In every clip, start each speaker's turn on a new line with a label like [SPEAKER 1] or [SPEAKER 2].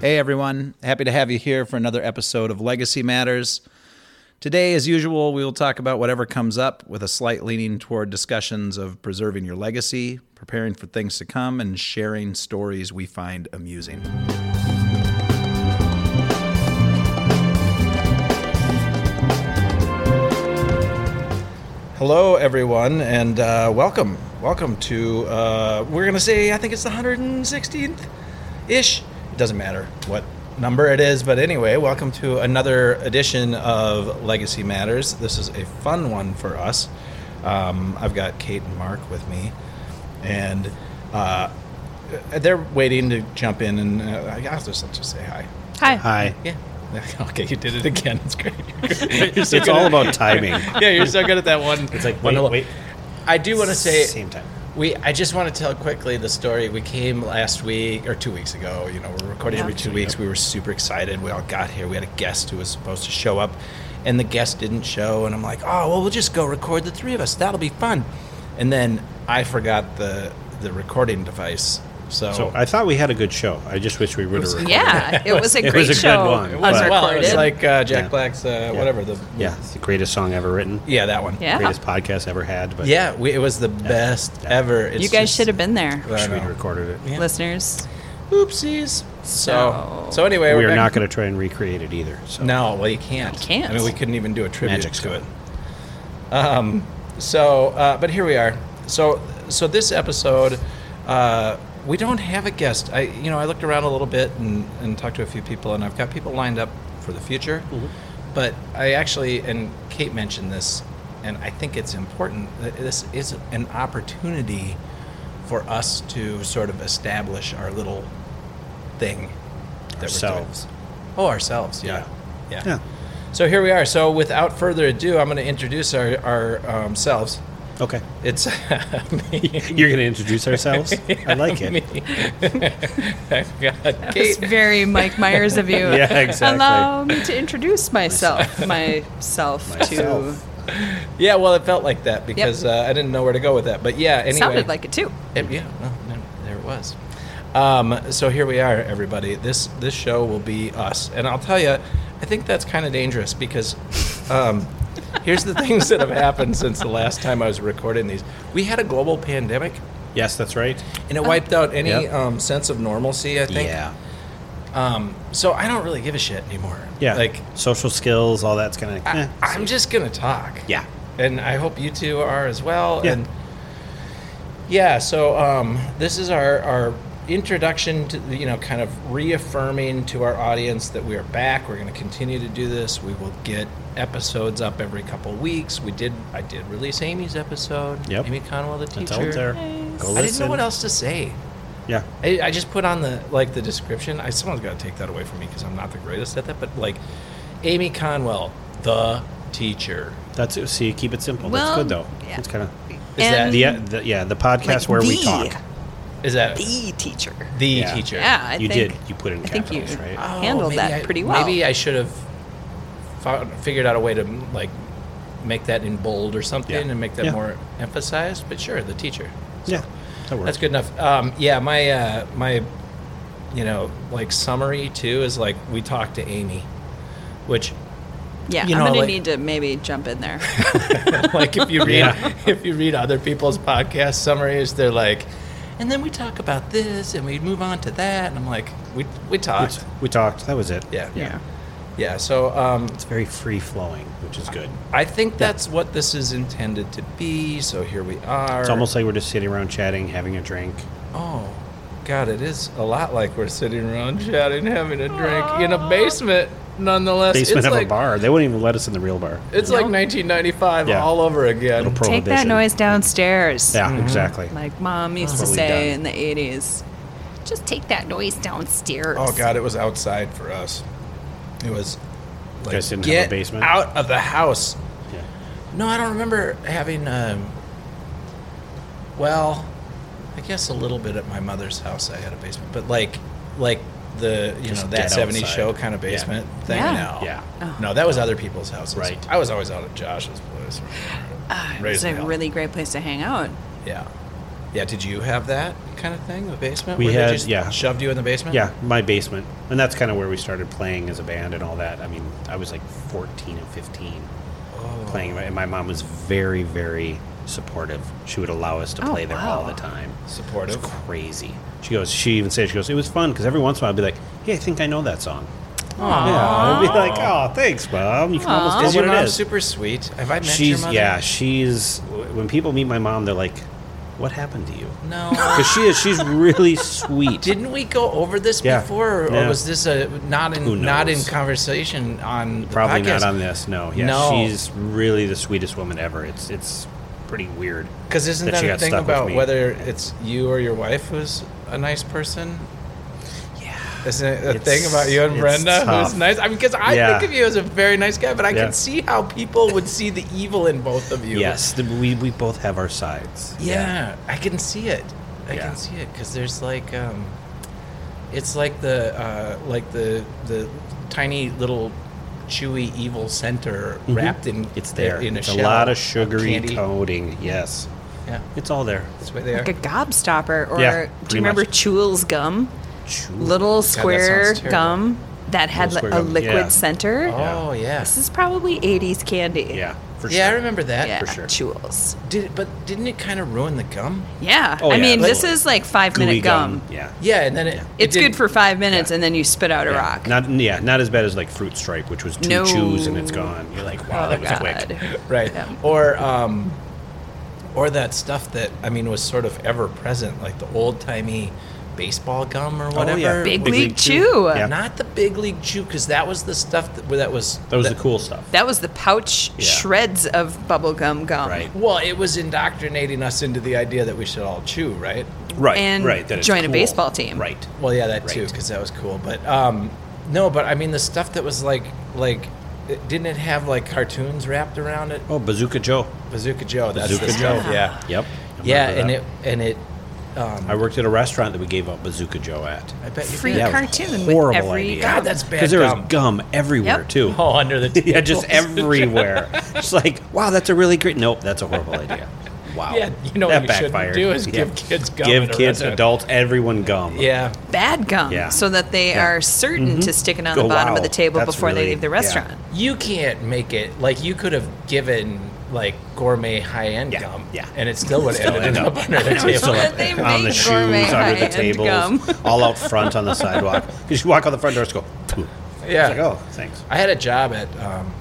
[SPEAKER 1] Hey, everyone. Happy to have you here for another episode of Legacy Matters. Today, as usual, we will talk about whatever comes up with a slight leaning toward discussions of preserving your legacy, preparing for things to come, and sharing stories we find amusing. Hello, everyone, and uh, welcome. Welcome to, uh, we're going to say, I think it's the 116th ish. It doesn't matter what number it is, but anyway, welcome to another edition of Legacy Matters. This is a fun one for us. Um, I've got Kate and Mark with me, and uh, they're waiting to jump in, and uh, I guess just, just say hi.
[SPEAKER 2] Hi.
[SPEAKER 3] Hi.
[SPEAKER 1] Yeah. Okay, you did it again. It's great.
[SPEAKER 3] It's all about timing.
[SPEAKER 1] yeah, you're so good at that one.
[SPEAKER 3] It's like
[SPEAKER 4] One
[SPEAKER 3] wait,
[SPEAKER 4] little-
[SPEAKER 3] wait,
[SPEAKER 4] I do want to say
[SPEAKER 3] same time.
[SPEAKER 4] we. I just want to tell quickly the story. We came last week or two weeks ago. You know, we're recording every two weeks. We were super excited. We all got here. We had a guest who was supposed to show up, and the guest didn't show. And I'm like, oh well, we'll just go record the three of us. That'll be fun. And then I forgot the the recording device. So,
[SPEAKER 3] So I thought we had a good show. I just wish we would have recorded.
[SPEAKER 2] Yeah, it was a
[SPEAKER 3] It
[SPEAKER 2] great
[SPEAKER 3] was a good
[SPEAKER 2] show.
[SPEAKER 3] one,
[SPEAKER 4] it
[SPEAKER 3] but-
[SPEAKER 4] was well. It was
[SPEAKER 2] Unrecorded.
[SPEAKER 4] like uh, Jack
[SPEAKER 3] Yeah.
[SPEAKER 4] Black's uh, whatever the
[SPEAKER 3] Yeah, it's the greatest song ever written.
[SPEAKER 4] yeah that one
[SPEAKER 2] Yeah.
[SPEAKER 3] Greatest podcast ever had. But
[SPEAKER 4] yeah we, it was the best ever. It's
[SPEAKER 2] you guys
[SPEAKER 4] just-
[SPEAKER 2] should have been there,
[SPEAKER 3] I wish
[SPEAKER 4] I
[SPEAKER 3] we'd
[SPEAKER 4] know.
[SPEAKER 3] recorded it.
[SPEAKER 4] Yeah.
[SPEAKER 2] listeners.
[SPEAKER 4] Oopsies. So
[SPEAKER 2] So-
[SPEAKER 4] so anyway,
[SPEAKER 3] We
[SPEAKER 4] we're
[SPEAKER 3] are
[SPEAKER 4] back-
[SPEAKER 3] not going to try and recreate it either. So
[SPEAKER 4] No, well, you can't.
[SPEAKER 2] You can't.
[SPEAKER 4] I mean, we couldn't even do a tribute
[SPEAKER 3] Magic's
[SPEAKER 4] to it. Um,
[SPEAKER 3] gone.
[SPEAKER 4] so, uh, but here we are. So, so this episode, uh, we don't have a guest. I, you know, I looked around a little bit and, and talked to a few people, and I've got people lined up for the future. But I actually, and Kate mentioned this, and I think it's important. that This is an opportunity for us to sort of establish our little thing that
[SPEAKER 3] Ourselves.
[SPEAKER 4] We're doing. Oh, ourselves. Yeah. Yeah.
[SPEAKER 3] Yeah.
[SPEAKER 4] So here we are. So without further ado, I'm going to introduce our, our um, selves.
[SPEAKER 3] Okay.
[SPEAKER 4] It's me.
[SPEAKER 3] You're going to introduce ourselves. I like it.
[SPEAKER 4] I've got
[SPEAKER 2] It's
[SPEAKER 4] Kate.
[SPEAKER 2] very Mike Myers of you.
[SPEAKER 3] Yeah, exactly.
[SPEAKER 2] Allow me to introduce myself, myself,
[SPEAKER 3] Myself.
[SPEAKER 2] to.
[SPEAKER 4] Yeah, well, it felt like that because uh, I didn't know where to go with that. But yeah, anyway.
[SPEAKER 2] Sounded like it too.
[SPEAKER 4] It- yeah, well, no, there it was. Um, so here we are, everybody. This this show will be us, and I'll tell you, I think that's kind of dangerous because um, here's the things that have happened since the last time I was recording these. We had a global pandemic,
[SPEAKER 3] Yes, that's right.
[SPEAKER 4] and it
[SPEAKER 2] Oh.
[SPEAKER 4] wiped out any
[SPEAKER 3] Yep.
[SPEAKER 4] um, sense of normalcy. I think.
[SPEAKER 3] Yeah.
[SPEAKER 4] So I don't really give a shit anymore.
[SPEAKER 3] Yeah.
[SPEAKER 4] Like Ah,
[SPEAKER 3] Like social skills, all that's kind of. Eh.
[SPEAKER 4] I'm just gonna talk.
[SPEAKER 3] Yeah.
[SPEAKER 4] And I hope you two are as well.
[SPEAKER 3] Yeah.
[SPEAKER 4] And yeah, so um, this is our our introduction to the- you know kind of reaffirming to our audience that we are back. We're going to continue to do this. We will get episodes up every couple weeks. We did I did release Amy's episode.
[SPEAKER 3] Yep.
[SPEAKER 4] Amy Conwell, the
[SPEAKER 3] It's
[SPEAKER 4] teacher.
[SPEAKER 3] out there.
[SPEAKER 2] Nice.
[SPEAKER 3] Go
[SPEAKER 4] I
[SPEAKER 3] listen.
[SPEAKER 4] didn't know what else to say.
[SPEAKER 3] Yeah.
[SPEAKER 4] I, I just put on the like the description. I someone's got to take that away from me because I'm not the greatest at that. But like Amy Conwell, the teacher.
[SPEAKER 3] That's it. See, keep it simple.
[SPEAKER 2] Well,
[SPEAKER 3] that's good though.
[SPEAKER 2] yeah.
[SPEAKER 3] It's kind of.
[SPEAKER 4] that
[SPEAKER 2] and
[SPEAKER 3] The, the, yeah, the podcast
[SPEAKER 2] Like
[SPEAKER 3] where we
[SPEAKER 2] the-
[SPEAKER 3] talk.
[SPEAKER 4] Is that
[SPEAKER 2] the teacher.
[SPEAKER 4] the
[SPEAKER 3] e-, Yeah.
[SPEAKER 4] teacher?
[SPEAKER 2] Yeah, I
[SPEAKER 3] you
[SPEAKER 2] think.
[SPEAKER 3] did. You put in
[SPEAKER 2] I think you
[SPEAKER 3] capitals, right?
[SPEAKER 4] Oh,
[SPEAKER 2] handled
[SPEAKER 4] maybe
[SPEAKER 2] that
[SPEAKER 4] I-
[SPEAKER 2] pretty well.
[SPEAKER 4] Maybe I should have found, figured out a way to like make that in bold or something
[SPEAKER 3] Yeah.
[SPEAKER 4] and make that
[SPEAKER 3] Yeah.
[SPEAKER 4] more emphasized. But sure, the teacher.
[SPEAKER 3] yeah. That works.
[SPEAKER 4] That's good enough. Um, yeah, my uh, my you know like summary too is like we talked to Amy, which
[SPEAKER 2] yeah,
[SPEAKER 4] you
[SPEAKER 2] I'm
[SPEAKER 4] know,
[SPEAKER 2] gonna
[SPEAKER 4] like-
[SPEAKER 2] need to maybe jump in there.
[SPEAKER 4] like if you read
[SPEAKER 3] Yeah.
[SPEAKER 4] if you read other people's podcast summaries, they're like, and then we talk about this and we move on to that, and I'm like, we we
[SPEAKER 3] We,
[SPEAKER 4] talked,
[SPEAKER 3] we talked. That was it.
[SPEAKER 4] yeah,
[SPEAKER 2] yeah.
[SPEAKER 4] yeah. So um,
[SPEAKER 3] It's very free flowing, which is good.
[SPEAKER 4] I think that's what this is intended to be. So here we are.
[SPEAKER 3] It's almost like we're just sitting around chatting, having a drink.
[SPEAKER 4] oh. God, it is a lot like we're sitting around chatting, having a drink in a basement. Nonetheless,
[SPEAKER 3] Basement
[SPEAKER 4] it's
[SPEAKER 3] of
[SPEAKER 4] like
[SPEAKER 3] a bar. They wouldn't even let us in the real bar.
[SPEAKER 4] it's like 1995
[SPEAKER 3] Yeah.
[SPEAKER 4] all over again.
[SPEAKER 3] Little
[SPEAKER 2] Take that
[SPEAKER 3] Prohibition.
[SPEAKER 2] noise downstairs.
[SPEAKER 3] Yeah,
[SPEAKER 4] Mm-hmm.
[SPEAKER 3] exactly.
[SPEAKER 2] Like mom used to
[SPEAKER 3] Totally
[SPEAKER 2] say in
[SPEAKER 3] done.
[SPEAKER 2] the 80s. Just take that noise downstairs.
[SPEAKER 4] Oh God, it was outside for us. It was like
[SPEAKER 3] guys didn't have
[SPEAKER 4] get
[SPEAKER 3] a basement?
[SPEAKER 4] out of the house.
[SPEAKER 3] Yeah.
[SPEAKER 4] No, I don't remember having. Um, well, I guess a little bit at my mother's house. I had a basement, but like, like the you
[SPEAKER 3] Just
[SPEAKER 4] know
[SPEAKER 3] get
[SPEAKER 4] that '70s
[SPEAKER 3] outside.
[SPEAKER 4] show kind of
[SPEAKER 3] Yeah.
[SPEAKER 4] basement thing.
[SPEAKER 2] Yeah.
[SPEAKER 4] No,
[SPEAKER 3] Yeah.
[SPEAKER 2] Oh.
[SPEAKER 4] no, that was other people's houses.
[SPEAKER 3] Right.
[SPEAKER 4] I was always out at Josh's place.
[SPEAKER 2] Ah, it was
[SPEAKER 4] Raising
[SPEAKER 2] a
[SPEAKER 4] hell.
[SPEAKER 2] really great place to hang out.
[SPEAKER 4] Yeah, yeah. Did you have that? kind of thing? The basement?
[SPEAKER 3] We
[SPEAKER 4] Where they
[SPEAKER 3] had-
[SPEAKER 4] just
[SPEAKER 3] yeah.
[SPEAKER 4] shoved you in the basement?
[SPEAKER 3] Yeah, my basement. And that's kind of where we started playing as a band and all that. I mean, I was like 14 and 15
[SPEAKER 4] Oh.
[SPEAKER 3] playing. And my mom was very, very supportive. She would allow us to
[SPEAKER 2] Oh,
[SPEAKER 3] play there all
[SPEAKER 2] wow.
[SPEAKER 3] the time. It
[SPEAKER 4] Supportive.
[SPEAKER 3] was crazy. She goes, she even said, she goes, it was fun because every once in a while I'd be like, hey, I think I know that song. Yeah, I'd be like, oh, thanks, mom. You can almost
[SPEAKER 2] Aw.
[SPEAKER 3] guess
[SPEAKER 4] Is your
[SPEAKER 3] what it
[SPEAKER 4] mom
[SPEAKER 3] is.
[SPEAKER 4] Oh, super sweet? Have I met your
[SPEAKER 3] she's,
[SPEAKER 4] mother?
[SPEAKER 3] yeah, she's, when people meet my mom, they're like, what happened to you?
[SPEAKER 4] No.
[SPEAKER 3] Because she is, she's really sweet.
[SPEAKER 4] Didn't we go over this
[SPEAKER 3] Yeah.
[SPEAKER 4] before, or
[SPEAKER 3] Yeah.
[SPEAKER 4] was this a not
[SPEAKER 3] Who
[SPEAKER 4] in not in
[SPEAKER 3] knows?
[SPEAKER 4] conversation on the
[SPEAKER 3] Probably
[SPEAKER 4] podcast?
[SPEAKER 3] not on this. No. Yeah,
[SPEAKER 4] No.
[SPEAKER 3] she's really the sweetest woman ever. It's it's pretty weird.
[SPEAKER 4] Because isn't
[SPEAKER 3] that
[SPEAKER 4] that,
[SPEAKER 3] she
[SPEAKER 4] a
[SPEAKER 3] got
[SPEAKER 4] thing
[SPEAKER 3] stuck with
[SPEAKER 4] about
[SPEAKER 3] me.
[SPEAKER 4] whether it's you or your wife who's a nice person? Yeah. Isn't it a
[SPEAKER 3] It's-
[SPEAKER 4] thing about you and
[SPEAKER 3] it's
[SPEAKER 4] Brenda
[SPEAKER 3] tough.
[SPEAKER 4] who's nice? I mean, because I
[SPEAKER 3] Yeah.
[SPEAKER 4] think of you as a very nice guy, but I
[SPEAKER 3] Yeah.
[SPEAKER 4] can see how people would see the evil in both of you.
[SPEAKER 3] Yes, the, we we both have our sides.
[SPEAKER 4] Yeah, I can see it. I
[SPEAKER 3] Yeah.
[SPEAKER 4] can see it because there's like, um, it's like the uh, like the the tiny little chewy evil center wrapped in
[SPEAKER 3] Mm-hmm. It's there.
[SPEAKER 4] in a,
[SPEAKER 3] it's a
[SPEAKER 4] shell
[SPEAKER 3] lot of sugary
[SPEAKER 4] candy.
[SPEAKER 3] coating. Yes,
[SPEAKER 4] Yeah,
[SPEAKER 3] it's all there.
[SPEAKER 4] that's what they are.
[SPEAKER 2] Like a gobstopper, or
[SPEAKER 3] Yeah,
[SPEAKER 2] do
[SPEAKER 3] pretty
[SPEAKER 2] you remember
[SPEAKER 3] much.
[SPEAKER 2] Chewel's gum?
[SPEAKER 3] Chew-
[SPEAKER 2] Little square
[SPEAKER 4] sounds terrible.
[SPEAKER 2] gum that had
[SPEAKER 3] Little
[SPEAKER 2] li-
[SPEAKER 3] square
[SPEAKER 2] a
[SPEAKER 3] gum,
[SPEAKER 2] liquid
[SPEAKER 3] yeah.
[SPEAKER 2] center.
[SPEAKER 4] Oh yeah,
[SPEAKER 2] This is probably 80s candy.
[SPEAKER 3] Yeah, for
[SPEAKER 4] yeah. I
[SPEAKER 3] sure.
[SPEAKER 4] remember that.
[SPEAKER 2] Yeah,
[SPEAKER 3] for sure.
[SPEAKER 2] Chewels.
[SPEAKER 4] Did but didn't it kind of ruin the gum?
[SPEAKER 2] Yeah.
[SPEAKER 3] Oh,
[SPEAKER 2] I
[SPEAKER 3] yeah,
[SPEAKER 2] mean,
[SPEAKER 3] it's
[SPEAKER 2] this
[SPEAKER 3] like
[SPEAKER 2] is like five
[SPEAKER 3] Gooey
[SPEAKER 2] minute gum.
[SPEAKER 3] Yeah.
[SPEAKER 4] Yeah, and then it, it
[SPEAKER 2] It's
[SPEAKER 4] didn't-
[SPEAKER 2] good for five minutes and then you spit out a
[SPEAKER 3] Yeah.
[SPEAKER 2] rock.
[SPEAKER 3] Not yeah, not as bad as like fruit stripe, which was two
[SPEAKER 2] No.
[SPEAKER 3] chews and it's gone. You're like, wow,
[SPEAKER 2] oh,
[SPEAKER 3] that was
[SPEAKER 2] God.
[SPEAKER 3] quick.
[SPEAKER 4] right
[SPEAKER 2] Yeah.
[SPEAKER 4] or um or that stuff that I mean was sort of ever present like the old timey baseball gum
[SPEAKER 3] Oh,
[SPEAKER 4] or whatever.
[SPEAKER 2] Big
[SPEAKER 4] was-
[SPEAKER 2] league chew.
[SPEAKER 3] Yeah.
[SPEAKER 4] Not the big league chew, because that was the stuff that, that was.
[SPEAKER 3] That was the cool stuff.
[SPEAKER 2] That was the pouch
[SPEAKER 3] Yeah.
[SPEAKER 2] shreds of bubblegum gum.
[SPEAKER 3] Right.
[SPEAKER 4] Well, it was indoctrinating us into the idea that we should all chew, right?
[SPEAKER 3] Right.
[SPEAKER 2] And
[SPEAKER 3] right. that it's
[SPEAKER 2] join a
[SPEAKER 3] cool.
[SPEAKER 2] baseball team.
[SPEAKER 3] Right.
[SPEAKER 4] Well, yeah, that too,
[SPEAKER 3] Right.
[SPEAKER 4] because that was cool. But um, no, but I mean the stuff that was like like it- didn't it have like cartoons wrapped around it?
[SPEAKER 3] Oh, Bazooka Joe.
[SPEAKER 4] Bazooka Joe, that's
[SPEAKER 3] Bazooka
[SPEAKER 4] the stuff.
[SPEAKER 3] Joe.
[SPEAKER 4] Yeah,
[SPEAKER 3] Yep. I
[SPEAKER 4] yeah,
[SPEAKER 3] remember
[SPEAKER 4] and
[SPEAKER 3] that.
[SPEAKER 4] it and it. Um,
[SPEAKER 3] I worked at a restaurant that we gave out Bazooka Joe at.
[SPEAKER 4] I bet you
[SPEAKER 2] Free
[SPEAKER 4] did.
[SPEAKER 3] Yeah, it was a
[SPEAKER 2] cartoon with
[SPEAKER 3] horrible
[SPEAKER 2] every
[SPEAKER 3] idea.
[SPEAKER 4] God,
[SPEAKER 2] gum.
[SPEAKER 4] that's bad.
[SPEAKER 3] Because there
[SPEAKER 4] gum.
[SPEAKER 3] was gum everywhere
[SPEAKER 2] Yep.
[SPEAKER 3] too.
[SPEAKER 4] Oh, under the
[SPEAKER 3] yeah, just
[SPEAKER 4] tables.
[SPEAKER 3] everywhere. It's like, wow, that's a really great. Nope, that's a horrible idea. Wow.
[SPEAKER 4] Yeah, you know
[SPEAKER 3] that
[SPEAKER 4] what you shouldn't
[SPEAKER 3] backfired.
[SPEAKER 4] do is
[SPEAKER 3] Yeah.
[SPEAKER 4] give kids gum.
[SPEAKER 3] Give
[SPEAKER 4] at a
[SPEAKER 3] kids,
[SPEAKER 4] restaurant.
[SPEAKER 3] adults, everyone gum.
[SPEAKER 4] Yeah,
[SPEAKER 2] bad gum
[SPEAKER 3] Yeah.
[SPEAKER 2] so that they
[SPEAKER 3] Yeah. Mm-hmm.
[SPEAKER 2] are certain to stick it on
[SPEAKER 3] Go,
[SPEAKER 2] the bottom
[SPEAKER 3] wow,
[SPEAKER 2] of the table
[SPEAKER 3] that's
[SPEAKER 2] before
[SPEAKER 3] really-
[SPEAKER 2] they leave the
[SPEAKER 3] yeah.
[SPEAKER 2] restaurant.
[SPEAKER 4] you can't make it like you could have given like gourmet high end
[SPEAKER 3] Yeah,
[SPEAKER 4] gum.
[SPEAKER 3] yeah.
[SPEAKER 4] and it still would have ended
[SPEAKER 3] ended
[SPEAKER 4] up
[SPEAKER 3] up.
[SPEAKER 4] under the
[SPEAKER 2] don't
[SPEAKER 4] table.
[SPEAKER 2] know.
[SPEAKER 3] up
[SPEAKER 2] They
[SPEAKER 3] there,
[SPEAKER 2] make
[SPEAKER 3] on the shoes,
[SPEAKER 2] gourmet
[SPEAKER 3] under the
[SPEAKER 2] high-end
[SPEAKER 3] tables,
[SPEAKER 2] gum.
[SPEAKER 3] all out front on the sidewalk. Because you walk out the front door, just go. "Phew."
[SPEAKER 4] Yeah.
[SPEAKER 3] It's like, oh, thanks.
[SPEAKER 4] I had a job at um,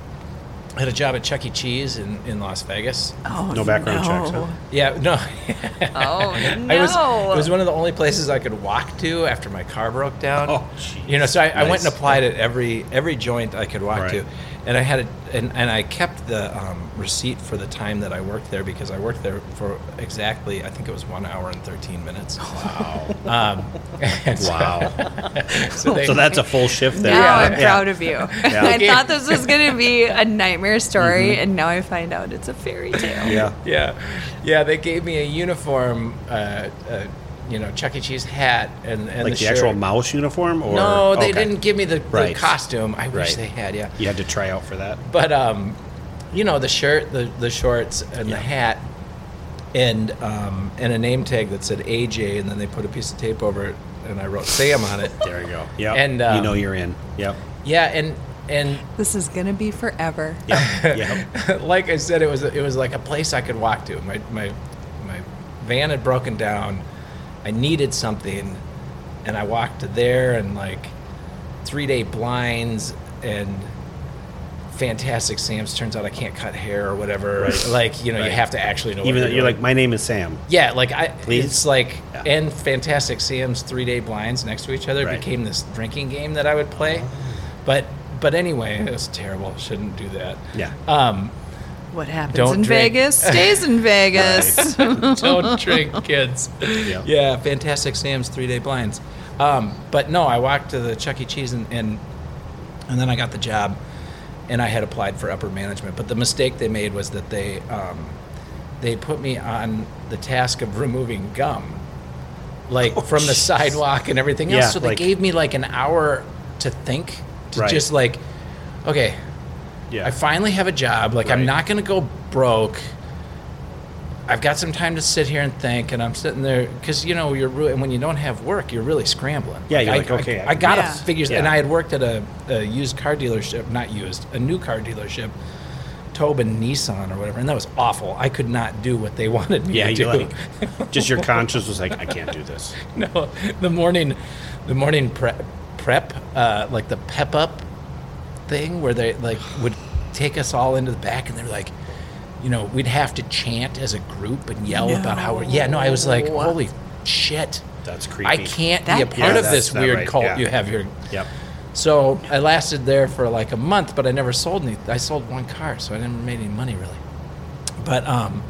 [SPEAKER 4] I had a job at Chuck E. Cheese in, in Las Vegas.
[SPEAKER 2] Oh,
[SPEAKER 3] No background checks, huh?
[SPEAKER 4] Yeah, no,
[SPEAKER 2] Oh,
[SPEAKER 4] I was
[SPEAKER 2] no.
[SPEAKER 4] it was one of the only places I could walk to after my car broke down.
[SPEAKER 3] Oh, jeez.
[SPEAKER 4] you know, so I, I went
[SPEAKER 3] Nice.
[SPEAKER 4] and applied at every every joint I could walk
[SPEAKER 3] Right.
[SPEAKER 4] to, and I had a, and and I kept the um, receipt for the time that I worked there because I worked there for exactly I think it was one hour and thirteen minutes. Wow. um, and so-
[SPEAKER 3] Wow.
[SPEAKER 4] So, they,
[SPEAKER 3] so that's a full shift there.
[SPEAKER 2] Now I'm
[SPEAKER 3] Yeah.
[SPEAKER 2] proud of you. I
[SPEAKER 4] Okay. Mm-hmm.
[SPEAKER 2] thought this was going to be a nightmare story, and now I find out it's a fairy tale.
[SPEAKER 3] Yeah.
[SPEAKER 4] yeah, yeah. They gave me a uniform, uh, uh, you know, Chuck E. Cheese hat and and
[SPEAKER 3] Like
[SPEAKER 4] the,
[SPEAKER 3] the, actual
[SPEAKER 4] shirt.
[SPEAKER 3] mouse uniform, or
[SPEAKER 4] No, they
[SPEAKER 3] okay.
[SPEAKER 4] didn't give me the, the
[SPEAKER 3] Right.
[SPEAKER 4] costume. I wish
[SPEAKER 3] Right.
[SPEAKER 4] they had. Yeah.
[SPEAKER 3] You had to try out for that.
[SPEAKER 4] but um, you know the shirt, the the shorts, and the hat, and um, and a name tag that said AJ, and then they put a piece of tape over it, and I wrote Sam on it.
[SPEAKER 3] There you go. Yeah.
[SPEAKER 4] And,
[SPEAKER 3] you
[SPEAKER 4] um,
[SPEAKER 3] know you're in. Yep.
[SPEAKER 4] Yeah, and and
[SPEAKER 2] This is going to be forever.
[SPEAKER 3] Yep. yep.
[SPEAKER 4] like I said, it was it was like a place I could walk to. My my my van had broken down. I needed something, and I walked to there and like three day blinds and fantastic Sam's. Turns out I can't cut hair or whatever.
[SPEAKER 3] Right.
[SPEAKER 4] Like you know, you
[SPEAKER 3] Right.
[SPEAKER 4] have to actually know. what
[SPEAKER 3] Even though
[SPEAKER 4] you're
[SPEAKER 3] you're
[SPEAKER 4] doing.
[SPEAKER 3] like, my name is Sam.
[SPEAKER 4] Yeah, like I,
[SPEAKER 3] Please?
[SPEAKER 4] it's like
[SPEAKER 3] Yeah.
[SPEAKER 4] and Fantastic Sam's three day blinds next to each other
[SPEAKER 3] Right. Oh.
[SPEAKER 4] became this drinking game that I would play, but but anyway, it was terrible. Shouldn't do that.
[SPEAKER 3] Yeah.
[SPEAKER 4] Um,
[SPEAKER 2] What happens
[SPEAKER 4] Don't
[SPEAKER 2] in
[SPEAKER 4] drink.
[SPEAKER 2] Vegas stays in Vegas.
[SPEAKER 4] don't drink, kids.
[SPEAKER 3] Yeah.
[SPEAKER 4] Yeah, Fantastic Sam's three day blinds. Um, but no, I walked to the Chuck E. Cheese and, and and then I got the job, and I had applied for upper management. But the mistake they made was that they um, they put me on the task of removing gum, like from the sidewalk and everything
[SPEAKER 3] Oh, Yeah,
[SPEAKER 4] else. So they
[SPEAKER 3] like-
[SPEAKER 4] gave me like an hour to think, to
[SPEAKER 3] Right.
[SPEAKER 4] just like, okay,
[SPEAKER 3] Yeah.
[SPEAKER 4] I finally have a job. Like I'm
[SPEAKER 3] Right.
[SPEAKER 4] not gonna go broke. I've got some time to sit here and think, and I'm sitting there because you know you're really, and when you don't have work, you're really scrambling.
[SPEAKER 3] Yeah, you're
[SPEAKER 4] I,
[SPEAKER 3] like,
[SPEAKER 4] I-
[SPEAKER 3] okay,
[SPEAKER 4] I,
[SPEAKER 3] I-
[SPEAKER 4] gotta
[SPEAKER 2] Yeah.
[SPEAKER 4] figure.
[SPEAKER 3] Yeah.
[SPEAKER 4] And I had worked at a, a used car dealership, not used, a new car dealership, Tobin Nissan or whatever, and that was awful. I could not do what they wanted me
[SPEAKER 3] Yeah,
[SPEAKER 4] to do.
[SPEAKER 3] you like just your conscience was like, I can't do this.
[SPEAKER 4] no, the morning, the morning prep, prep, uh, like the pep up thing where they like would take us all into the back and they're like, you know, we'd have to chant as a group and yell about how we're. Yeah, no, I was like,
[SPEAKER 2] No.
[SPEAKER 4] holy shit,
[SPEAKER 3] That's creepy.
[SPEAKER 4] I can't
[SPEAKER 2] That
[SPEAKER 4] be a
[SPEAKER 2] is-
[SPEAKER 4] part
[SPEAKER 3] Yeah,
[SPEAKER 4] of this
[SPEAKER 3] that's not
[SPEAKER 4] weird
[SPEAKER 3] right,
[SPEAKER 4] cult
[SPEAKER 3] yeah.
[SPEAKER 4] you have here.
[SPEAKER 3] Yep.
[SPEAKER 4] So I lasted there for like a month, but I never sold any. I sold one car, so I never made any money really. But um,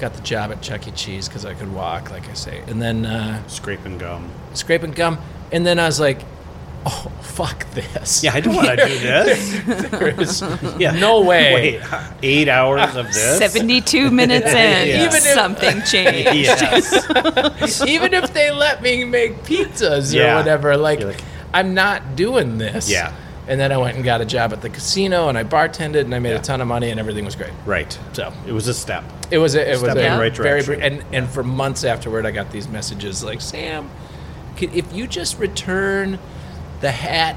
[SPEAKER 4] got the job at Chuck E. Cheese because I could walk, like I say, and then. Uh,
[SPEAKER 3] Scraping gum.
[SPEAKER 4] scraping gum, and then I was like, "Oh fuck this!
[SPEAKER 3] Yeah, I don't want to do this.
[SPEAKER 4] There's
[SPEAKER 3] Yeah.
[SPEAKER 4] no way."
[SPEAKER 3] Wait, eight hours of this?
[SPEAKER 2] 72 minutes in,
[SPEAKER 3] Yeah. Even if-
[SPEAKER 2] something changed.
[SPEAKER 3] Yes.
[SPEAKER 4] Even if they let me make pizzas
[SPEAKER 3] Yeah.
[SPEAKER 4] or whatever, like,
[SPEAKER 3] You're like-
[SPEAKER 4] I'm not doing this.
[SPEAKER 3] Yeah.
[SPEAKER 4] And then I went and got a job at the casino, and I bartended, and I made
[SPEAKER 3] Yeah.
[SPEAKER 4] a ton of money, and everything was great.
[SPEAKER 3] Right.
[SPEAKER 4] So
[SPEAKER 3] It was a step.
[SPEAKER 4] it was a, it was
[SPEAKER 3] Step
[SPEAKER 4] a
[SPEAKER 3] in the right
[SPEAKER 4] very
[SPEAKER 3] direction.
[SPEAKER 4] br- and and for months afterward, I got these messages like Sam, could, if you just return the hat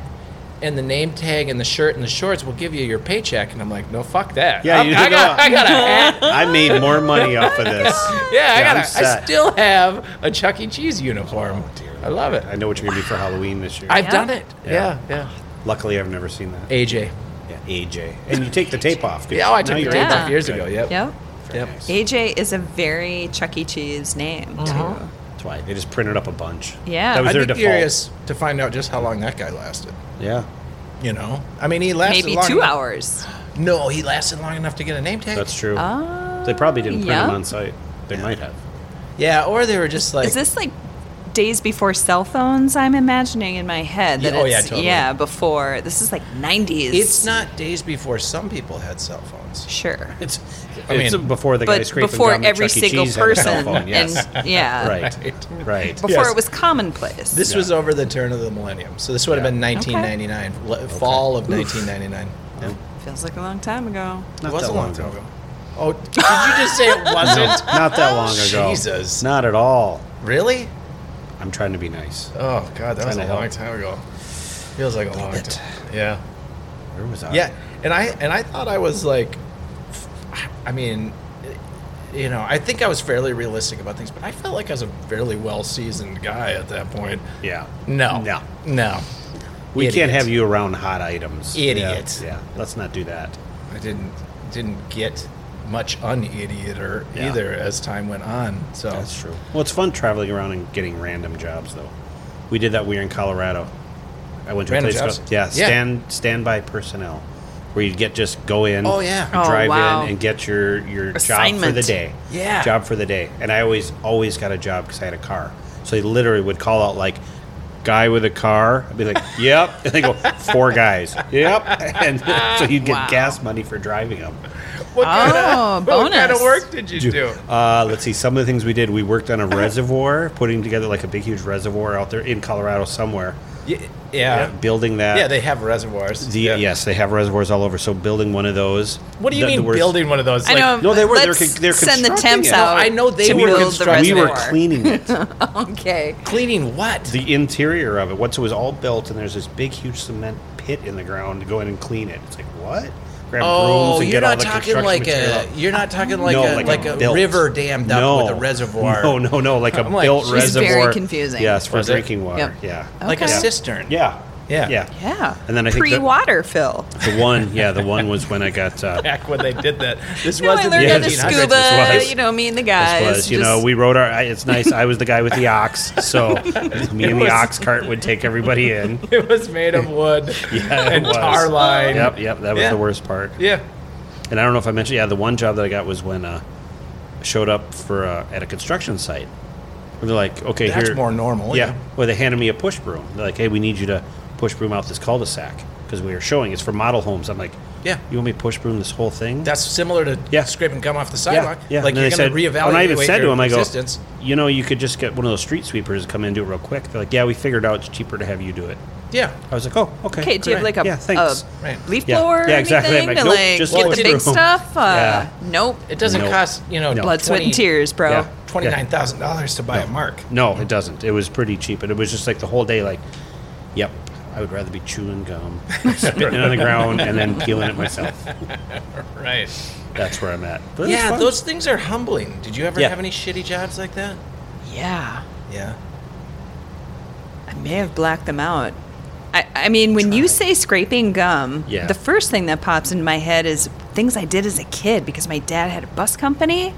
[SPEAKER 4] and the name tag and the shirt and the shorts, we'll give you your paycheck. And I'm like, no, fuck that.
[SPEAKER 3] Yeah,
[SPEAKER 4] I'm-
[SPEAKER 3] you
[SPEAKER 4] I,
[SPEAKER 3] did
[SPEAKER 4] got
[SPEAKER 3] not.
[SPEAKER 4] I got a hat.
[SPEAKER 3] I made more money off of this.
[SPEAKER 4] Yeah, I
[SPEAKER 3] Yeah,
[SPEAKER 4] got
[SPEAKER 3] I'm
[SPEAKER 4] a, I
[SPEAKER 3] set. Oh,
[SPEAKER 4] still have a Chuck E. Cheese uniform. I love it.
[SPEAKER 3] I know what you're going to do for Halloween this year.
[SPEAKER 4] I've
[SPEAKER 2] Yeah.
[SPEAKER 4] done it.
[SPEAKER 3] Yeah.
[SPEAKER 4] Yeah, yeah.
[SPEAKER 3] Luckily, I've never seen that.
[SPEAKER 4] AJ.
[SPEAKER 3] Yeah, AJ. And you take the tape off. 'cause
[SPEAKER 4] Yeah, oh, I
[SPEAKER 3] now
[SPEAKER 4] took
[SPEAKER 3] you're
[SPEAKER 4] your tape
[SPEAKER 2] able-
[SPEAKER 4] off years
[SPEAKER 3] Okay.
[SPEAKER 4] ago. Yep.
[SPEAKER 2] Yep.
[SPEAKER 4] Yep.
[SPEAKER 2] AJ is a very Chuck E. Cheese name, too.
[SPEAKER 3] That's why they just printed up a bunch.
[SPEAKER 2] Yeah.
[SPEAKER 3] That was
[SPEAKER 4] I'd
[SPEAKER 3] their
[SPEAKER 4] be
[SPEAKER 3] default.
[SPEAKER 4] curious to find out just how long that guy lasted.
[SPEAKER 3] Yeah.
[SPEAKER 4] You know, I mean, he lasted
[SPEAKER 2] Maybe
[SPEAKER 4] long
[SPEAKER 2] two
[SPEAKER 4] enough-
[SPEAKER 2] hours.
[SPEAKER 4] No, he lasted long enough to get a name tag.
[SPEAKER 3] That's true.
[SPEAKER 2] Oh,
[SPEAKER 3] they probably didn't print
[SPEAKER 2] yeah.
[SPEAKER 3] them on site. They might have.
[SPEAKER 4] yeah, or they were just like
[SPEAKER 2] Is this like days before cell phones? I'm imagining in my head that
[SPEAKER 4] Yeah, oh, yeah,
[SPEAKER 2] it's,
[SPEAKER 4] totally.
[SPEAKER 2] yeah, before. This is like 90s.
[SPEAKER 4] it's not days before some people had cell phones.
[SPEAKER 2] Sure.
[SPEAKER 3] It's,
[SPEAKER 4] I
[SPEAKER 3] it's
[SPEAKER 4] mean-
[SPEAKER 3] before the guy
[SPEAKER 2] But
[SPEAKER 3] scraping
[SPEAKER 2] before
[SPEAKER 3] gum at
[SPEAKER 2] every
[SPEAKER 3] Chuck E.
[SPEAKER 2] single
[SPEAKER 3] Cheese had a cell
[SPEAKER 2] person.
[SPEAKER 3] phone, yes.
[SPEAKER 2] And yeah.
[SPEAKER 3] right. Right.
[SPEAKER 2] Before
[SPEAKER 4] Yes.
[SPEAKER 2] it was commonplace.
[SPEAKER 4] This
[SPEAKER 3] Yeah.
[SPEAKER 4] was over the turn of the millennium, so this would have
[SPEAKER 3] Yeah.
[SPEAKER 4] been 1999, le- fall of 1999. Yeah.
[SPEAKER 2] Feels like a long time ago.
[SPEAKER 3] Not
[SPEAKER 4] it was
[SPEAKER 3] that
[SPEAKER 4] a long
[SPEAKER 3] long
[SPEAKER 4] time
[SPEAKER 3] ago.
[SPEAKER 4] ago. Oh, did you just say it wasn't?
[SPEAKER 3] Not that long ago.
[SPEAKER 4] Jesus.
[SPEAKER 3] Not at all.
[SPEAKER 4] Really?
[SPEAKER 3] I'm trying to be nice.
[SPEAKER 4] Oh God, that was a
[SPEAKER 3] Kinda
[SPEAKER 4] long
[SPEAKER 3] helped.
[SPEAKER 4] time ago. Feels like a long
[SPEAKER 3] bit.
[SPEAKER 4] time. Yeah.
[SPEAKER 3] Where was I?
[SPEAKER 4] Yeah, and I and I thought I was like, I mean, you know, I think I was fairly realistic about things, but I felt like I was a fairly well seasoned guy at that point.
[SPEAKER 3] Yeah.
[SPEAKER 4] No,
[SPEAKER 3] No.
[SPEAKER 4] no,
[SPEAKER 3] We
[SPEAKER 4] Idiot.
[SPEAKER 3] can't have you around hot items.
[SPEAKER 4] Idiot.
[SPEAKER 3] Yeah. yeah. Let's not do that.
[SPEAKER 4] I didn't didn't get much unidiot or
[SPEAKER 3] Yeah.
[SPEAKER 4] either as time went on. So
[SPEAKER 3] That's true. Well, it's fun traveling around and getting random jobs, though. We did that. We were in Colorado. I went to
[SPEAKER 4] Random
[SPEAKER 3] a place
[SPEAKER 4] jobs?
[SPEAKER 3] called yeah,
[SPEAKER 4] Yeah.
[SPEAKER 3] stand standby personnel, where you'd get just go in.
[SPEAKER 4] Oh, yeah.
[SPEAKER 2] Oh,
[SPEAKER 3] drive
[SPEAKER 2] wow.
[SPEAKER 3] in and get your your job for
[SPEAKER 2] Assignment.
[SPEAKER 3] the day.
[SPEAKER 4] Yeah.
[SPEAKER 3] job for the day. And I always always got a job because I had a car. So they literally would call out like. Guy with a car, I'd be like, "Yep," and they go, four guys, yep," and so you'd get
[SPEAKER 2] Wow.
[SPEAKER 3] gas money for driving them.
[SPEAKER 4] what,
[SPEAKER 2] Oh,
[SPEAKER 4] what kind of
[SPEAKER 2] bonus.
[SPEAKER 4] work did you do?
[SPEAKER 3] Uh, let's see. Some of the things we did, we worked on a reservoir, putting together like a big, huge reservoir out there in Colorado somewhere.
[SPEAKER 4] Yeah, yeah,
[SPEAKER 3] Building that.
[SPEAKER 4] yeah. They have reservoirs.
[SPEAKER 3] The, Yes, they have reservoirs all over. So building one of those.
[SPEAKER 4] What do you
[SPEAKER 3] The- the
[SPEAKER 4] mean
[SPEAKER 3] worst-
[SPEAKER 4] building one of those?
[SPEAKER 2] I know.
[SPEAKER 3] No, they were- they were
[SPEAKER 2] let's
[SPEAKER 3] con- they're
[SPEAKER 2] send the
[SPEAKER 3] constructing
[SPEAKER 2] temps
[SPEAKER 3] it.
[SPEAKER 4] No,
[SPEAKER 2] out.
[SPEAKER 4] I know they
[SPEAKER 2] to
[SPEAKER 4] were
[SPEAKER 2] build the
[SPEAKER 4] constructing
[SPEAKER 3] We were
[SPEAKER 2] reservoir.
[SPEAKER 3] cleaning it,
[SPEAKER 2] Okay.
[SPEAKER 4] cleaning what?
[SPEAKER 3] the interior of it. Once it was all built, and there's this big, huge cement pit in the ground to go in and clean it. It's like what? Grab
[SPEAKER 4] Oh,
[SPEAKER 3] brooms and
[SPEAKER 4] you're
[SPEAKER 3] get all
[SPEAKER 4] not
[SPEAKER 3] the
[SPEAKER 4] talking
[SPEAKER 3] construction
[SPEAKER 4] like
[SPEAKER 3] material
[SPEAKER 4] a
[SPEAKER 3] out.
[SPEAKER 4] you're not talking like
[SPEAKER 3] No,
[SPEAKER 4] a like a,
[SPEAKER 3] built.
[SPEAKER 4] river dammed up
[SPEAKER 3] No.
[SPEAKER 4] with a reservoir.
[SPEAKER 3] No, no, no, like a
[SPEAKER 4] I'm like,
[SPEAKER 3] built
[SPEAKER 4] she's
[SPEAKER 2] very
[SPEAKER 3] reservoir.
[SPEAKER 2] confusing.
[SPEAKER 3] Yes, for
[SPEAKER 4] Was it?
[SPEAKER 3] drinking water.
[SPEAKER 2] Yep. Oh.
[SPEAKER 3] Yeah.
[SPEAKER 4] Like a
[SPEAKER 2] Okay.
[SPEAKER 4] cistern.
[SPEAKER 3] Yeah.
[SPEAKER 4] Yeah.
[SPEAKER 3] Yeah.
[SPEAKER 2] Yeah.
[SPEAKER 3] And then I think that-
[SPEAKER 2] pre-water fill.
[SPEAKER 3] The one, yeah, the one was when I got. Uh,
[SPEAKER 4] Back when they did that. This
[SPEAKER 2] No, I
[SPEAKER 4] wasn't
[SPEAKER 2] learned
[SPEAKER 3] Yeah,
[SPEAKER 2] how
[SPEAKER 4] the
[SPEAKER 2] to
[SPEAKER 3] this
[SPEAKER 4] 1800s.
[SPEAKER 2] scuba.
[SPEAKER 3] was-
[SPEAKER 2] you know, me and the
[SPEAKER 3] This
[SPEAKER 2] guys.
[SPEAKER 3] was, you know,
[SPEAKER 2] just-
[SPEAKER 3] we rode our. I- It's nice. I was the guy with the ox, so me and
[SPEAKER 4] was-
[SPEAKER 3] the ox cart would take everybody in.
[SPEAKER 4] It was made of wood
[SPEAKER 3] Yeah, it
[SPEAKER 4] and
[SPEAKER 3] was.
[SPEAKER 4] tar
[SPEAKER 2] Oh.
[SPEAKER 4] line.
[SPEAKER 3] Yep, yep. That was
[SPEAKER 4] Yeah.
[SPEAKER 3] the worst part.
[SPEAKER 4] Yeah.
[SPEAKER 3] And I don't know if I mentioned. Yeah, the one job that I got was when uh, I showed up for uh, at a construction site. And they're like, okay,
[SPEAKER 4] That's
[SPEAKER 3] here.
[SPEAKER 4] more normal, yeah.
[SPEAKER 3] Yeah. Well, they handed me a push broom. They're like, hey, we need you to push broom out this cul-de-sac because we were showing it's for model homes. I'm like,
[SPEAKER 4] Yeah.
[SPEAKER 3] You want me to push broom this whole thing?
[SPEAKER 4] That's similar to
[SPEAKER 3] Yeah.
[SPEAKER 4] scraping gum off the sidewalk.
[SPEAKER 3] Yeah, yeah.
[SPEAKER 4] Like
[SPEAKER 3] And
[SPEAKER 4] you're
[SPEAKER 3] they
[SPEAKER 4] going to
[SPEAKER 3] said-
[SPEAKER 4] reevaluate
[SPEAKER 3] And I even said
[SPEAKER 4] your
[SPEAKER 3] to him, I go,
[SPEAKER 4] existence.
[SPEAKER 3] you know, you could just get one of those street sweepers to come in and do it real quick. They're like, yeah, we figured out it's cheaper to have you do it.
[SPEAKER 4] Yeah.
[SPEAKER 3] I was like, oh, okay.
[SPEAKER 2] Okay, do you have
[SPEAKER 3] great.
[SPEAKER 2] like a,
[SPEAKER 3] yeah,
[SPEAKER 2] a
[SPEAKER 3] thanks.
[SPEAKER 4] Right.
[SPEAKER 2] leaf
[SPEAKER 3] Yeah.
[SPEAKER 2] blower
[SPEAKER 3] Yeah,
[SPEAKER 2] or
[SPEAKER 3] exactly. I'm
[SPEAKER 2] anything
[SPEAKER 3] like,
[SPEAKER 2] to
[SPEAKER 3] nope,
[SPEAKER 2] like
[SPEAKER 3] just
[SPEAKER 2] get
[SPEAKER 4] go
[SPEAKER 2] the
[SPEAKER 4] through.
[SPEAKER 2] big stuff? Uh,
[SPEAKER 3] Yeah.
[SPEAKER 2] Nope.
[SPEAKER 4] It doesn't
[SPEAKER 3] Nope.
[SPEAKER 4] cost, you know,
[SPEAKER 3] No.
[SPEAKER 2] Blood, sweat, and
[SPEAKER 4] 20
[SPEAKER 2] tears, bro.
[SPEAKER 3] Yeah.
[SPEAKER 4] $29,000 to buy a mark.
[SPEAKER 3] No, it doesn't. It was pretty cheap, but it was just like the whole day. Like, yep, I would rather be chewing gum, spitting it on the ground, and then peeling it myself.
[SPEAKER 4] Right.
[SPEAKER 3] That's where I'm at. But it was
[SPEAKER 4] Yeah,
[SPEAKER 3] fun.
[SPEAKER 4] those things are humbling. Did you ever
[SPEAKER 3] Yeah.
[SPEAKER 4] have any shitty jobs like that?
[SPEAKER 2] Yeah.
[SPEAKER 4] Yeah.
[SPEAKER 2] I may have blacked them out. I, I mean, when you say scraping gum,
[SPEAKER 3] Yeah.
[SPEAKER 2] the first thing that pops into my head is things I did as a kid because my dad had a bus company.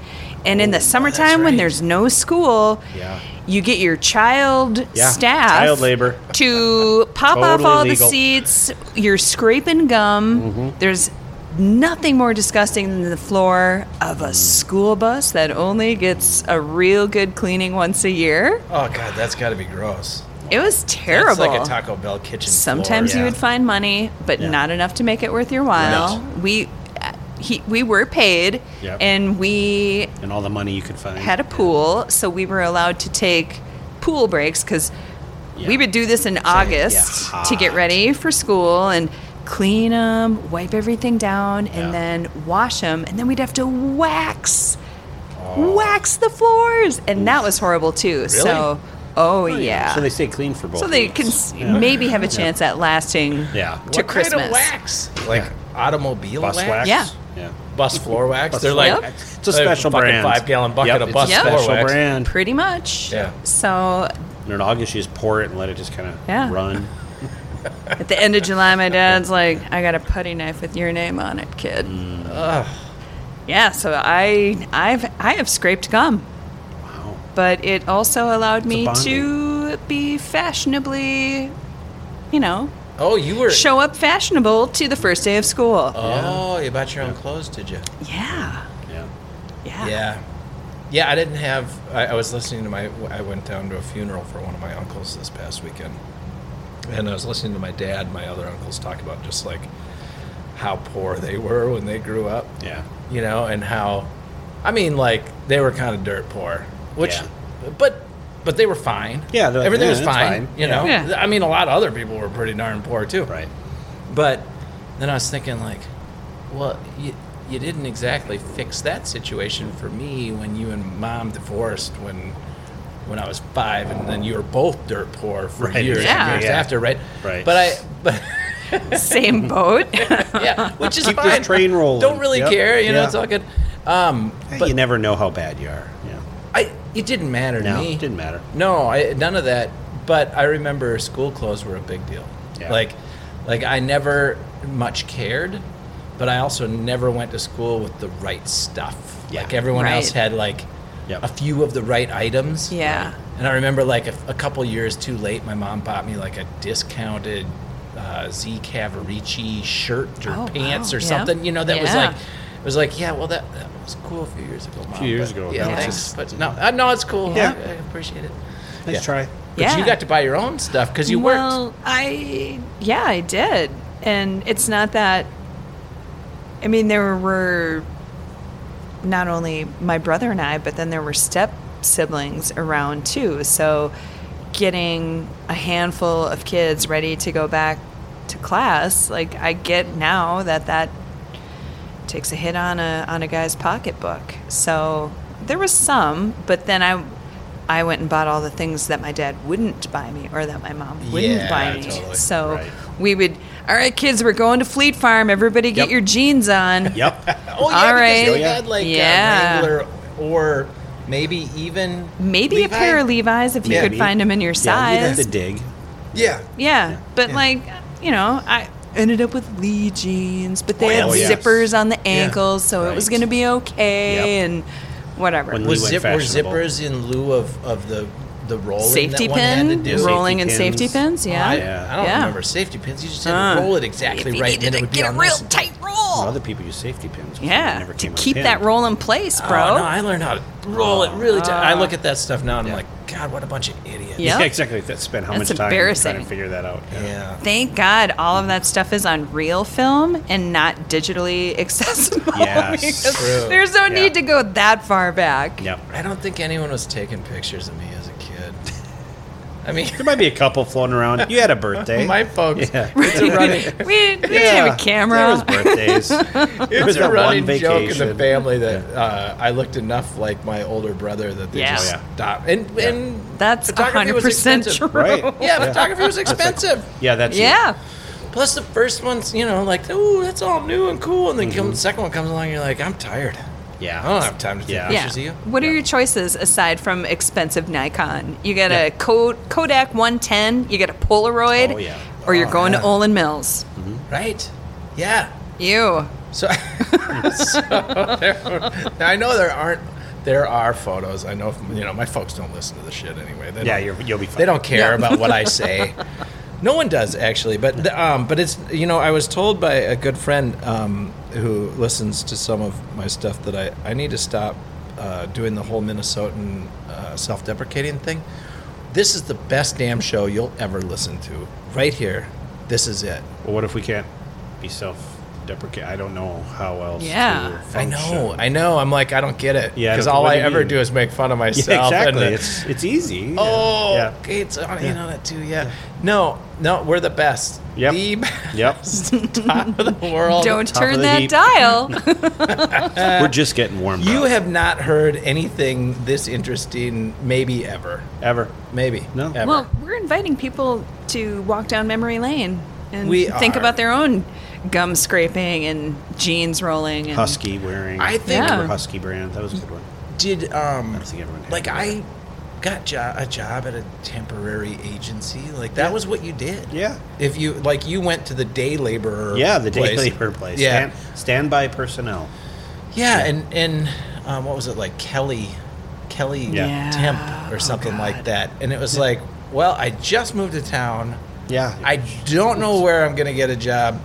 [SPEAKER 2] And in the summertime, when
[SPEAKER 4] right.
[SPEAKER 2] there's no school,
[SPEAKER 3] Oh, Yeah.
[SPEAKER 2] you get your child
[SPEAKER 3] Yeah,
[SPEAKER 2] staff
[SPEAKER 3] child labor.
[SPEAKER 2] to pop off
[SPEAKER 3] Totally
[SPEAKER 2] all
[SPEAKER 3] legal. Mm-hmm.
[SPEAKER 2] the seats. You're scraping gum. There's nothing more disgusting than the floor of
[SPEAKER 3] Mm.
[SPEAKER 2] a school bus that only gets a real good cleaning once a year.
[SPEAKER 4] Oh, God, that's got to be gross.
[SPEAKER 2] It was terrible.
[SPEAKER 4] That's like a Taco Bell kitchen.
[SPEAKER 2] Sometimes you
[SPEAKER 4] floor.
[SPEAKER 2] would find money, but
[SPEAKER 3] Yeah.
[SPEAKER 2] not enough to make it worth your while. We he, we were paid,
[SPEAKER 3] Yep.
[SPEAKER 2] and we
[SPEAKER 3] and all the money you could find.
[SPEAKER 2] had a pool, so we were allowed to take pool breaks because
[SPEAKER 3] Yeah.
[SPEAKER 2] we would do this in August to get
[SPEAKER 3] hot.
[SPEAKER 2] ready for school and clean them, wipe everything down, and
[SPEAKER 3] Yeah.
[SPEAKER 2] then wash them, and then we'd have to wax.
[SPEAKER 3] Oh.
[SPEAKER 2] Wax the floors, and that was horrible too. So, oh, yeah.
[SPEAKER 3] So they stay clean for both.
[SPEAKER 2] So they
[SPEAKER 3] of
[SPEAKER 2] can
[SPEAKER 3] us.
[SPEAKER 2] s
[SPEAKER 3] Yeah.
[SPEAKER 2] maybe have a chance at lasting
[SPEAKER 3] Yeah.
[SPEAKER 2] to
[SPEAKER 4] What
[SPEAKER 2] Christmas.
[SPEAKER 4] kind of wax? Like automobile
[SPEAKER 3] bus wax.
[SPEAKER 2] Yeah.
[SPEAKER 3] Yeah.
[SPEAKER 4] Bus floor wax.
[SPEAKER 3] Bus
[SPEAKER 4] They're
[SPEAKER 3] floor
[SPEAKER 4] like
[SPEAKER 3] wax. It's a special
[SPEAKER 4] fucking
[SPEAKER 3] brand.
[SPEAKER 4] five gallon bucket
[SPEAKER 3] Yep,
[SPEAKER 4] of bus
[SPEAKER 3] it's a
[SPEAKER 2] floor
[SPEAKER 3] special
[SPEAKER 4] wax.
[SPEAKER 3] brand.
[SPEAKER 2] Pretty much.
[SPEAKER 4] Yeah.
[SPEAKER 2] So
[SPEAKER 3] And in August, you just pour it and let it just kind of
[SPEAKER 2] Yeah.
[SPEAKER 3] run.
[SPEAKER 2] at the end of July, my dad's like, I got a putty knife with your name on it, kid.
[SPEAKER 4] Mm.
[SPEAKER 2] Yeah, so I I've I have scraped gum.
[SPEAKER 3] Wow.
[SPEAKER 2] But it also allowed me to
[SPEAKER 3] bonding.
[SPEAKER 2] be fashionably you know,
[SPEAKER 4] Oh, you were.
[SPEAKER 2] show up fashionable to the first day of school.
[SPEAKER 4] oh, you bought your own clothes, did you?
[SPEAKER 2] yeah.
[SPEAKER 3] Yeah.
[SPEAKER 2] Yeah.
[SPEAKER 4] Yeah. Yeah, I didn't have. I, I was listening to my. I went down to a funeral for one of my uncles this past weekend, and I was listening to my dad, my other uncles, talk about just like how poor they were when they grew up,
[SPEAKER 3] Yeah.
[SPEAKER 4] you know, and how, I mean, like they were kind of dirt poor, which,
[SPEAKER 3] Yeah.
[SPEAKER 4] but. But they were fine.
[SPEAKER 3] Yeah, they're like,
[SPEAKER 4] everything
[SPEAKER 3] "Yeah,
[SPEAKER 4] was
[SPEAKER 3] it's
[SPEAKER 4] fine.
[SPEAKER 3] fine."
[SPEAKER 4] You
[SPEAKER 3] Yeah.
[SPEAKER 4] know,
[SPEAKER 2] Yeah.
[SPEAKER 4] I mean, a lot of other people were pretty darn poor too.
[SPEAKER 3] Right.
[SPEAKER 4] But then I was thinking, like, well, you, you didn't exactly fix that situation for me when you and mom divorced when when I was five, and then you were both dirt poor for
[SPEAKER 3] Right,
[SPEAKER 4] years
[SPEAKER 2] exactly,
[SPEAKER 4] and years
[SPEAKER 3] yeah.
[SPEAKER 4] after, right?
[SPEAKER 3] Right.
[SPEAKER 4] But I, but
[SPEAKER 2] Same boat.
[SPEAKER 4] yeah, which is
[SPEAKER 3] Keep this
[SPEAKER 4] fine.
[SPEAKER 3] train rolling.
[SPEAKER 4] Don't really
[SPEAKER 3] Yep.
[SPEAKER 4] care, you know.
[SPEAKER 3] Yeah.
[SPEAKER 4] It's all good. Um, but
[SPEAKER 3] you never know how bad you are. Yeah.
[SPEAKER 4] I, it didn't matter to
[SPEAKER 3] No,
[SPEAKER 4] me.
[SPEAKER 3] it didn't matter.
[SPEAKER 4] No, I, none of that. But I remember school clothes were a big deal.
[SPEAKER 3] Yeah.
[SPEAKER 4] Like, like I never much cared, but I also never went to school with the right stuff.
[SPEAKER 3] Yeah.
[SPEAKER 4] Like everyone
[SPEAKER 2] Right.
[SPEAKER 4] else had like
[SPEAKER 3] Yep.
[SPEAKER 4] a few of the right items.
[SPEAKER 2] Yeah.
[SPEAKER 4] And I remember like a, a couple years too late, my mom bought me like a discounted uh, Z Cavarici shirt or
[SPEAKER 2] Oh,
[SPEAKER 4] pants
[SPEAKER 2] wow.
[SPEAKER 4] or
[SPEAKER 2] Yeah.
[SPEAKER 4] something. You know that was
[SPEAKER 2] Yeah.
[SPEAKER 4] like. It was like, yeah, well, that, that was cool a few years ago. Mom,
[SPEAKER 3] few years
[SPEAKER 4] but-
[SPEAKER 3] ago,
[SPEAKER 4] Yeah,
[SPEAKER 3] now it's
[SPEAKER 4] thanks.
[SPEAKER 3] just-
[SPEAKER 4] But no, uh, no, it's cool.
[SPEAKER 3] Yeah.
[SPEAKER 4] I, I appreciate it.
[SPEAKER 3] Nice
[SPEAKER 4] Yeah.
[SPEAKER 3] try.
[SPEAKER 4] But
[SPEAKER 2] Yeah.
[SPEAKER 4] you got to buy your own stuff because you
[SPEAKER 2] well,
[SPEAKER 4] worked.
[SPEAKER 2] I yeah, I did, and it's not that. I mean, there were not only my brother and I, but then there were step siblings around too. So, getting a handful of kids ready to go back to class, like I get now that that takes a hit on a on a guy's pocketbook. So there was some, but then I I went and bought all the things that my dad wouldn't buy me or that my mom wouldn't
[SPEAKER 4] Yeah,
[SPEAKER 2] buy me.
[SPEAKER 4] totally.
[SPEAKER 2] So
[SPEAKER 3] Right.
[SPEAKER 2] we would all right kids, we're going to Fleet Farm. Everybody get
[SPEAKER 3] Yep.
[SPEAKER 2] your jeans on.
[SPEAKER 3] Yep.
[SPEAKER 4] Oh, yeah,
[SPEAKER 2] all
[SPEAKER 4] because
[SPEAKER 2] right.
[SPEAKER 4] you
[SPEAKER 3] Oh, yeah.
[SPEAKER 4] had like
[SPEAKER 2] Yeah.
[SPEAKER 4] a Wrangler or maybe even
[SPEAKER 2] Maybe a pair of Levi's if you
[SPEAKER 3] Yeah.
[SPEAKER 2] could find them in your
[SPEAKER 3] Yeah, you'd have
[SPEAKER 2] size.
[SPEAKER 3] to dig.
[SPEAKER 4] Yeah.
[SPEAKER 2] Yeah, but
[SPEAKER 4] Yeah.
[SPEAKER 2] like you know, I ended up with Lee jeans, but they had
[SPEAKER 3] Oh, yes.
[SPEAKER 2] zippers on the ankles, so it was
[SPEAKER 3] Right.
[SPEAKER 2] gonna be okay
[SPEAKER 3] Yep.
[SPEAKER 2] and whatever.
[SPEAKER 3] When
[SPEAKER 4] Was
[SPEAKER 3] went
[SPEAKER 4] zip, were
[SPEAKER 3] fashionable.
[SPEAKER 4] zippers in lieu of, of the the rolling
[SPEAKER 2] safety
[SPEAKER 4] that one had to
[SPEAKER 2] pin,
[SPEAKER 4] do?
[SPEAKER 3] Roll-
[SPEAKER 2] rolling
[SPEAKER 3] Safety
[SPEAKER 2] and safety
[SPEAKER 3] pins.
[SPEAKER 2] pins.
[SPEAKER 4] I,
[SPEAKER 2] Yeah,
[SPEAKER 4] uh, I don't
[SPEAKER 2] yeah.
[SPEAKER 4] remember safety pins. You just had to
[SPEAKER 2] Uh.
[SPEAKER 4] roll it exactly
[SPEAKER 2] If you
[SPEAKER 4] right, and
[SPEAKER 2] needed
[SPEAKER 4] then
[SPEAKER 2] to
[SPEAKER 4] it would be
[SPEAKER 2] get a
[SPEAKER 4] on
[SPEAKER 2] real
[SPEAKER 4] this.
[SPEAKER 2] tight
[SPEAKER 3] Well,
[SPEAKER 2] roll.
[SPEAKER 3] other people use safety pins. which
[SPEAKER 2] Oh. Yeah,
[SPEAKER 3] never
[SPEAKER 2] to
[SPEAKER 3] came
[SPEAKER 2] keep
[SPEAKER 3] unpinned.
[SPEAKER 2] that roll in place,
[SPEAKER 4] Oh,
[SPEAKER 2] bro.
[SPEAKER 4] no, I learned how to roll it really tight. I look at that stuff now and
[SPEAKER 3] Yeah.
[SPEAKER 4] I'm like, God, what a bunch of idiots.
[SPEAKER 2] Yeah.
[SPEAKER 3] Yeah, exactly. That spent how
[SPEAKER 2] That's
[SPEAKER 3] much time trying to
[SPEAKER 2] embarrassing.
[SPEAKER 3] figure that out.
[SPEAKER 4] Yeah.
[SPEAKER 2] Thank God all of that stuff is on real film and not digitally accessible.
[SPEAKER 3] Yes.
[SPEAKER 2] because
[SPEAKER 4] True.
[SPEAKER 2] There's no
[SPEAKER 3] Yeah.
[SPEAKER 2] need to go that far back.
[SPEAKER 3] Yep.
[SPEAKER 4] I don't think anyone was taking pictures of me as a kid. I mean,
[SPEAKER 3] There might be a couple floating around. You had a birthday.
[SPEAKER 4] my folks.
[SPEAKER 3] Yeah.
[SPEAKER 4] It's a running.
[SPEAKER 2] We, we didn't have a
[SPEAKER 3] There
[SPEAKER 2] camera.
[SPEAKER 3] was birthdays. there was
[SPEAKER 4] It's a
[SPEAKER 3] that one
[SPEAKER 4] running joke in the
[SPEAKER 3] vacation.
[SPEAKER 4] family that uh, I looked enough like my older brother that they
[SPEAKER 2] Yeah.
[SPEAKER 4] just
[SPEAKER 3] Oh, yeah.
[SPEAKER 4] stopped. And, and
[SPEAKER 2] That's
[SPEAKER 4] photography was
[SPEAKER 2] 100%
[SPEAKER 4] expensive.
[SPEAKER 2] true.
[SPEAKER 3] Right.
[SPEAKER 4] Yeah, photography was expensive.
[SPEAKER 3] Yeah, that's it.
[SPEAKER 2] yeah.
[SPEAKER 4] Plus, the first one's, you know, like, ooh, that's all new and cool. And then come, the second one comes along, you're like, I'm tired.
[SPEAKER 3] Mm-hmm. Yeah.
[SPEAKER 4] I don't have time to take
[SPEAKER 3] Yeah.
[SPEAKER 2] Yeah.
[SPEAKER 4] pictures of you.
[SPEAKER 2] What are your choices aside from expensive Nikon? You get a Ko- Kodak 110, you get a Polaroid,
[SPEAKER 3] Oh, yeah.
[SPEAKER 2] or you're
[SPEAKER 4] Oh,
[SPEAKER 2] going
[SPEAKER 4] yeah.
[SPEAKER 2] to Olin Mills.
[SPEAKER 4] Right. Yeah.
[SPEAKER 2] Ew.
[SPEAKER 4] So, so there, I know there aren't, there are photos. I know, you know, my folks don't listen to the shit anyway. They
[SPEAKER 3] Yeah,
[SPEAKER 4] don't-
[SPEAKER 3] you're, you'll be fine.
[SPEAKER 4] They don't care
[SPEAKER 2] Yeah.
[SPEAKER 4] about what I say. No one does actually, but the- um, but it's you know I was told by a good friend um, who listens to some of my stuff that I I need to stop uh, doing the whole Minnesotan uh, self-deprecating thing. This is the best damn show you'll ever listen to. Right here, this is it.
[SPEAKER 3] Well, what if we can't be self-deprecate? I don't know how else.
[SPEAKER 2] Yeah.
[SPEAKER 3] To
[SPEAKER 4] I know, I know. I'm like I don't get it.
[SPEAKER 3] Yeah,
[SPEAKER 4] because
[SPEAKER 3] I don't-
[SPEAKER 4] all
[SPEAKER 3] what
[SPEAKER 4] I
[SPEAKER 3] do you
[SPEAKER 4] ever
[SPEAKER 3] mean?
[SPEAKER 4] do is make fun of myself.
[SPEAKER 3] Yeah, exactly.
[SPEAKER 4] and, uh,
[SPEAKER 3] it's it's easy.
[SPEAKER 4] Oh,
[SPEAKER 3] Yeah.
[SPEAKER 4] it's on, you know that too. Yeah. No, no, we're the best.
[SPEAKER 3] Yep.
[SPEAKER 4] The best.
[SPEAKER 3] Yep.
[SPEAKER 4] Top of the world.
[SPEAKER 2] Don't
[SPEAKER 3] top of
[SPEAKER 2] turn
[SPEAKER 3] the
[SPEAKER 2] that
[SPEAKER 3] heap.
[SPEAKER 2] dial.
[SPEAKER 3] We're just getting warmed
[SPEAKER 4] You
[SPEAKER 3] up.
[SPEAKER 4] have not heard anything this interesting, maybe ever.
[SPEAKER 3] ever.
[SPEAKER 4] Maybe.
[SPEAKER 3] No.
[SPEAKER 4] Ever.
[SPEAKER 2] well, we're inviting people to walk down memory lane and
[SPEAKER 4] We
[SPEAKER 2] think
[SPEAKER 4] are.
[SPEAKER 2] about their own gum scraping and jeans rolling. And
[SPEAKER 3] Husky wearing.
[SPEAKER 4] I think-
[SPEAKER 2] Yeah.
[SPEAKER 3] Remember Husky brand. That was a good one.
[SPEAKER 4] Did, um,
[SPEAKER 3] I think everyone. had
[SPEAKER 4] like,
[SPEAKER 3] that.
[SPEAKER 4] I got jo- a job at a temporary agency. Like, that was what you did.
[SPEAKER 3] Yeah.
[SPEAKER 4] If you, like, you went to the day laborer.
[SPEAKER 3] Yeah, the day
[SPEAKER 4] place.
[SPEAKER 3] labor place.
[SPEAKER 4] Yeah.
[SPEAKER 3] Stand, standby personnel.
[SPEAKER 4] Yeah, and and um, what was it like Kelly, Kelly
[SPEAKER 3] Yeah.
[SPEAKER 2] Yeah.
[SPEAKER 4] Temp or
[SPEAKER 2] Oh,
[SPEAKER 4] something like
[SPEAKER 2] God.
[SPEAKER 4] that? And it was like, well, I just moved to town.
[SPEAKER 3] Yeah.
[SPEAKER 4] I don't know where I'm gonna get a job.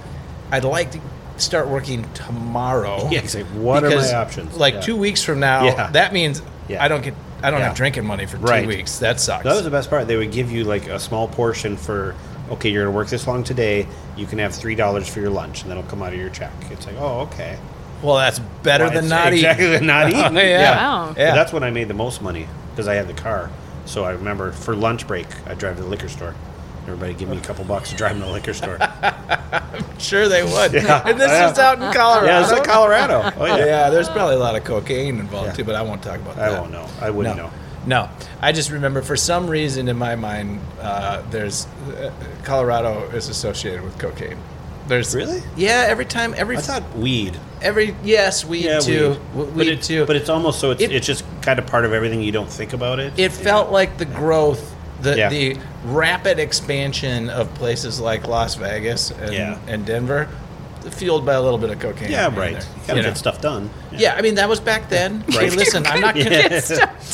[SPEAKER 4] I'd like to start working tomorrow.
[SPEAKER 3] Yeah, exactly. What are my
[SPEAKER 4] because,
[SPEAKER 3] options?
[SPEAKER 4] Like
[SPEAKER 3] Yeah.
[SPEAKER 4] two weeks from now,
[SPEAKER 3] Yeah.
[SPEAKER 4] that means
[SPEAKER 3] Yeah.
[SPEAKER 4] I don't get I don't
[SPEAKER 3] Yeah.
[SPEAKER 4] have drinking money for two
[SPEAKER 3] Right.
[SPEAKER 4] weeks. That sucks.
[SPEAKER 3] That was the best part. They would give you like a small portion for, okay, you're gonna work this long today. You can have three dollars for your lunch, and that'll come out of your check. It's like, oh, okay.
[SPEAKER 4] well, that's better
[SPEAKER 3] Well,
[SPEAKER 4] than
[SPEAKER 3] it's
[SPEAKER 4] not eating.
[SPEAKER 3] exactly than not eating.
[SPEAKER 4] Yeah.
[SPEAKER 2] Wow.
[SPEAKER 3] But
[SPEAKER 4] Yeah.
[SPEAKER 3] that's when I made the most money because I had the car. So I remember for lunch break, I drive to the liquor store. Everybody give me a couple bucks to drive to the liquor store. yeah,
[SPEAKER 4] sure they would.
[SPEAKER 3] Yeah.
[SPEAKER 4] And this
[SPEAKER 3] Yeah.
[SPEAKER 4] was out in Colorado.
[SPEAKER 3] it's in Colorado. Oh yeah.
[SPEAKER 4] Yeah, there's probably a lot of cocaine involved
[SPEAKER 3] Yeah.
[SPEAKER 4] too, but I won't talk about
[SPEAKER 3] I
[SPEAKER 4] that.
[SPEAKER 3] won't know. I wouldn't know.
[SPEAKER 4] No, I just remember for some reason in my mind, uh, there's uh, Colorado is associated with cocaine. There's
[SPEAKER 3] Really?
[SPEAKER 4] yeah. Every time, every
[SPEAKER 3] I thought weed.
[SPEAKER 4] every yes, weed
[SPEAKER 3] Yeah,
[SPEAKER 4] too.
[SPEAKER 3] weed.
[SPEAKER 4] W-
[SPEAKER 3] but
[SPEAKER 4] weed
[SPEAKER 3] it,
[SPEAKER 4] too.
[SPEAKER 3] But it's almost so it's,
[SPEAKER 4] It-
[SPEAKER 3] it's just kind of part of everything. You don't think about it.
[SPEAKER 4] it felt like the growth, the
[SPEAKER 3] Yeah.
[SPEAKER 4] the rapid expansion of places like Las Vegas and,
[SPEAKER 3] Yeah.
[SPEAKER 4] and Denver, fueled by a little bit of cocaine.
[SPEAKER 3] Yeah,
[SPEAKER 4] in
[SPEAKER 3] right.
[SPEAKER 4] there,
[SPEAKER 3] You gotta
[SPEAKER 4] you know.
[SPEAKER 3] get stuff done.
[SPEAKER 4] Yeah, I mean that was back then. Hey, listen, I'm not. con-
[SPEAKER 3] Yeah.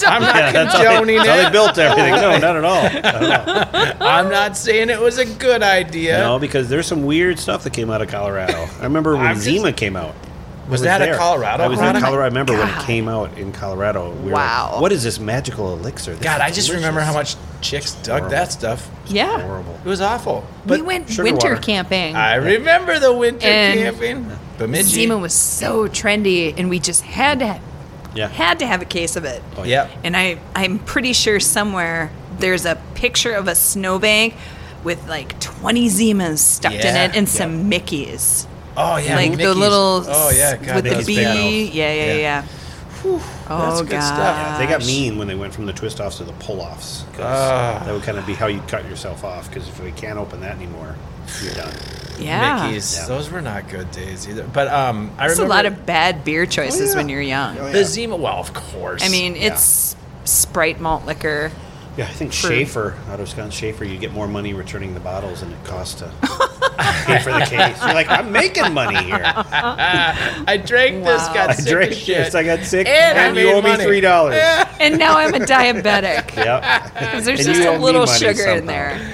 [SPEAKER 4] I'm not
[SPEAKER 3] Yeah, that's how, they,
[SPEAKER 4] condoning
[SPEAKER 3] that's how
[SPEAKER 4] it.
[SPEAKER 3] they built everything. No, not at all. Not at all.
[SPEAKER 4] I'm not saying it was a good idea.
[SPEAKER 3] No, because there's some weird stuff that came out of Colorado. I remember when
[SPEAKER 4] I'm just-
[SPEAKER 3] Zima came out. I
[SPEAKER 4] Was that a Colorado
[SPEAKER 3] I was in
[SPEAKER 4] product?
[SPEAKER 3] Colorado. I remember when
[SPEAKER 2] God.
[SPEAKER 3] it came out in Colorado. we were like,
[SPEAKER 2] Wow.
[SPEAKER 3] what is this magical elixir? This
[SPEAKER 4] God,
[SPEAKER 3] is
[SPEAKER 4] I just remember how
[SPEAKER 3] delicious.
[SPEAKER 4] much chicks dug
[SPEAKER 3] horrible.
[SPEAKER 4] that stuff.
[SPEAKER 2] yeah.
[SPEAKER 3] horrible.
[SPEAKER 4] It was awful.
[SPEAKER 2] We
[SPEAKER 4] But
[SPEAKER 2] went
[SPEAKER 3] sugar
[SPEAKER 2] winter
[SPEAKER 3] water.
[SPEAKER 2] camping.
[SPEAKER 4] I remember the winter
[SPEAKER 2] And-
[SPEAKER 4] camping. Bemidji.
[SPEAKER 2] Zima was so trendy, and we just had to have,
[SPEAKER 3] Yeah.
[SPEAKER 2] had to have a case of it.
[SPEAKER 3] Oh,
[SPEAKER 4] Yep.
[SPEAKER 2] And I, I'm pretty sure somewhere there's a picture of a snowbank with like 20 Zimas stuck
[SPEAKER 4] Yeah.
[SPEAKER 2] in it and some Mickeys.
[SPEAKER 4] Oh yeah.
[SPEAKER 2] like the
[SPEAKER 4] Mickey's.
[SPEAKER 2] little.
[SPEAKER 4] Oh yeah.
[SPEAKER 2] s-
[SPEAKER 4] God,
[SPEAKER 2] with the
[SPEAKER 4] those
[SPEAKER 3] Mickey's
[SPEAKER 2] bee.
[SPEAKER 3] big
[SPEAKER 2] Yeah,
[SPEAKER 3] mouth.
[SPEAKER 2] yeah, yeah.
[SPEAKER 4] Yeah.
[SPEAKER 2] Oh,
[SPEAKER 4] good
[SPEAKER 2] God.
[SPEAKER 4] stuff.
[SPEAKER 3] Yeah, they got mean when they went from the twist offs to the pull offs.
[SPEAKER 4] Ah.
[SPEAKER 3] that would kind of be how you cut yourself off. Because if we can't open that anymore, you're done.
[SPEAKER 2] Yeah.
[SPEAKER 4] Mickey's.
[SPEAKER 3] Yeah.
[SPEAKER 4] Those were not good days either. But um, I
[SPEAKER 2] There's a
[SPEAKER 4] remember
[SPEAKER 2] lot of bad beer choices
[SPEAKER 3] yeah.
[SPEAKER 2] when you're young.
[SPEAKER 3] Oh, yeah.
[SPEAKER 4] the Zima. Well, of course.
[SPEAKER 2] I mean,
[SPEAKER 3] Yeah.
[SPEAKER 2] it's Sprite malt liquor.
[SPEAKER 3] Yeah, I think
[SPEAKER 2] For-
[SPEAKER 3] Schaefer out of Wisconsin, Schaefer, you get more money returning the bottles than it costs to pay for the case. You're like, I'm making money here.
[SPEAKER 4] I drank this.
[SPEAKER 2] Wow.
[SPEAKER 4] Got
[SPEAKER 3] I
[SPEAKER 4] sick
[SPEAKER 3] drank
[SPEAKER 4] of shit.
[SPEAKER 3] this. I got sick,
[SPEAKER 4] And
[SPEAKER 3] and,
[SPEAKER 4] I
[SPEAKER 3] you
[SPEAKER 4] made
[SPEAKER 3] owe
[SPEAKER 4] money.
[SPEAKER 3] me three dollars.
[SPEAKER 2] And now I'm a diabetic.
[SPEAKER 3] Yep.
[SPEAKER 2] There's
[SPEAKER 3] And
[SPEAKER 2] just
[SPEAKER 3] you
[SPEAKER 2] a
[SPEAKER 3] owe me
[SPEAKER 2] little
[SPEAKER 3] money
[SPEAKER 2] sugar in
[SPEAKER 3] somehow.
[SPEAKER 2] there.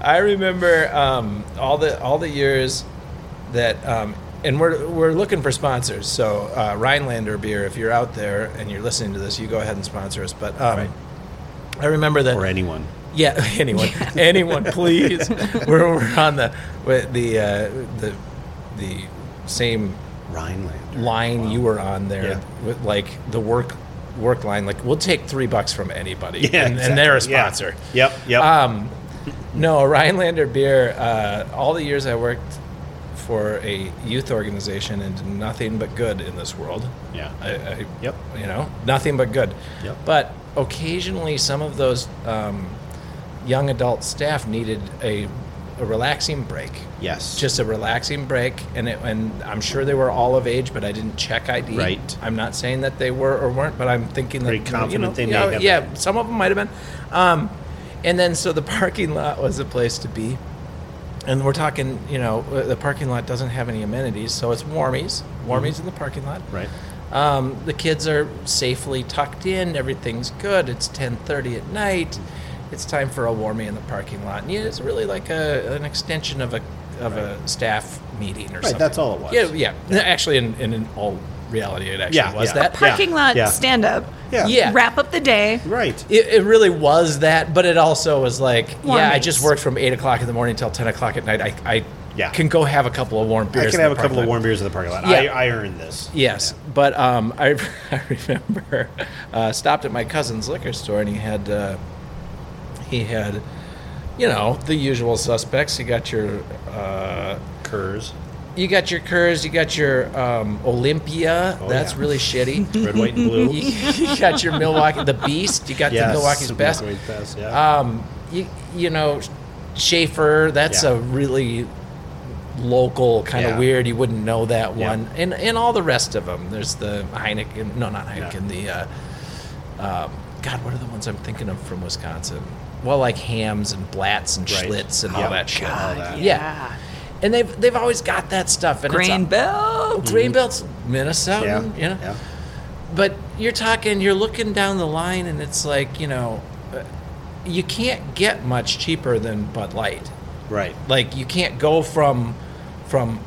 [SPEAKER 4] I remember um, all the all the years that, um, and we're we're looking for sponsors. So uh, Rhinelander beer, if you're out there and you're listening to this, you go ahead and sponsor us. But um,
[SPEAKER 3] Right.
[SPEAKER 4] I remember that.
[SPEAKER 3] Or anyone.
[SPEAKER 4] Yeah, anyone, anyone, please. we're, we're on the with the uh, the the same
[SPEAKER 3] Rhinelander.
[SPEAKER 4] line you were on there
[SPEAKER 3] Yeah.
[SPEAKER 4] with like the work work line, like we'll take three bucks from anybody,
[SPEAKER 3] Yeah,
[SPEAKER 4] and,
[SPEAKER 3] exactly.
[SPEAKER 4] and they're
[SPEAKER 3] Yeah.
[SPEAKER 4] a sponsor.
[SPEAKER 3] Yep, yep.
[SPEAKER 4] Um, no, Rhinelander beer. Uh, all the years I worked for a youth organization and did nothing but good in this world.
[SPEAKER 3] Yeah.
[SPEAKER 4] I, I,
[SPEAKER 3] Yep.
[SPEAKER 4] You know, nothing but good.
[SPEAKER 3] Yep.
[SPEAKER 4] But occasionally, some of those um, young adult staff needed a, a relaxing break.
[SPEAKER 3] yes.
[SPEAKER 4] Just a relaxing break, and it, and I'm sure they were all of age, but I didn't check ID.
[SPEAKER 3] Right.
[SPEAKER 4] I'm not saying that they were or weren't, but I'm thinking
[SPEAKER 3] Pretty
[SPEAKER 4] that
[SPEAKER 3] confident
[SPEAKER 4] you know,
[SPEAKER 3] they may
[SPEAKER 4] yeah,
[SPEAKER 3] have
[SPEAKER 4] yeah,
[SPEAKER 3] been.
[SPEAKER 4] some of them might have been. Um, and then so the parking lot was the place to be, and we're talking, you know, uh, the parking lot doesn't have any amenities, so it's warmies,
[SPEAKER 3] Mm-hmm.
[SPEAKER 4] warmies in the parking lot.
[SPEAKER 3] right.
[SPEAKER 4] Um, the kids are safely tucked in. Everything's good. It's 10:30 at night. It's time for a warmie in the parking lot. And yeah, it's really like a, an extension of a of a staff meeting or something.
[SPEAKER 3] that's all it was.
[SPEAKER 4] Yeah, yeah. Actually, in, in, in all reality, it actually
[SPEAKER 3] Yeah,
[SPEAKER 4] was
[SPEAKER 3] yeah.
[SPEAKER 4] that.
[SPEAKER 2] Parking lot
[SPEAKER 3] yeah.
[SPEAKER 2] stand up.
[SPEAKER 3] Yeah.
[SPEAKER 4] Yeah.
[SPEAKER 2] Wrap up the day.
[SPEAKER 3] Right.
[SPEAKER 4] It, it really was that, but it also was like, yeah, I
[SPEAKER 2] Warmies.
[SPEAKER 4] just worked from eight o'clock in the morning till ten o'clock at night. I, I
[SPEAKER 3] Yeah.
[SPEAKER 4] can go have a couple of warm beers.
[SPEAKER 3] I can
[SPEAKER 4] in
[SPEAKER 3] have
[SPEAKER 4] the
[SPEAKER 3] a couple
[SPEAKER 4] parking
[SPEAKER 3] of
[SPEAKER 4] lot.
[SPEAKER 3] warm beers in the parking lot.
[SPEAKER 4] Yeah.
[SPEAKER 3] I, I earned this.
[SPEAKER 4] Yes, but um, I, I remember uh, stopped at my cousin's liquor store and he had uh, he had you know the usual suspects. You got your uh,
[SPEAKER 3] Curs,
[SPEAKER 4] you got your Kurs, you got your um, Olympia.
[SPEAKER 3] Oh,
[SPEAKER 4] that's
[SPEAKER 3] yeah.
[SPEAKER 4] really shitty.
[SPEAKER 3] red, white, and blue.
[SPEAKER 4] you, you got your Milwaukee, the Beast. You got
[SPEAKER 3] Yes,
[SPEAKER 4] the Milwaukee's best.
[SPEAKER 3] Milwaukee's best, yeah.
[SPEAKER 4] Um, you you know Schaefer. That's
[SPEAKER 3] Yeah.
[SPEAKER 4] a really local kind
[SPEAKER 3] Yeah.
[SPEAKER 4] of weird. You wouldn't know that
[SPEAKER 3] Yeah.
[SPEAKER 4] one, and and all the rest of them. There's the Heineken. No, not Heineken. The uh, um, God, what are the ones I'm thinking of from Wisconsin? Well, like hams and Blatts and
[SPEAKER 3] Right.
[SPEAKER 4] Schlitz and
[SPEAKER 3] Yeah.
[SPEAKER 4] all that shit.
[SPEAKER 3] God,
[SPEAKER 4] yeah.
[SPEAKER 3] yeah.
[SPEAKER 4] and they've they've always got that stuff. And it's
[SPEAKER 2] Grain
[SPEAKER 4] a- Mm.
[SPEAKER 2] belt.
[SPEAKER 4] Greenbelt's
[SPEAKER 3] yeah.
[SPEAKER 4] Minnesota. You know
[SPEAKER 3] yeah.
[SPEAKER 4] but you're talking you're looking down the line and it's like you know uh, you can't get much cheaper than bud light
[SPEAKER 3] Right.
[SPEAKER 4] like you can't go from from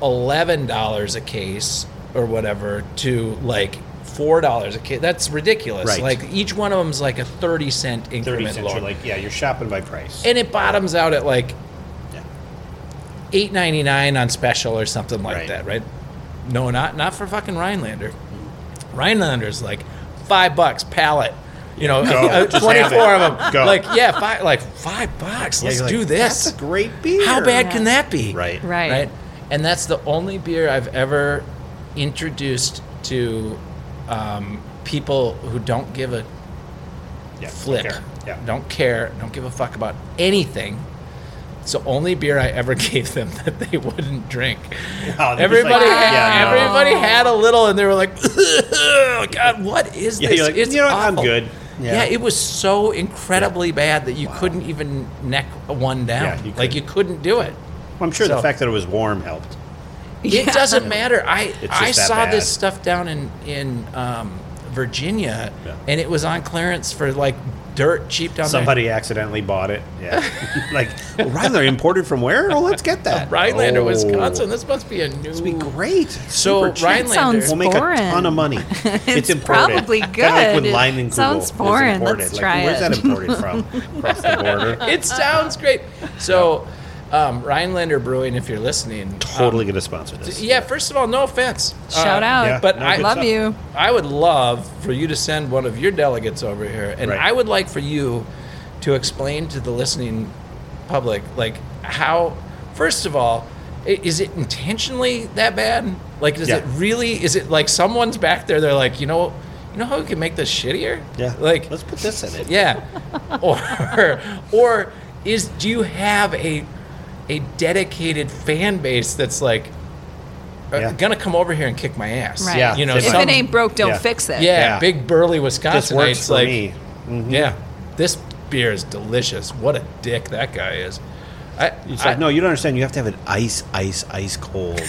[SPEAKER 4] $11 a case or whatever to like $4 a case that's ridiculous
[SPEAKER 3] Right.
[SPEAKER 4] like each one of them's like a 30 cent increment
[SPEAKER 3] 30 cents.
[SPEAKER 4] lower.
[SPEAKER 3] You're like, yeah, you're shopping by price.
[SPEAKER 4] and it bottoms out at like
[SPEAKER 3] yeah.
[SPEAKER 4] eight ninety nine on special or something like
[SPEAKER 3] Right.
[SPEAKER 4] that, right? No, not not for fucking Rhinelander. Rhinelander's like five bucks pallet. You know,
[SPEAKER 3] Go.
[SPEAKER 4] uh,
[SPEAKER 3] Just
[SPEAKER 4] twenty four
[SPEAKER 3] have it.
[SPEAKER 4] of them.
[SPEAKER 3] Go.
[SPEAKER 4] Like yeah, five like five bucks.
[SPEAKER 3] Yeah,
[SPEAKER 4] Let's
[SPEAKER 3] you're like,
[SPEAKER 4] do this.
[SPEAKER 3] That's a great beer.
[SPEAKER 4] How bad
[SPEAKER 2] Yeah.
[SPEAKER 4] can that be?
[SPEAKER 3] Right.
[SPEAKER 2] Right.
[SPEAKER 4] Right. And that's the only beer I've ever introduced to um, people who don't give a
[SPEAKER 3] Yeah.
[SPEAKER 4] flip.
[SPEAKER 3] okay. Yeah.
[SPEAKER 4] Don't care. Don't give a fuck about anything. It's the only beer I ever gave them that they wouldn't drink.
[SPEAKER 3] Wow, they're just
[SPEAKER 4] everybody,
[SPEAKER 3] like,
[SPEAKER 4] had,
[SPEAKER 3] yeah, no.
[SPEAKER 4] everybody had a little, and they were like, "God, what is
[SPEAKER 3] Yeah,
[SPEAKER 4] this?
[SPEAKER 3] you're like,
[SPEAKER 4] It's
[SPEAKER 3] you know what? I'm
[SPEAKER 4] awful."
[SPEAKER 3] good.
[SPEAKER 4] Yeah.
[SPEAKER 3] Yeah.
[SPEAKER 4] it was so incredibly bad that you couldn't even neck one down.
[SPEAKER 3] Yeah, you
[SPEAKER 4] like
[SPEAKER 3] couldn't.
[SPEAKER 4] you couldn't do it.
[SPEAKER 3] Well, I'm sure the
[SPEAKER 4] So-
[SPEAKER 3] fact that it was warm helped.
[SPEAKER 4] It doesn't matter. I
[SPEAKER 3] just
[SPEAKER 4] I
[SPEAKER 3] that
[SPEAKER 4] saw
[SPEAKER 3] bad.
[SPEAKER 4] this stuff down in in um, Virginia,
[SPEAKER 3] Yeah.
[SPEAKER 4] and it was on clearance for like dirt cheap down there.
[SPEAKER 3] Somebody accidentally bought it. Yeah. like, well, Ryler imported from where? Oh, let's get that.
[SPEAKER 4] Rhinelander,
[SPEAKER 3] Oh.
[SPEAKER 4] Wisconsin. This must be a new.
[SPEAKER 3] This would be great.
[SPEAKER 4] So
[SPEAKER 3] Super cheap.
[SPEAKER 4] Rhinelander,
[SPEAKER 2] sounds-
[SPEAKER 3] We'll make
[SPEAKER 2] foreign.
[SPEAKER 3] a ton of money. it's, imported.
[SPEAKER 2] probably
[SPEAKER 3] Kinda Like
[SPEAKER 2] good.
[SPEAKER 3] when Lion and
[SPEAKER 2] It sounds
[SPEAKER 3] Kugel is
[SPEAKER 2] foreign.
[SPEAKER 3] imported.
[SPEAKER 2] Let's
[SPEAKER 3] Like,
[SPEAKER 2] try
[SPEAKER 3] Where's
[SPEAKER 2] it.
[SPEAKER 3] that imported from? Across the border.
[SPEAKER 4] it sounds great. So, um, Rhinelander Brewing, if you're listening,
[SPEAKER 3] Totally
[SPEAKER 4] um,
[SPEAKER 3] going to sponsor this.
[SPEAKER 4] yeah. First of all, no offense.
[SPEAKER 2] Shout
[SPEAKER 4] Uh,
[SPEAKER 2] out.
[SPEAKER 3] yeah,
[SPEAKER 4] but
[SPEAKER 3] no,
[SPEAKER 4] I
[SPEAKER 3] good
[SPEAKER 2] Love
[SPEAKER 3] stuff.
[SPEAKER 2] you.
[SPEAKER 4] I would love for you to send one of your delegates over here, and
[SPEAKER 3] Right.
[SPEAKER 4] I would like for you to explain to the listening public, like how. First of all, i- is it intentionally that bad? Like, does
[SPEAKER 3] Yeah.
[SPEAKER 4] it really? Is it like someone's back there? They're like, you know, you know how we can make this shittier?
[SPEAKER 3] Yeah.
[SPEAKER 4] Like,
[SPEAKER 3] let's put this in it.
[SPEAKER 4] yeah. Or or is do you have a a dedicated fan base that's like uh,
[SPEAKER 3] Yeah.
[SPEAKER 4] gonna come over here and kick my ass?
[SPEAKER 2] Right.
[SPEAKER 3] Yeah,
[SPEAKER 4] You know,
[SPEAKER 3] If
[SPEAKER 2] If
[SPEAKER 4] some-
[SPEAKER 2] it ain't broke, don't
[SPEAKER 3] yeah.
[SPEAKER 2] fix it.
[SPEAKER 4] yeah,
[SPEAKER 3] Yeah.
[SPEAKER 4] big burly Wisconsinites
[SPEAKER 3] This works for
[SPEAKER 4] like
[SPEAKER 3] me. Mhm.
[SPEAKER 4] Yeah. This beer is delicious. What a dick that guy is. I,
[SPEAKER 3] It's
[SPEAKER 4] I-
[SPEAKER 3] like, no, you don't understand. You have to have it ice, ice, ice cold.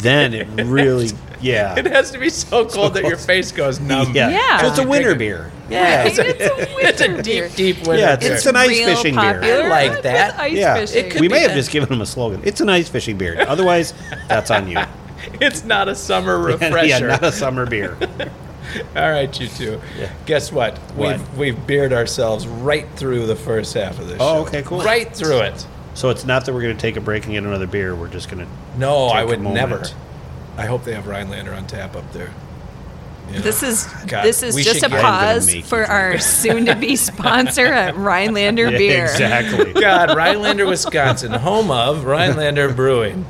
[SPEAKER 3] then it really, yeah.
[SPEAKER 4] It um, has to be so cold that your face goes numb.
[SPEAKER 3] yeah.
[SPEAKER 2] Yeah.
[SPEAKER 3] So it's a winter beer.
[SPEAKER 4] Yeah, it's,
[SPEAKER 2] It's a
[SPEAKER 4] a, it's a
[SPEAKER 2] winter beer.
[SPEAKER 4] deep, deep winter.
[SPEAKER 3] Yeah, it's-
[SPEAKER 4] beer.
[SPEAKER 3] it's an ice fishing beer.
[SPEAKER 2] popular
[SPEAKER 4] I like
[SPEAKER 2] with
[SPEAKER 4] that.
[SPEAKER 2] Ice
[SPEAKER 3] yeah.
[SPEAKER 2] fishing.
[SPEAKER 4] It could
[SPEAKER 3] we
[SPEAKER 4] be
[SPEAKER 3] may have
[SPEAKER 4] that.
[SPEAKER 3] just given them a slogan. It's an ice fishing beer. Otherwise, that's on you.
[SPEAKER 4] it's not a summer refresher.
[SPEAKER 3] yeah, not a summer beer.
[SPEAKER 4] All right, you two.
[SPEAKER 3] Yeah.
[SPEAKER 4] Guess what?
[SPEAKER 3] What?
[SPEAKER 4] We've we've beard ourselves right through the first half of this.
[SPEAKER 3] Oh,
[SPEAKER 4] show.
[SPEAKER 3] okay, cool.
[SPEAKER 4] Right through it.
[SPEAKER 3] So it's not that we're going to take a break and get another beer. We're just going to.
[SPEAKER 4] No,
[SPEAKER 3] Take
[SPEAKER 4] I
[SPEAKER 3] a
[SPEAKER 4] would
[SPEAKER 3] moment.
[SPEAKER 4] never. I hope they have Rhinelander on tap up there.
[SPEAKER 2] This is
[SPEAKER 4] God,
[SPEAKER 2] this is
[SPEAKER 4] we
[SPEAKER 2] just a
[SPEAKER 4] should get-
[SPEAKER 3] I'm gonna
[SPEAKER 2] pause
[SPEAKER 3] make you
[SPEAKER 2] for
[SPEAKER 3] drink.
[SPEAKER 2] our soon-to-be sponsor at Rhinelander
[SPEAKER 3] Yeah,
[SPEAKER 2] Beer.
[SPEAKER 3] exactly.
[SPEAKER 4] God, Rhinelander, Wisconsin, home of Rhinelander Brewing.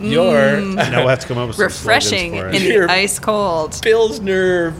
[SPEAKER 2] Mm.
[SPEAKER 4] Your
[SPEAKER 3] Now we'll have to come up with some slogans
[SPEAKER 2] Refreshing
[SPEAKER 3] for
[SPEAKER 2] in
[SPEAKER 3] it.
[SPEAKER 4] and-
[SPEAKER 2] the
[SPEAKER 4] Here.
[SPEAKER 2] ice cold.
[SPEAKER 4] Pilsner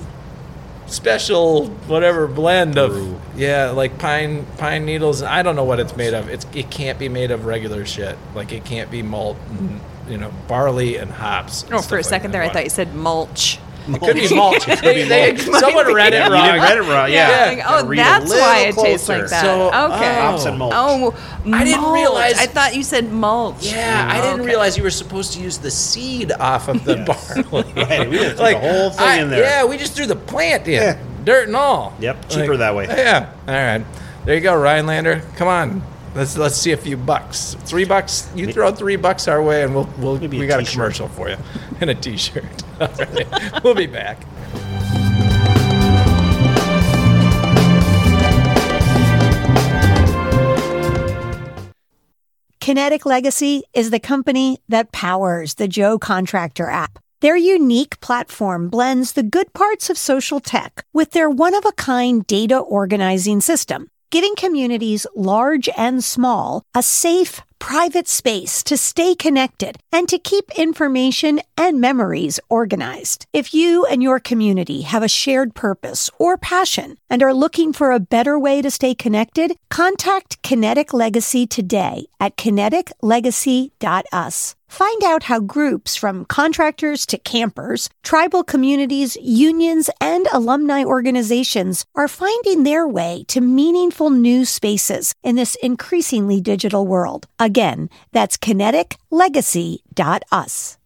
[SPEAKER 4] special whatever blend of
[SPEAKER 3] Brew.
[SPEAKER 4] yeah, like pine pine needles. I don't know what it's made of. It's it can't be made of regular shit. Like it can't be malt and you know barley and hops. and
[SPEAKER 2] Oh,
[SPEAKER 4] stuff
[SPEAKER 2] for a
[SPEAKER 4] like
[SPEAKER 2] second
[SPEAKER 4] that.
[SPEAKER 2] there, I thought you said mulch.
[SPEAKER 4] it could be malt. They- they-
[SPEAKER 2] It might
[SPEAKER 4] someone
[SPEAKER 2] be.
[SPEAKER 4] read it
[SPEAKER 3] You
[SPEAKER 4] wrong.
[SPEAKER 3] didn't read it wrong. Yeah.
[SPEAKER 2] like, oh, that's why it tastes like that.
[SPEAKER 4] So-
[SPEAKER 2] okay.
[SPEAKER 4] oh.
[SPEAKER 3] Hops and mulch.
[SPEAKER 2] Oh,
[SPEAKER 4] I didn't
[SPEAKER 2] mulch.
[SPEAKER 4] realize-
[SPEAKER 2] I thought you said mulch.
[SPEAKER 4] Yeah, I didn't
[SPEAKER 2] Okay.
[SPEAKER 4] realize you were supposed to use the seed off of the
[SPEAKER 3] Yes.
[SPEAKER 4] barley.
[SPEAKER 3] Right, we just threw the whole thing
[SPEAKER 4] I-
[SPEAKER 3] in there.
[SPEAKER 4] Yeah, we just threw the plant in,
[SPEAKER 3] Yeah.
[SPEAKER 4] dirt and all.
[SPEAKER 3] Yep, cheaper that way.
[SPEAKER 4] Yeah. All right, there you go, Rhinelander. Come on, let's let's see a few bucks. Three bucks. You throw three bucks our way, and we'll we'll
[SPEAKER 3] Maybe a
[SPEAKER 4] we got a
[SPEAKER 3] t-shirt.
[SPEAKER 4] commercial for you and a T-shirt. All right, we'll be back.
[SPEAKER 5] Kinetic Legacy is the company that powers the Joe Contractor app. Their unique platform blends the good parts of social tech with their one of a kind data organizing system, giving communities large and small a safe, private space to stay connected and to keep information and memories organized. If you and your community have a shared purpose or passion and are looking for a better way to stay connected, contact Kinetic Legacy today at kineticlegacy.us. Find out how groups from contractors to campers, tribal communities, unions, and alumni organizations are finding their way to meaningful new spaces in this increasingly digital world. Again, that's kineticlegacy.us.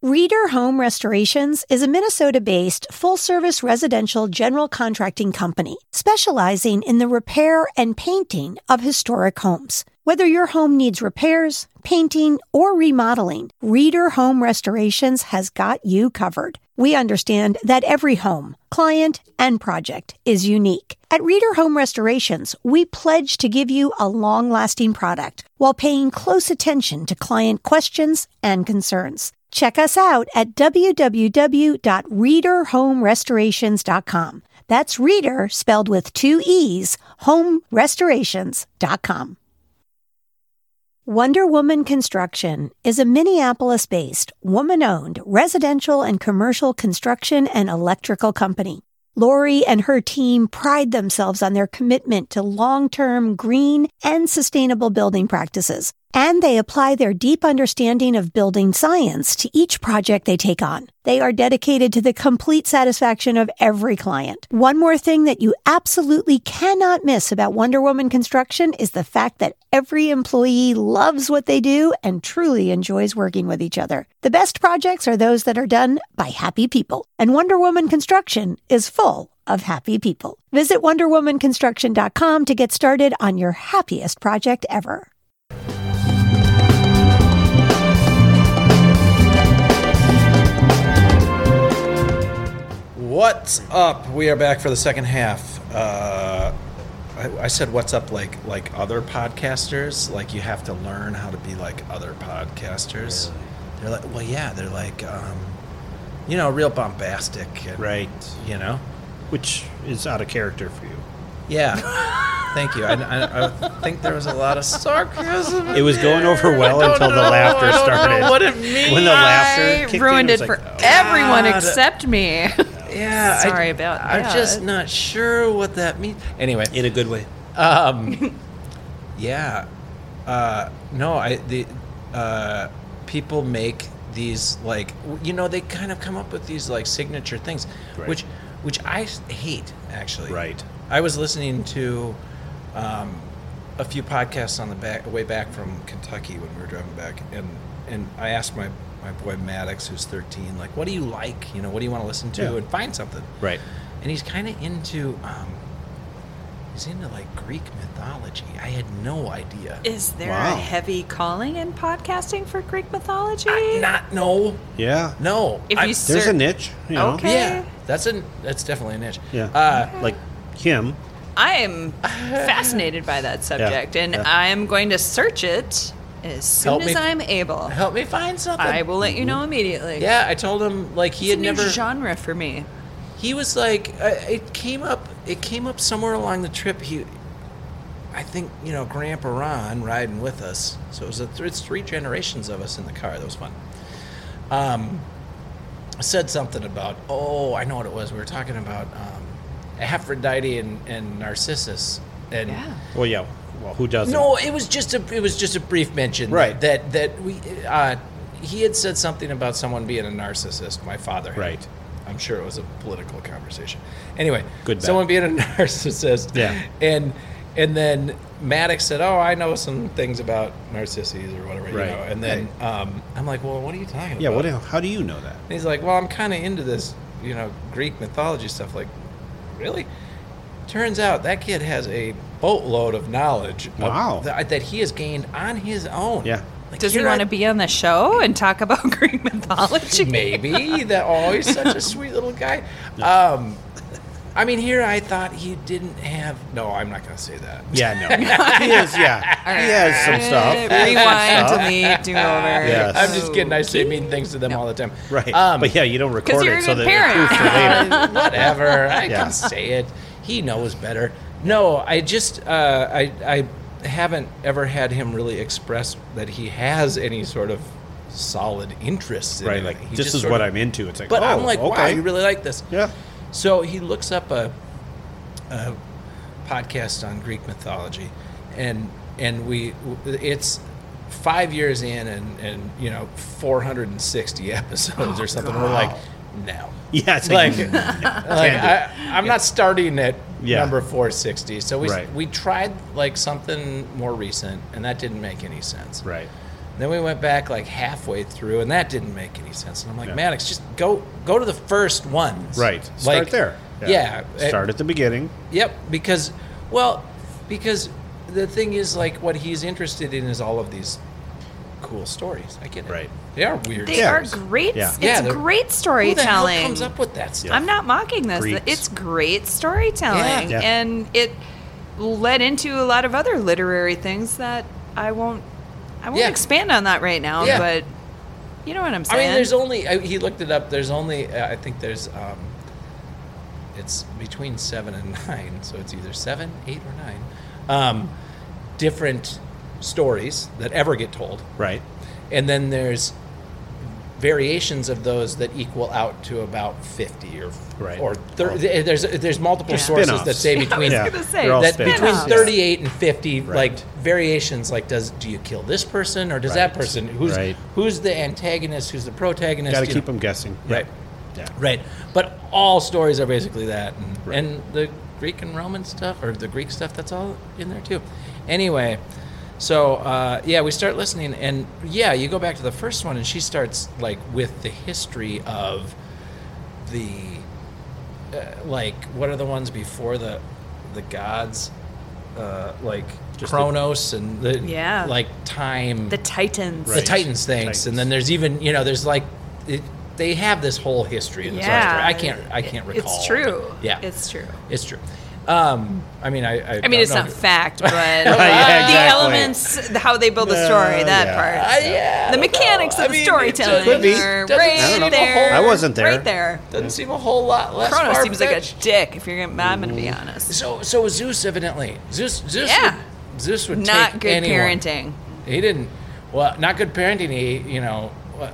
[SPEAKER 5] Reader Home Restorations is a Minnesota based full service residential general contracting company specializing in the repair and painting of historic homes. Whether your home needs repairs, painting, or remodeling, Reader Home Restorations has got you covered. We understand that every home, client, and project is unique. At Reader Home Restorations, we pledge to give you a long lasting product while paying close attention to client questions and concerns. Check us out at www.readerhomerestorations.com. That's reader spelled with two E's, homerestorations.com. Wonder Woman Construction is a Minneapolis based, woman owned residential and commercial construction and electrical company. Lori and her team pride themselves on their commitment to long term green and sustainable building practices, and they apply their deep understanding of building science to each project they take on. They are dedicated to the complete satisfaction of every client. One more thing that you absolutely cannot miss about Wonder Woman Construction is the fact that every employee loves what they do and truly enjoys working with each other. The best projects are those that are done by happy people, and Wonder Woman Construction is full of happy people. Visit wonderwomanconstruction.com to get started on your happiest project ever.
[SPEAKER 4] What's up? We are back for the second half. Uh, I, I said what's up like like other podcasters. Like you have to learn how to be like other podcasters. They're like, well, yeah, they're like, um, you know, real bombastic, and,
[SPEAKER 3] Right.
[SPEAKER 4] You know,
[SPEAKER 3] Which is out of character for you.
[SPEAKER 4] yeah. Thank you. I, I, I think there was a lot of sarcasm.
[SPEAKER 3] It was going over well until the laughter started.
[SPEAKER 4] What it means?
[SPEAKER 3] When the
[SPEAKER 2] I
[SPEAKER 3] laughter kicked
[SPEAKER 2] ruined
[SPEAKER 3] in,
[SPEAKER 2] it,
[SPEAKER 3] it, was
[SPEAKER 2] for e-
[SPEAKER 3] like, oh.
[SPEAKER 2] everyone
[SPEAKER 4] God.
[SPEAKER 2] except me.
[SPEAKER 4] Yeah. I-
[SPEAKER 2] Sorry about
[SPEAKER 4] I'm just
[SPEAKER 2] that.
[SPEAKER 4] not sure what that means. Anyway,
[SPEAKER 3] in a good way.
[SPEAKER 4] Um, yeah. Uh, no, I the uh, people make these like w- you know they kind of come up with these like signature things,
[SPEAKER 3] Right.
[SPEAKER 4] which which I s- hate actually.
[SPEAKER 3] Right.
[SPEAKER 4] I was listening to um, a few podcasts on the back way back from Kentucky when we were driving back, and and I asked my my boy Maddox who's 13 like what do you like you know what do you want to listen to
[SPEAKER 3] Yeah.
[SPEAKER 4] and find something
[SPEAKER 3] Right.
[SPEAKER 4] and he's kind of into um, he's into like Greek mythology. I had no idea.
[SPEAKER 2] Is there
[SPEAKER 3] Wow.
[SPEAKER 2] a heavy calling in podcasting for Greek mythology?
[SPEAKER 4] I, not no
[SPEAKER 3] Yeah.
[SPEAKER 4] no.
[SPEAKER 2] If
[SPEAKER 4] I-
[SPEAKER 2] you s-
[SPEAKER 3] There's
[SPEAKER 2] Sir-
[SPEAKER 3] a niche, you know.
[SPEAKER 2] Okay.
[SPEAKER 4] yeah, that's an that's definitely an itch.
[SPEAKER 3] Yeah.
[SPEAKER 4] Uh,
[SPEAKER 3] Like him.
[SPEAKER 2] I am fascinated by that subject, and
[SPEAKER 3] yeah.
[SPEAKER 2] I am going to search it as soon
[SPEAKER 4] Help me-
[SPEAKER 2] as I'm able.
[SPEAKER 4] Help me find something.
[SPEAKER 2] I will let you know immediately.
[SPEAKER 4] yeah, I told him like he
[SPEAKER 2] It's a
[SPEAKER 4] had
[SPEAKER 2] new
[SPEAKER 4] never.
[SPEAKER 2] genre for me.
[SPEAKER 4] He was like, I, it came up. It came up somewhere along the trip. He, I think you know, Grandpa Ron riding with us. So it was a th- it's three generations of us in the car. That was fun. Um, said something about oh, I know what it was. We were talking about um, Aphrodite and, and Narcissus and.
[SPEAKER 2] Yeah.
[SPEAKER 3] Well, yeah. Well, who doesn't?
[SPEAKER 4] No, it was just a it was just a brief mention.
[SPEAKER 3] Right.
[SPEAKER 4] That that we uh, he had said something about someone being a narcissist. My father. had.
[SPEAKER 3] Right.
[SPEAKER 4] I'm sure it was a political conversation. Anyway,
[SPEAKER 3] Good, bad.
[SPEAKER 4] Someone being a narcissist.
[SPEAKER 3] Yeah.
[SPEAKER 4] And and then Maddox said, "Oh, I know some things about narcissists or whatever."
[SPEAKER 3] Right.
[SPEAKER 4] You know? And then um, I'm like, "Well, what are you talking
[SPEAKER 3] Yeah.
[SPEAKER 4] about?"
[SPEAKER 3] What? How do you know that?
[SPEAKER 4] And he's like, "Well, I'm kind of into this, you know, Greek mythology stuff." Like, really? Turns out that kid has a boatload of knowledge. of- uh,
[SPEAKER 3] Wow.
[SPEAKER 4] that, that he has gained on his own.
[SPEAKER 3] Yeah.
[SPEAKER 4] Like,
[SPEAKER 2] Does he
[SPEAKER 4] here I-
[SPEAKER 2] want to be on the show and talk about Greek mythology?
[SPEAKER 4] Maybe that. Oh, he's such a sweet little guy. Um, I mean, here I thought he didn't have. No, I'm not going to say that.
[SPEAKER 3] Yeah. No. he has. Yeah. He has some stuff.
[SPEAKER 2] Rewind, delete, do over.
[SPEAKER 3] Yes.
[SPEAKER 4] I'm just kidding. I say mean things to them all the time.
[SPEAKER 3] Right.
[SPEAKER 4] Um,
[SPEAKER 3] but yeah, you don't record
[SPEAKER 2] you're
[SPEAKER 3] it
[SPEAKER 2] a
[SPEAKER 3] so
[SPEAKER 2] good
[SPEAKER 3] that it's proof for later.
[SPEAKER 4] whatever. I
[SPEAKER 3] Yeah.
[SPEAKER 4] can say it. He knows better. No, I just uh, I I haven't ever had him really express that he has any sort of solid interest. In
[SPEAKER 3] Right.
[SPEAKER 4] anything.
[SPEAKER 3] Like
[SPEAKER 4] He
[SPEAKER 3] this
[SPEAKER 4] just
[SPEAKER 3] is
[SPEAKER 4] sort
[SPEAKER 3] what
[SPEAKER 4] of-
[SPEAKER 3] I'm into. It's like.
[SPEAKER 4] But
[SPEAKER 3] oh,
[SPEAKER 4] I'm like, wow,
[SPEAKER 3] okay.
[SPEAKER 4] you really like this.
[SPEAKER 3] Yeah.
[SPEAKER 4] So he looks up a, a podcast on Greek mythology, and and we it's five years in and and you know 460 episodes
[SPEAKER 3] Oh,
[SPEAKER 4] or something. We're like, no,
[SPEAKER 3] Yeah. It's
[SPEAKER 4] like,
[SPEAKER 3] like.
[SPEAKER 4] like I, I'm not starting at
[SPEAKER 3] Yeah.
[SPEAKER 4] number 460. So we
[SPEAKER 3] Right.
[SPEAKER 4] we tried like something more recent, and that didn't make any sense.
[SPEAKER 3] right.
[SPEAKER 4] Then we went back like halfway through, and that didn't make any sense. And I'm like,
[SPEAKER 3] Yeah.
[SPEAKER 4] Maddox, just go go to the first ones.
[SPEAKER 3] Right. Start
[SPEAKER 4] Like,
[SPEAKER 3] there.
[SPEAKER 4] Yeah. eh,
[SPEAKER 3] Start at the beginning.
[SPEAKER 4] Yep. Because, well, because the thing is, like, what he's interested in is all of these cool stories. I get it.
[SPEAKER 3] Right.
[SPEAKER 4] They are weird.
[SPEAKER 2] They
[SPEAKER 3] Yeah.
[SPEAKER 2] are
[SPEAKER 4] stories.
[SPEAKER 2] great.
[SPEAKER 3] Yeah.
[SPEAKER 2] It's
[SPEAKER 4] Yeah, they're-
[SPEAKER 2] great
[SPEAKER 4] Who the hell
[SPEAKER 2] storytelling.
[SPEAKER 4] comes up with that stuff?
[SPEAKER 2] I'm not mocking this.
[SPEAKER 3] Greeks.
[SPEAKER 2] It's great storytelling,
[SPEAKER 3] Yeah. Yeah.
[SPEAKER 2] and it led into a lot of other literary things that I won't. I won't
[SPEAKER 4] Yeah.
[SPEAKER 2] expand on that right now,
[SPEAKER 4] Yeah.
[SPEAKER 2] but you know what I'm
[SPEAKER 4] I
[SPEAKER 2] saying.
[SPEAKER 4] mean, there's only I, he looked it up. There's only uh, I think there's um, it's between seven and nine, so it's either seven, eight, or nine um, different stories that ever get told,
[SPEAKER 3] Right.
[SPEAKER 4] and then there's variations of those that equal out to about fifty or
[SPEAKER 3] Right.
[SPEAKER 4] or thir- there's there's multiple sources
[SPEAKER 3] Spin-offs.
[SPEAKER 4] that say
[SPEAKER 3] Yeah,
[SPEAKER 4] between
[SPEAKER 2] I
[SPEAKER 3] Yeah.
[SPEAKER 2] was gonna say
[SPEAKER 3] They're all
[SPEAKER 4] that
[SPEAKER 3] spin-offs.
[SPEAKER 4] between
[SPEAKER 2] Spin-offs.
[SPEAKER 4] 38 and 50
[SPEAKER 3] Right.
[SPEAKER 4] like variations like does do you kill this person or does
[SPEAKER 3] Right.
[SPEAKER 4] that person who's
[SPEAKER 3] Right.
[SPEAKER 4] who's the antagonist who's the protagonist
[SPEAKER 3] Got to
[SPEAKER 4] you
[SPEAKER 3] keep
[SPEAKER 4] know.
[SPEAKER 3] them guessing.
[SPEAKER 4] Right.
[SPEAKER 3] Yeah.
[SPEAKER 4] right but all stories are basically that and,
[SPEAKER 3] Right.
[SPEAKER 4] and the greek and roman stuff or the greek stuff that's all in there too anyway so uh, yeah we start listening and yeah you go back to the first one and she starts like with the history of the uh, like what are the ones before the the gods uh like
[SPEAKER 3] Just the-
[SPEAKER 4] Kronos and the
[SPEAKER 2] Yeah.
[SPEAKER 4] like time
[SPEAKER 2] the Titans.
[SPEAKER 4] the
[SPEAKER 3] Right.
[SPEAKER 4] Titans things and then there's even you know there's like it, they have this whole history in the
[SPEAKER 2] Yeah.
[SPEAKER 4] story. I can't I can't recall
[SPEAKER 2] It's true.
[SPEAKER 4] yeah
[SPEAKER 2] it's true.
[SPEAKER 4] it's true um I mean I I,
[SPEAKER 2] I mean,
[SPEAKER 4] don't
[SPEAKER 2] it's
[SPEAKER 4] know.
[SPEAKER 2] not fact, but
[SPEAKER 3] exactly.
[SPEAKER 2] the elements, the- how they build the story,
[SPEAKER 3] Uh,
[SPEAKER 2] that
[SPEAKER 3] yeah.
[SPEAKER 2] part,
[SPEAKER 4] Uh, yeah
[SPEAKER 2] the mechanics
[SPEAKER 4] I
[SPEAKER 2] of the
[SPEAKER 4] mean, it
[SPEAKER 2] storytelling
[SPEAKER 4] could be.
[SPEAKER 2] are
[SPEAKER 4] Doesn't seem
[SPEAKER 2] right
[SPEAKER 4] like a
[SPEAKER 2] there.
[SPEAKER 4] whole-
[SPEAKER 3] I wasn't there.
[SPEAKER 2] Right there.
[SPEAKER 4] doesn't seem a whole lot less
[SPEAKER 2] Chronos seems like
[SPEAKER 4] far-fetched.
[SPEAKER 2] a dick. If you're, gonna, I'm going to be honest.
[SPEAKER 4] so so was Zeus evidently Zeus Zeus
[SPEAKER 2] Yeah.
[SPEAKER 4] would, Zeus would
[SPEAKER 2] Not
[SPEAKER 4] take
[SPEAKER 2] good
[SPEAKER 4] anyone.
[SPEAKER 2] parenting.
[SPEAKER 4] He didn't. Well, not good parenting. He, you know,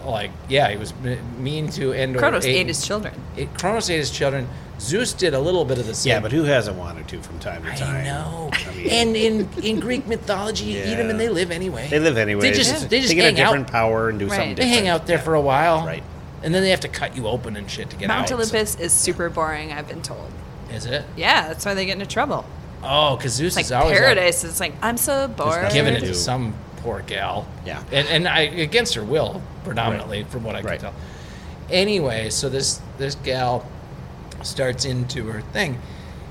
[SPEAKER 4] like yeah, he was m- mean to Endor.
[SPEAKER 2] Kronos ate his children.
[SPEAKER 4] It, Kronos ate his children. Zeus did a little bit of the same.
[SPEAKER 3] Yeah, but who hasn't wanted to from time to time?
[SPEAKER 4] I know.
[SPEAKER 3] I mean-
[SPEAKER 4] and in, in Greek mythology, you eat them and
[SPEAKER 3] Yeah.
[SPEAKER 4] they live anyway.
[SPEAKER 3] They live anyway.
[SPEAKER 4] They just they just
[SPEAKER 3] get
[SPEAKER 4] hang
[SPEAKER 3] a different
[SPEAKER 4] out.
[SPEAKER 3] power and do something
[SPEAKER 2] Right.
[SPEAKER 4] They
[SPEAKER 3] different.
[SPEAKER 4] hang out there for a while,
[SPEAKER 3] Right.
[SPEAKER 4] And then they have to cut you open and shit to get
[SPEAKER 2] Mount
[SPEAKER 4] out.
[SPEAKER 2] Olympus is super boring. I've been told.
[SPEAKER 4] is it?
[SPEAKER 2] Yeah, that's why they get into trouble.
[SPEAKER 4] Oh, because Zeus
[SPEAKER 2] It's like
[SPEAKER 4] is always out
[SPEAKER 2] paradise. It's like I'm so bored.
[SPEAKER 4] giving it
[SPEAKER 3] do.
[SPEAKER 4] to some poor gal.
[SPEAKER 3] Yeah.
[SPEAKER 4] and and I against her will predominantly, from what I can
[SPEAKER 3] Right.
[SPEAKER 4] tell. Anyway, so this this gal starts into her thing,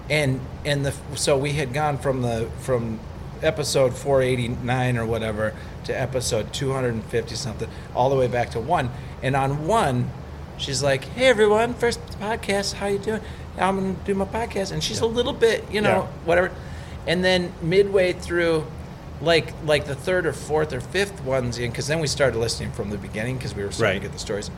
[SPEAKER 4] and and the so we had gone from the from episode 489 or whatever to episode 250 something, all the way back to one. And on one, she's like, "Hey everyone, first podcast. How you doing? I'm gonna do my podcast." And she's a little bit, you know,
[SPEAKER 3] Yeah.
[SPEAKER 4] whatever. And then midway through, like like the third or fourth or fifth ones in because then we started listening from the beginning because we were starting
[SPEAKER 3] Right.
[SPEAKER 4] to get the stories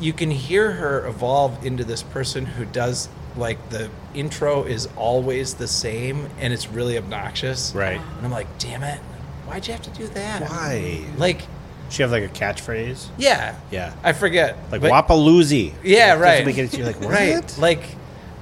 [SPEAKER 4] you can hear her evolve into this person who does like the intro is always the same and it's really obnoxious
[SPEAKER 3] Right.
[SPEAKER 4] and i'm like damn it why'd you have to do that
[SPEAKER 3] Why?
[SPEAKER 4] like
[SPEAKER 3] She have like a catchphrase,
[SPEAKER 4] yeah
[SPEAKER 3] Yeah.
[SPEAKER 4] i forget
[SPEAKER 3] like
[SPEAKER 4] but-
[SPEAKER 3] Wapaloozy.
[SPEAKER 4] yeah
[SPEAKER 3] Doesn't
[SPEAKER 4] right
[SPEAKER 3] Make it, you're like what?
[SPEAKER 4] right like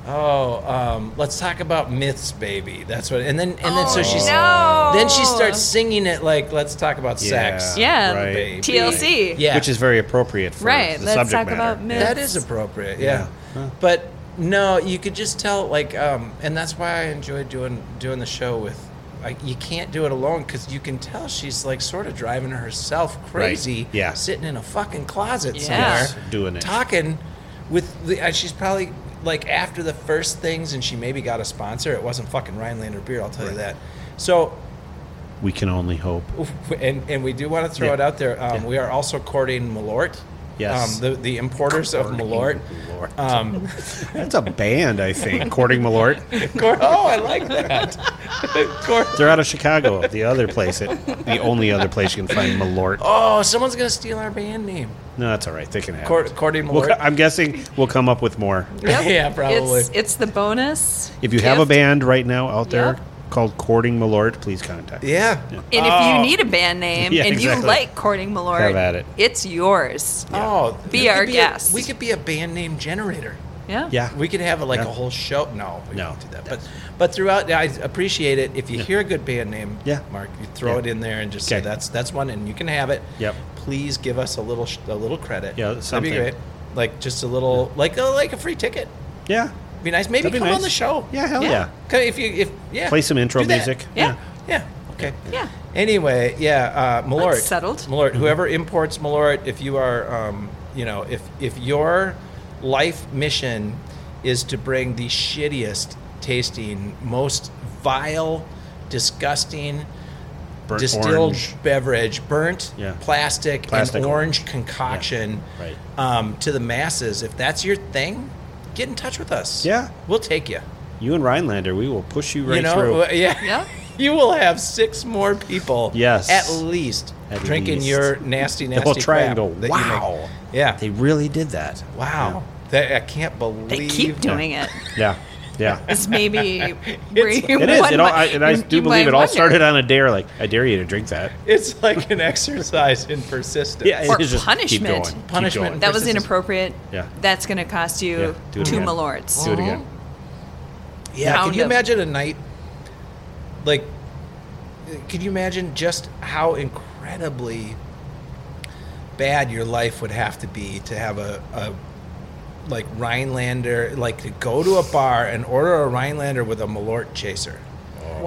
[SPEAKER 4] oh um, let's talk about myths baby that's what and then and then so she's
[SPEAKER 2] Oh,
[SPEAKER 3] Oh.
[SPEAKER 2] no.
[SPEAKER 4] then she starts singing it like let's talk about sex
[SPEAKER 2] Yeah.
[SPEAKER 3] Right.
[SPEAKER 2] TLC.
[SPEAKER 4] yeah
[SPEAKER 3] Which is very appropriate for
[SPEAKER 2] Right,
[SPEAKER 3] the
[SPEAKER 2] let's
[SPEAKER 3] subject
[SPEAKER 2] talk
[SPEAKER 3] matter.
[SPEAKER 2] about myth.
[SPEAKER 4] That is appropriate, yeah.
[SPEAKER 3] Yeah. Huh.
[SPEAKER 4] But no, you could just tell, like, um, and that's why I enjoy doing doing the show with. Like, you can't do it alone because you can tell she's like sort of driving herself crazy.
[SPEAKER 3] yeah.
[SPEAKER 4] sitting in a fucking closet
[SPEAKER 2] Yeah.
[SPEAKER 3] Yes,
[SPEAKER 4] somewhere,
[SPEAKER 3] doing it.
[SPEAKER 4] talking with. The, uh, she's probably like after the first things, and she maybe got a sponsor. It wasn't fucking Rhinelander beer, I'll tell you that. So
[SPEAKER 3] We can only hope.
[SPEAKER 4] and, and we do want to throw
[SPEAKER 3] Yeah.
[SPEAKER 4] it out there. Um, We are also courting Malort. Um,
[SPEAKER 3] Yes.
[SPEAKER 4] the, the importers of Malort.
[SPEAKER 3] Malort.
[SPEAKER 4] Um,
[SPEAKER 3] That's a band, I think. Courting Malort.
[SPEAKER 4] cour- oh, I like that. Cour-
[SPEAKER 3] They're out of Chicago. The other place, it, the only other place you can find Malort.
[SPEAKER 4] oh, someone's going to steal our band name.
[SPEAKER 3] No, that's all right. They can have.
[SPEAKER 4] Cour-
[SPEAKER 3] it.
[SPEAKER 4] courting
[SPEAKER 3] We'll, co-
[SPEAKER 4] Malort.
[SPEAKER 3] I'm guessing we'll come up with more.
[SPEAKER 2] Yep.
[SPEAKER 4] Yeah, probably.
[SPEAKER 2] It's, it's the bonus.
[SPEAKER 3] If you have a
[SPEAKER 2] gift.
[SPEAKER 3] band right now out there
[SPEAKER 2] Yep.
[SPEAKER 3] called Courting Malort, please contact. us.
[SPEAKER 4] yeah.
[SPEAKER 2] And if you need a band name
[SPEAKER 3] Oh. Yeah,
[SPEAKER 2] and you
[SPEAKER 3] exactly.
[SPEAKER 2] like Courting Malort,
[SPEAKER 3] Have at it.
[SPEAKER 2] it's yours.
[SPEAKER 4] Oh,
[SPEAKER 2] Be
[SPEAKER 4] we could
[SPEAKER 2] our
[SPEAKER 4] a-
[SPEAKER 2] guest.
[SPEAKER 4] we could be a band name generator.
[SPEAKER 2] Yeah.
[SPEAKER 3] Yeah.
[SPEAKER 4] We could have like
[SPEAKER 3] Yeah.
[SPEAKER 4] a whole show. No, we
[SPEAKER 3] No.
[SPEAKER 4] can't do that. But but throughout, I appreciate it. If you hear a good band name,
[SPEAKER 3] Yeah.
[SPEAKER 4] Mark, you throw
[SPEAKER 3] Yeah.
[SPEAKER 4] it in there and just say
[SPEAKER 3] Okay.
[SPEAKER 4] that's that's one, and you can have it.
[SPEAKER 3] Yep.
[SPEAKER 4] Please give us a little sh- a little credit.
[SPEAKER 3] Yeah, something.
[SPEAKER 4] That'd be great. Like just a little like a, like a free ticket.
[SPEAKER 3] Yeah.
[SPEAKER 4] Be nice. Maybe
[SPEAKER 3] That'd be
[SPEAKER 4] come on
[SPEAKER 3] nice.
[SPEAKER 4] the show.
[SPEAKER 3] Yeah, hell
[SPEAKER 2] Yeah.
[SPEAKER 3] yeah.
[SPEAKER 4] Okay, if you if yeah.
[SPEAKER 3] Play some intro
[SPEAKER 4] do that.
[SPEAKER 3] music.
[SPEAKER 2] Yeah.
[SPEAKER 4] Yeah. Okay.
[SPEAKER 2] Yeah.
[SPEAKER 4] Anyway, yeah, uh, Malort.
[SPEAKER 2] That's settled.
[SPEAKER 4] Malort. Whoever imports Malort, if you are, um, you know, if if your life mission is to bring the shittiest tasting, most vile, disgusting
[SPEAKER 3] Burnt
[SPEAKER 4] distilled
[SPEAKER 3] orange.
[SPEAKER 4] beverage, burnt
[SPEAKER 3] Yeah.
[SPEAKER 4] plastic,
[SPEAKER 3] Plastic.
[SPEAKER 4] and orange concoction
[SPEAKER 3] Yeah, right.
[SPEAKER 4] um, to the masses. If that's your thing, get in touch with us.
[SPEAKER 3] Yeah.
[SPEAKER 4] we'll take you.
[SPEAKER 3] You and Rhinelander, we will push you right
[SPEAKER 4] you know, uh,
[SPEAKER 3] through.
[SPEAKER 4] w- yeah.
[SPEAKER 2] Yeah.
[SPEAKER 4] You will have six more people,
[SPEAKER 3] Yes.
[SPEAKER 4] at least,
[SPEAKER 3] At
[SPEAKER 4] drinking
[SPEAKER 3] least.
[SPEAKER 4] your nasty,
[SPEAKER 3] the
[SPEAKER 4] nasty
[SPEAKER 3] whole
[SPEAKER 4] crap
[SPEAKER 3] triangle.
[SPEAKER 4] that you
[SPEAKER 3] Wow.
[SPEAKER 4] make. Yeah,
[SPEAKER 3] They really did that.
[SPEAKER 4] wow. That, I can't believe
[SPEAKER 2] They keep doing it.
[SPEAKER 3] Yeah. Yeah.
[SPEAKER 2] It's maybe where
[SPEAKER 4] It's-
[SPEAKER 2] you
[SPEAKER 3] It is.
[SPEAKER 2] one
[SPEAKER 3] It all,
[SPEAKER 2] might-
[SPEAKER 3] I, and I
[SPEAKER 2] you-
[SPEAKER 3] do
[SPEAKER 2] you
[SPEAKER 3] believe
[SPEAKER 2] might
[SPEAKER 3] it all
[SPEAKER 2] wonder.
[SPEAKER 3] started on a dare. Like I dare you to drink that.
[SPEAKER 4] It's like an exercise in persistence.
[SPEAKER 3] Yeah, it
[SPEAKER 2] Or
[SPEAKER 3] is just Keep
[SPEAKER 2] punishment.
[SPEAKER 3] going, keep
[SPEAKER 4] Punishment.
[SPEAKER 3] going.
[SPEAKER 2] That was
[SPEAKER 4] Versus-
[SPEAKER 2] inappropriate.
[SPEAKER 3] Yeah.
[SPEAKER 2] That's going to cost
[SPEAKER 3] Yeah,
[SPEAKER 2] you
[SPEAKER 3] do it
[SPEAKER 2] two
[SPEAKER 3] again.
[SPEAKER 2] malorts.
[SPEAKER 3] Do it again.
[SPEAKER 4] Yeah,
[SPEAKER 2] Pound
[SPEAKER 4] can you
[SPEAKER 2] of-
[SPEAKER 4] imagine a night like can you imagine just how incredibly bad your life would have to be to have a, a like Rhinelander like to go to a bar and order a Rhinelander with a Malort chaser.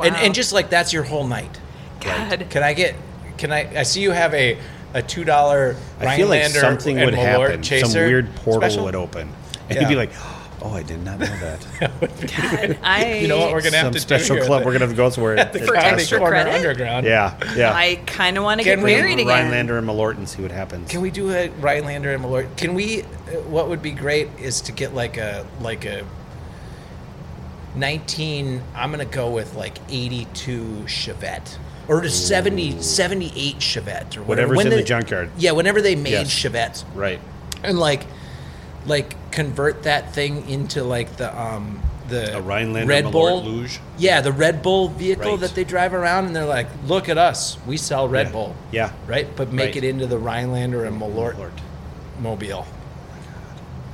[SPEAKER 4] And and just like that's your whole night.
[SPEAKER 2] Oh, God.
[SPEAKER 4] Can I get can I I see you have a a two dollar Rhinelander
[SPEAKER 3] I feel like something
[SPEAKER 4] and
[SPEAKER 3] would
[SPEAKER 4] Malort
[SPEAKER 3] happen.
[SPEAKER 4] chaser
[SPEAKER 3] Some weird portal
[SPEAKER 4] special?
[SPEAKER 3] would open, and
[SPEAKER 4] Yeah.
[SPEAKER 3] you'd be like, "Oh, I did not know that."
[SPEAKER 2] I,
[SPEAKER 4] You know what we're gonna have
[SPEAKER 3] Some
[SPEAKER 4] to do
[SPEAKER 3] special
[SPEAKER 4] here?
[SPEAKER 3] club. We're gonna have to go somewhere.
[SPEAKER 4] at the
[SPEAKER 3] and
[SPEAKER 2] For
[SPEAKER 4] Comedy
[SPEAKER 3] test
[SPEAKER 2] extra
[SPEAKER 3] it.
[SPEAKER 4] Corner
[SPEAKER 2] credit?
[SPEAKER 4] Underground.
[SPEAKER 3] Yeah, yeah.
[SPEAKER 2] I kind of want to get
[SPEAKER 4] Can we-
[SPEAKER 2] married again.
[SPEAKER 3] Rhinelander and Malort and see what happens.
[SPEAKER 4] Can we do a Rhinelander and Malort? Can we? uh, What would be great is to get like a like a nineteen. I'm gonna go with like eighty-two Chevette or to 70, 78 Chevette or whatever.
[SPEAKER 3] Whatever's
[SPEAKER 4] When
[SPEAKER 3] in the
[SPEAKER 4] they-
[SPEAKER 3] junkyard.
[SPEAKER 4] Yeah, whenever they made
[SPEAKER 3] Yes.
[SPEAKER 4] Chevettes
[SPEAKER 3] Right.
[SPEAKER 4] and like like convert that thing into like the um the
[SPEAKER 3] A Rhinelander
[SPEAKER 4] Red
[SPEAKER 3] Malort
[SPEAKER 4] Bull
[SPEAKER 3] luge?
[SPEAKER 4] Yeah, the Red Bull vehicle
[SPEAKER 3] Right.
[SPEAKER 4] that they drive around, and they're like, "Look at us, we sell Red
[SPEAKER 3] Yeah.
[SPEAKER 4] Bull."
[SPEAKER 3] Yeah.
[SPEAKER 4] right. But make
[SPEAKER 3] Right.
[SPEAKER 4] it into the Rhinelander and Malort,
[SPEAKER 3] Malort.
[SPEAKER 4] mobile,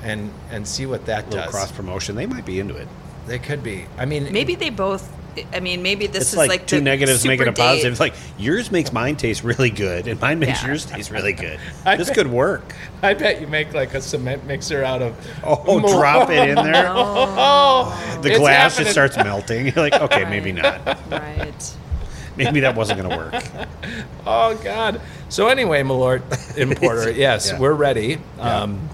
[SPEAKER 4] and and see what that
[SPEAKER 3] little
[SPEAKER 4] does.
[SPEAKER 3] cross promotion. They might be into it.
[SPEAKER 4] They could be. I mean,
[SPEAKER 2] Maybe they both. I mean, maybe this
[SPEAKER 3] it's
[SPEAKER 2] is
[SPEAKER 3] like,
[SPEAKER 2] like,
[SPEAKER 3] two
[SPEAKER 2] the
[SPEAKER 3] negatives making
[SPEAKER 2] super
[SPEAKER 3] a positive. It's
[SPEAKER 2] date.
[SPEAKER 3] like yours makes mine taste really good, and mine makes
[SPEAKER 2] Yeah.
[SPEAKER 3] yours taste really good.
[SPEAKER 4] I
[SPEAKER 3] this
[SPEAKER 4] bet-
[SPEAKER 3] could work.
[SPEAKER 4] I bet you make like a cement mixer out of.
[SPEAKER 3] Oh, drop it in there.
[SPEAKER 4] Oh,
[SPEAKER 3] The
[SPEAKER 4] it's
[SPEAKER 3] glass
[SPEAKER 4] happening.
[SPEAKER 3] just starts melting. You're like, okay, maybe not.
[SPEAKER 2] right.
[SPEAKER 3] Maybe that wasn't going to work.
[SPEAKER 4] Oh God. So anyway, Malort importer, yes,
[SPEAKER 3] Yeah.
[SPEAKER 4] we're ready. Um,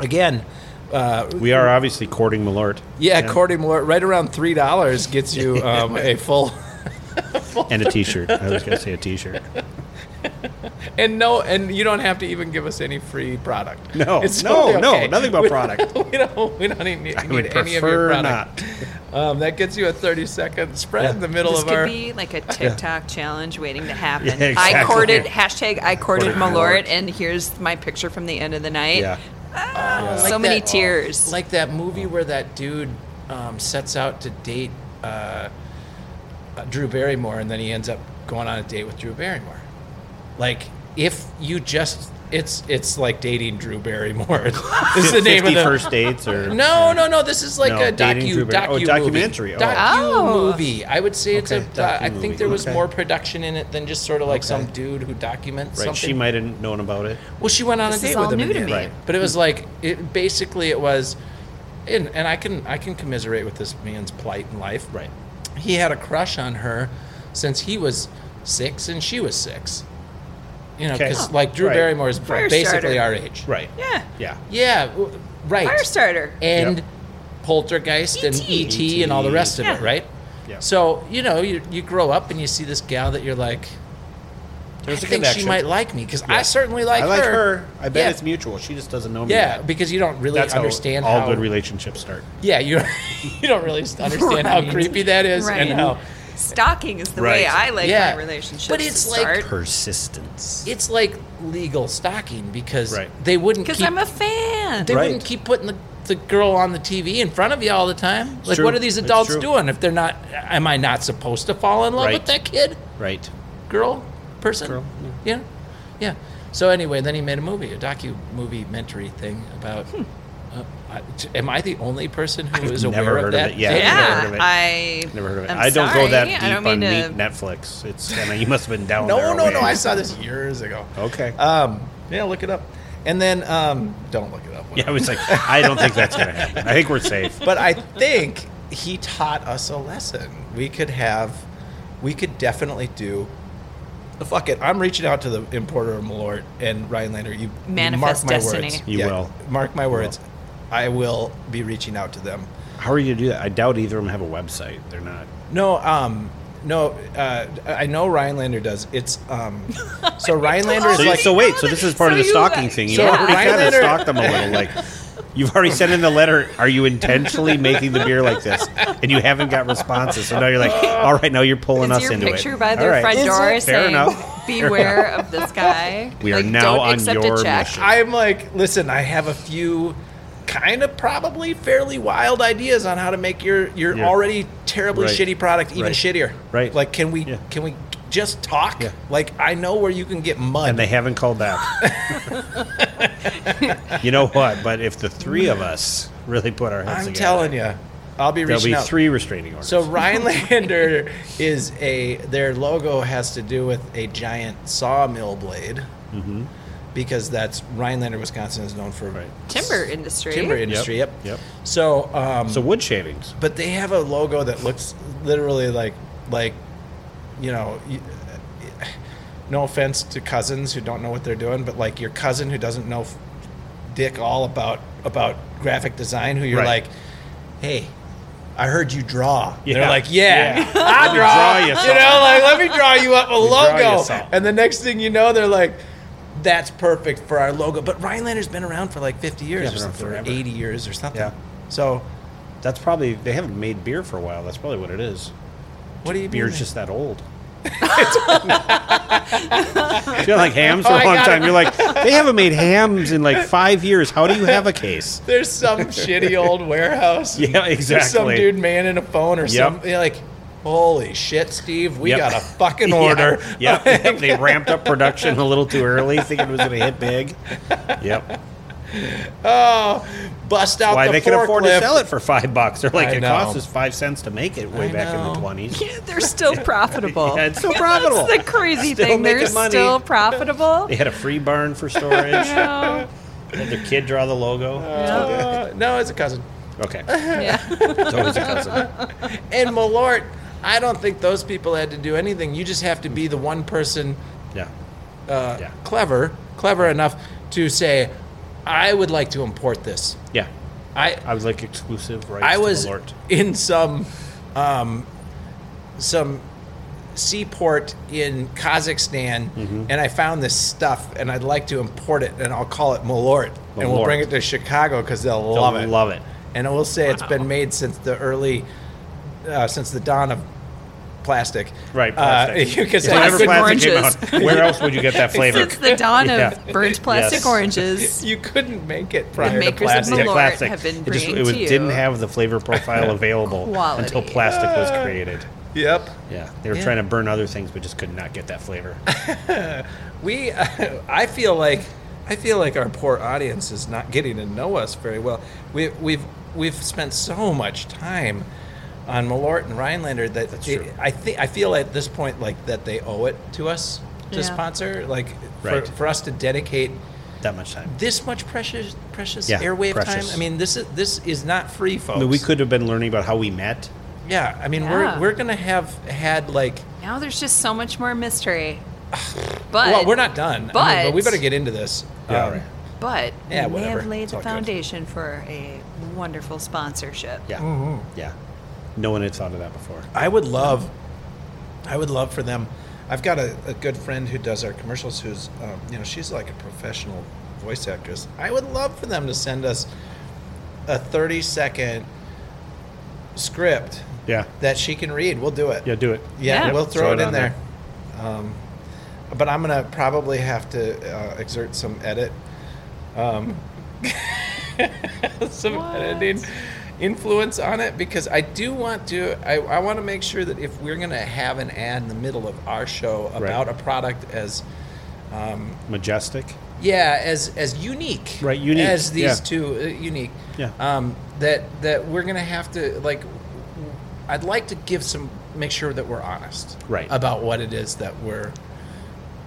[SPEAKER 4] again, uh,
[SPEAKER 3] We are obviously courting Malort.
[SPEAKER 4] yeah, Cordy Malort, right around three dollars gets you um, a full
[SPEAKER 3] and a T-shirt. I was going to say a T-shirt.
[SPEAKER 4] and no, and you don't have to even give us any free product.
[SPEAKER 3] No,
[SPEAKER 4] It's
[SPEAKER 3] no,
[SPEAKER 4] totally
[SPEAKER 3] no,
[SPEAKER 4] okay.
[SPEAKER 3] nothing about
[SPEAKER 4] we,
[SPEAKER 3] product.
[SPEAKER 4] We don't. We don't even need,
[SPEAKER 3] I would
[SPEAKER 4] any of your
[SPEAKER 3] prefer
[SPEAKER 4] product.
[SPEAKER 3] not.
[SPEAKER 4] Um, that gets you a 30 second spread in the middle
[SPEAKER 2] This
[SPEAKER 4] of
[SPEAKER 2] could
[SPEAKER 4] our.
[SPEAKER 2] be like a TikTok challenge waiting to happen.
[SPEAKER 3] Yeah, exactly.
[SPEAKER 2] I courted hashtag I
[SPEAKER 3] Courted
[SPEAKER 2] courted Malort,
[SPEAKER 3] Malort.
[SPEAKER 2] and here's my picture from the end of the night.
[SPEAKER 3] Yeah.
[SPEAKER 2] Ah,
[SPEAKER 4] Like
[SPEAKER 2] so many
[SPEAKER 4] that-
[SPEAKER 2] tears.
[SPEAKER 4] Oh, Like that movie where that dude um, sets out to date uh, uh, Drew Barrymore, and then he ends up going on a date with Drew Barrymore. Like if you just, it's it's like dating Drew Barrymore. this is the name of the
[SPEAKER 3] first dates or
[SPEAKER 4] No, no, no. This is like
[SPEAKER 3] No,
[SPEAKER 4] a
[SPEAKER 3] dating
[SPEAKER 4] docu,
[SPEAKER 3] Drew Barry-
[SPEAKER 4] docu
[SPEAKER 3] oh, documentary, oh.
[SPEAKER 4] Movie. Docu
[SPEAKER 2] Oh.
[SPEAKER 4] movie. I would say it's
[SPEAKER 3] Okay,
[SPEAKER 4] a. Uh, I
[SPEAKER 3] docu-movie,
[SPEAKER 4] think there was
[SPEAKER 3] okay.
[SPEAKER 4] more production in it than just sort of like some
[SPEAKER 3] Okay.
[SPEAKER 4] dude who documents
[SPEAKER 3] right.
[SPEAKER 4] something.
[SPEAKER 3] She might have known about it.
[SPEAKER 4] Well, she went on
[SPEAKER 2] This
[SPEAKER 4] a
[SPEAKER 2] is
[SPEAKER 4] date
[SPEAKER 2] all
[SPEAKER 4] with him,
[SPEAKER 2] new
[SPEAKER 4] in the
[SPEAKER 2] to
[SPEAKER 4] end.
[SPEAKER 2] me. Right.
[SPEAKER 4] But it was like, it, basically, it was, and, and I can I can commiserate with this man's plight in life. Right. He had a crush on her since he was six and she was six. You know,
[SPEAKER 3] Okay.
[SPEAKER 4] because
[SPEAKER 3] Oh.
[SPEAKER 4] like Drew
[SPEAKER 3] Right.
[SPEAKER 4] Barrymore is
[SPEAKER 2] Fire
[SPEAKER 4] basically
[SPEAKER 2] starter.
[SPEAKER 4] our age.
[SPEAKER 3] Right.
[SPEAKER 2] yeah.
[SPEAKER 3] Yeah.
[SPEAKER 4] Yeah. w- Right
[SPEAKER 2] Firestarter.
[SPEAKER 4] and
[SPEAKER 3] Yep.
[SPEAKER 4] Poltergeist and
[SPEAKER 2] E.T..
[SPEAKER 4] ET and all the rest of
[SPEAKER 2] Yeah.
[SPEAKER 4] it, right?
[SPEAKER 3] Yeah.
[SPEAKER 4] So you know, you, you grow up and you see this gal that you're like,
[SPEAKER 3] There's
[SPEAKER 4] I
[SPEAKER 3] a
[SPEAKER 4] think she
[SPEAKER 3] connection.
[SPEAKER 4] might like me because
[SPEAKER 3] Yeah.
[SPEAKER 4] I certainly like
[SPEAKER 3] I
[SPEAKER 4] her.
[SPEAKER 3] like her. I bet
[SPEAKER 4] Yeah.
[SPEAKER 3] it's mutual. She just doesn't know me.
[SPEAKER 4] Yeah,
[SPEAKER 3] yet.
[SPEAKER 4] because you don't really
[SPEAKER 3] That's
[SPEAKER 4] understand
[SPEAKER 3] how all
[SPEAKER 4] how
[SPEAKER 3] good relationships start.
[SPEAKER 4] yeah you you don't really understand how
[SPEAKER 2] Right.
[SPEAKER 4] creepy that is
[SPEAKER 2] Right.
[SPEAKER 4] and how
[SPEAKER 2] Stalking is the way
[SPEAKER 3] Right.
[SPEAKER 2] I like
[SPEAKER 4] Yeah.
[SPEAKER 2] my relationships.
[SPEAKER 4] But it's
[SPEAKER 2] to
[SPEAKER 4] like-
[SPEAKER 2] start.
[SPEAKER 3] Persistence.
[SPEAKER 4] it's like legal stalking because
[SPEAKER 3] Right.
[SPEAKER 4] they wouldn't
[SPEAKER 2] Because
[SPEAKER 4] keep
[SPEAKER 2] I'm a fan.
[SPEAKER 4] they
[SPEAKER 3] Right.
[SPEAKER 4] wouldn't keep putting the, the girl on the TV in front of you all the time. Like,
[SPEAKER 3] true.
[SPEAKER 4] what are these
[SPEAKER 3] It's
[SPEAKER 4] adults
[SPEAKER 3] true.
[SPEAKER 4] doing if they're not? Am I not supposed to fall in love with
[SPEAKER 3] Right.
[SPEAKER 4] that kid?
[SPEAKER 3] right.
[SPEAKER 4] girl person.
[SPEAKER 3] Girl,
[SPEAKER 4] yeah. yeah, So anyway, then he made a movie, a docu movie mentory thing about. Uh, I- t- am I the only person who
[SPEAKER 3] Hmm. I've
[SPEAKER 4] is
[SPEAKER 3] never
[SPEAKER 4] aware
[SPEAKER 3] heard
[SPEAKER 4] of
[SPEAKER 3] of
[SPEAKER 4] that?
[SPEAKER 3] it, yeah.
[SPEAKER 4] thing?
[SPEAKER 3] I've never heard
[SPEAKER 2] yeah,
[SPEAKER 3] of it.
[SPEAKER 2] I
[SPEAKER 3] Never heard of it.
[SPEAKER 2] I'm
[SPEAKER 3] I don't
[SPEAKER 2] sorry.
[SPEAKER 3] go that
[SPEAKER 2] I don't
[SPEAKER 3] deep
[SPEAKER 2] mean
[SPEAKER 3] on
[SPEAKER 2] to-
[SPEAKER 3] neat Netflix. It's I mean, you must have been down there.
[SPEAKER 4] No, no,
[SPEAKER 3] way.
[SPEAKER 4] no. I saw this years ago.
[SPEAKER 3] Okay.
[SPEAKER 4] Um, yeah, look it up, and then um, don't look it up.
[SPEAKER 3] yeah, I was like, I don't think that's gonna happen. I think we're safe.
[SPEAKER 4] but I think he taught us a lesson. We could have, we could definitely do. Fuck it, I'm reaching out to the importer of Malort and Ryan Lander. You
[SPEAKER 2] Manifest
[SPEAKER 4] mark my
[SPEAKER 2] destiny.
[SPEAKER 4] words.
[SPEAKER 3] You will.
[SPEAKER 4] mark my words. I will be reaching out to them.
[SPEAKER 3] How are you gonna do that? I doubt either of them have a website. They're not.
[SPEAKER 4] No, um, no, uh, I know Ryan Lander does. It's um, so Ryan Lander is
[SPEAKER 3] So,
[SPEAKER 4] like
[SPEAKER 3] so wait, so this is part
[SPEAKER 2] So
[SPEAKER 3] of the
[SPEAKER 2] you- uh,
[SPEAKER 3] stalking thing. You
[SPEAKER 4] so
[SPEAKER 3] already
[SPEAKER 4] Ryan
[SPEAKER 3] kind of
[SPEAKER 4] Leonard-
[SPEAKER 3] stalked them a little. Like, you've already sent in the letter. Are you intentionally making the beer like this? And you haven't got responses. So now you're like, all right, now you're pulling
[SPEAKER 2] Is
[SPEAKER 3] us
[SPEAKER 2] your
[SPEAKER 3] into
[SPEAKER 2] picture
[SPEAKER 3] it.
[SPEAKER 2] by
[SPEAKER 3] All
[SPEAKER 2] their
[SPEAKER 3] right.
[SPEAKER 2] front door
[SPEAKER 3] Fair
[SPEAKER 2] saying,
[SPEAKER 3] enough.
[SPEAKER 2] "Beware of this guy"?
[SPEAKER 3] We are
[SPEAKER 2] Like,
[SPEAKER 3] now
[SPEAKER 2] don't
[SPEAKER 3] on
[SPEAKER 2] accept
[SPEAKER 3] your
[SPEAKER 2] a check.
[SPEAKER 3] mission.
[SPEAKER 4] I'm like, listen, I have a few kind of probably fairly wild ideas on how to make your your
[SPEAKER 3] Yeah.
[SPEAKER 4] already terribly
[SPEAKER 3] Right.
[SPEAKER 4] shitty product even
[SPEAKER 3] Right.
[SPEAKER 4] shittier.
[SPEAKER 3] Right.
[SPEAKER 4] Like can we
[SPEAKER 3] Yeah.
[SPEAKER 4] can we just talk?
[SPEAKER 3] Yeah.
[SPEAKER 4] Like I know where you can get mud.
[SPEAKER 3] And they haven't called back. you know what? But if the three of us really put our heads
[SPEAKER 4] I'm
[SPEAKER 3] together,
[SPEAKER 4] telling you. I'll be
[SPEAKER 3] there'll
[SPEAKER 4] reaching
[SPEAKER 3] be
[SPEAKER 4] out.
[SPEAKER 3] three restraining orders.
[SPEAKER 4] So Rhinelander is a their logo has to do with a giant sawmill blade because that's Rhinelander, Wisconsin is known for
[SPEAKER 3] Mm-hmm. Right.
[SPEAKER 2] Timber industry.
[SPEAKER 4] timber industry. Yep.
[SPEAKER 3] Yep.
[SPEAKER 4] So um,
[SPEAKER 3] so wood shavings.
[SPEAKER 4] but they have a logo that looks literally like like you know. y- No offense to cousins who don't know what they're doing, but like your cousin who doesn't know f- dick all about about graphic design, who you're like,
[SPEAKER 3] Right.
[SPEAKER 4] hey, I heard you draw. They're
[SPEAKER 3] Yeah.
[SPEAKER 4] like, yeah,
[SPEAKER 3] Yeah. Let
[SPEAKER 4] I draw.
[SPEAKER 3] me draw you
[SPEAKER 4] you know,
[SPEAKER 3] some."
[SPEAKER 4] like let me draw you up a
[SPEAKER 3] draw you
[SPEAKER 4] logo.
[SPEAKER 3] some.
[SPEAKER 4] And the next thing you know, they're like, that's perfect for our logo. But Rhinelander's been around for like 50 years
[SPEAKER 3] Yeah,
[SPEAKER 4] or
[SPEAKER 3] been around
[SPEAKER 4] something, or
[SPEAKER 3] forever.
[SPEAKER 4] 80 years or something.
[SPEAKER 3] Yeah.
[SPEAKER 4] So
[SPEAKER 3] That's probably they haven't made beer for a while. That's probably what it is.
[SPEAKER 4] what do you
[SPEAKER 3] Beer's
[SPEAKER 4] mean?
[SPEAKER 3] just that old. You're like hams for
[SPEAKER 4] Oh,
[SPEAKER 3] a
[SPEAKER 4] I
[SPEAKER 3] long
[SPEAKER 4] got
[SPEAKER 3] time.
[SPEAKER 4] it.
[SPEAKER 3] You're like they haven't made hams in like five years. How do you have a case?
[SPEAKER 4] There's some shitty old warehouse.
[SPEAKER 3] Yeah,
[SPEAKER 4] There's some
[SPEAKER 3] exactly.
[SPEAKER 4] dude manning a phone or
[SPEAKER 3] Yep.
[SPEAKER 4] something. You're like, holy shit, Steve, we
[SPEAKER 3] Yep.
[SPEAKER 4] got a fucking order.
[SPEAKER 3] Yeah, yep, yep. They ramped up production a little too early, thinking it was going to hit big. Yep.
[SPEAKER 4] Oh, bust out
[SPEAKER 3] Why
[SPEAKER 4] the
[SPEAKER 3] they can afford to
[SPEAKER 4] forklift.
[SPEAKER 3] sell it for five bucks? They're like
[SPEAKER 4] I
[SPEAKER 3] it
[SPEAKER 4] know.
[SPEAKER 3] cost us five cents to make it way
[SPEAKER 4] I
[SPEAKER 3] back in
[SPEAKER 4] know.
[SPEAKER 3] the twenties.
[SPEAKER 2] Yeah, they're still profitable.
[SPEAKER 3] Yeah, it's still profitable.
[SPEAKER 2] That's the crazy
[SPEAKER 3] Still
[SPEAKER 2] thing. They're
[SPEAKER 3] making money.
[SPEAKER 2] still profitable.
[SPEAKER 3] They had a free barn for storage. Let
[SPEAKER 2] No.
[SPEAKER 3] their kid draw the logo.
[SPEAKER 4] Uh, no, it's a cousin.
[SPEAKER 3] okay,
[SPEAKER 2] Yeah.
[SPEAKER 3] it's always a cousin.
[SPEAKER 4] And Malort, I don't think those people had to do anything. You just have to be the one person
[SPEAKER 3] Yeah,
[SPEAKER 4] uh,
[SPEAKER 3] Yeah.
[SPEAKER 4] clever, clever enough to say, I would like to import this.
[SPEAKER 3] yeah.
[SPEAKER 4] I,
[SPEAKER 3] I was like exclusive rights.
[SPEAKER 4] I
[SPEAKER 3] to
[SPEAKER 4] was
[SPEAKER 3] Malort.
[SPEAKER 4] in some um, some seaport in Kazakhstan, and I found this stuff, and I'd like to import it, and I'll call it Malort, and we'll
[SPEAKER 3] Malort.
[SPEAKER 4] bring it to Chicago because they'll,
[SPEAKER 3] They'll
[SPEAKER 4] love it.
[SPEAKER 3] Love it.
[SPEAKER 4] And we'll say it's been made since the early uh, since the dawn of plastic.
[SPEAKER 3] Right, plastic.
[SPEAKER 4] Uh, you could say
[SPEAKER 2] Plastic
[SPEAKER 4] I couldn't-
[SPEAKER 2] oranges.
[SPEAKER 3] where else would you get that flavor?
[SPEAKER 2] Since the dawn of
[SPEAKER 3] Yeah.
[SPEAKER 2] burnt plastic
[SPEAKER 3] Yes.
[SPEAKER 2] oranges,
[SPEAKER 4] you couldn't make it prior to
[SPEAKER 2] makers of
[SPEAKER 4] plastic.
[SPEAKER 2] the
[SPEAKER 3] Yeah,
[SPEAKER 2] Lord
[SPEAKER 3] plastic.
[SPEAKER 2] have been
[SPEAKER 3] it just
[SPEAKER 2] bringing
[SPEAKER 3] it was-
[SPEAKER 2] to you
[SPEAKER 3] didn't have the flavor profile available until
[SPEAKER 2] Quality.
[SPEAKER 3] plastic was created.
[SPEAKER 4] Yep.
[SPEAKER 3] Yeah, they were
[SPEAKER 4] Yeah.
[SPEAKER 3] trying to burn other things, but just could not get that flavor.
[SPEAKER 4] We, I feel like, I feel like our poor audience is not getting to know us very well. We, we've we've spent so much time on Malort and Rhinelander that
[SPEAKER 3] That's
[SPEAKER 4] it-
[SPEAKER 3] true.
[SPEAKER 4] I think I feel at this point like that they owe it to us to
[SPEAKER 2] Yeah.
[SPEAKER 4] sponsor, like
[SPEAKER 3] Right.
[SPEAKER 4] for, for us to dedicate
[SPEAKER 3] that much time.
[SPEAKER 4] this much precious precious
[SPEAKER 3] Yeah,
[SPEAKER 4] airwave
[SPEAKER 3] precious.
[SPEAKER 4] time. I mean, this is this is not free, folks.
[SPEAKER 3] I mean, we could have been learning about how we met.
[SPEAKER 4] Yeah, I mean,
[SPEAKER 2] Yeah.
[SPEAKER 4] we're we're gonna have had like.
[SPEAKER 2] now there's just so much more mystery. But
[SPEAKER 4] well, we're not done. I mean,
[SPEAKER 2] but-
[SPEAKER 4] we better get into this.
[SPEAKER 3] Yeah,
[SPEAKER 4] Um,
[SPEAKER 3] right.
[SPEAKER 2] But
[SPEAKER 4] Yeah,
[SPEAKER 2] we may
[SPEAKER 4] whatever.
[SPEAKER 2] have laid
[SPEAKER 4] It's
[SPEAKER 2] the
[SPEAKER 4] all good.
[SPEAKER 2] foundation for a wonderful sponsorship.
[SPEAKER 3] Yeah, yeah. No one had thought of that before.
[SPEAKER 4] I would love, I would love for them. I've got a, a good friend who does our commercials. Who's, um, you know, she's like a professional voice actress. I would love for them to send us a thirty-second script
[SPEAKER 3] Yeah,
[SPEAKER 4] that she can read. We'll do it.
[SPEAKER 3] yeah. Do it.
[SPEAKER 4] Yeah,
[SPEAKER 2] Yeah.
[SPEAKER 4] we'll throw, it in
[SPEAKER 3] on
[SPEAKER 4] there. Um, but I'm gonna probably have to uh, exert some edit, um, some
[SPEAKER 2] What?
[SPEAKER 4] editing influence on it because I do want to. I, I want to make sure that if we're gonna have an ad in the middle of our show
[SPEAKER 3] Right.
[SPEAKER 4] about a product as
[SPEAKER 3] Majestic.
[SPEAKER 4] yeah as as unique
[SPEAKER 3] Right, unique,
[SPEAKER 4] as these
[SPEAKER 3] yeah.
[SPEAKER 4] two uh, unique
[SPEAKER 3] Yeah.
[SPEAKER 4] um, that that we're gonna have to like. I'd like to give some make sure that we're honest
[SPEAKER 3] Right.
[SPEAKER 4] about what it is that we're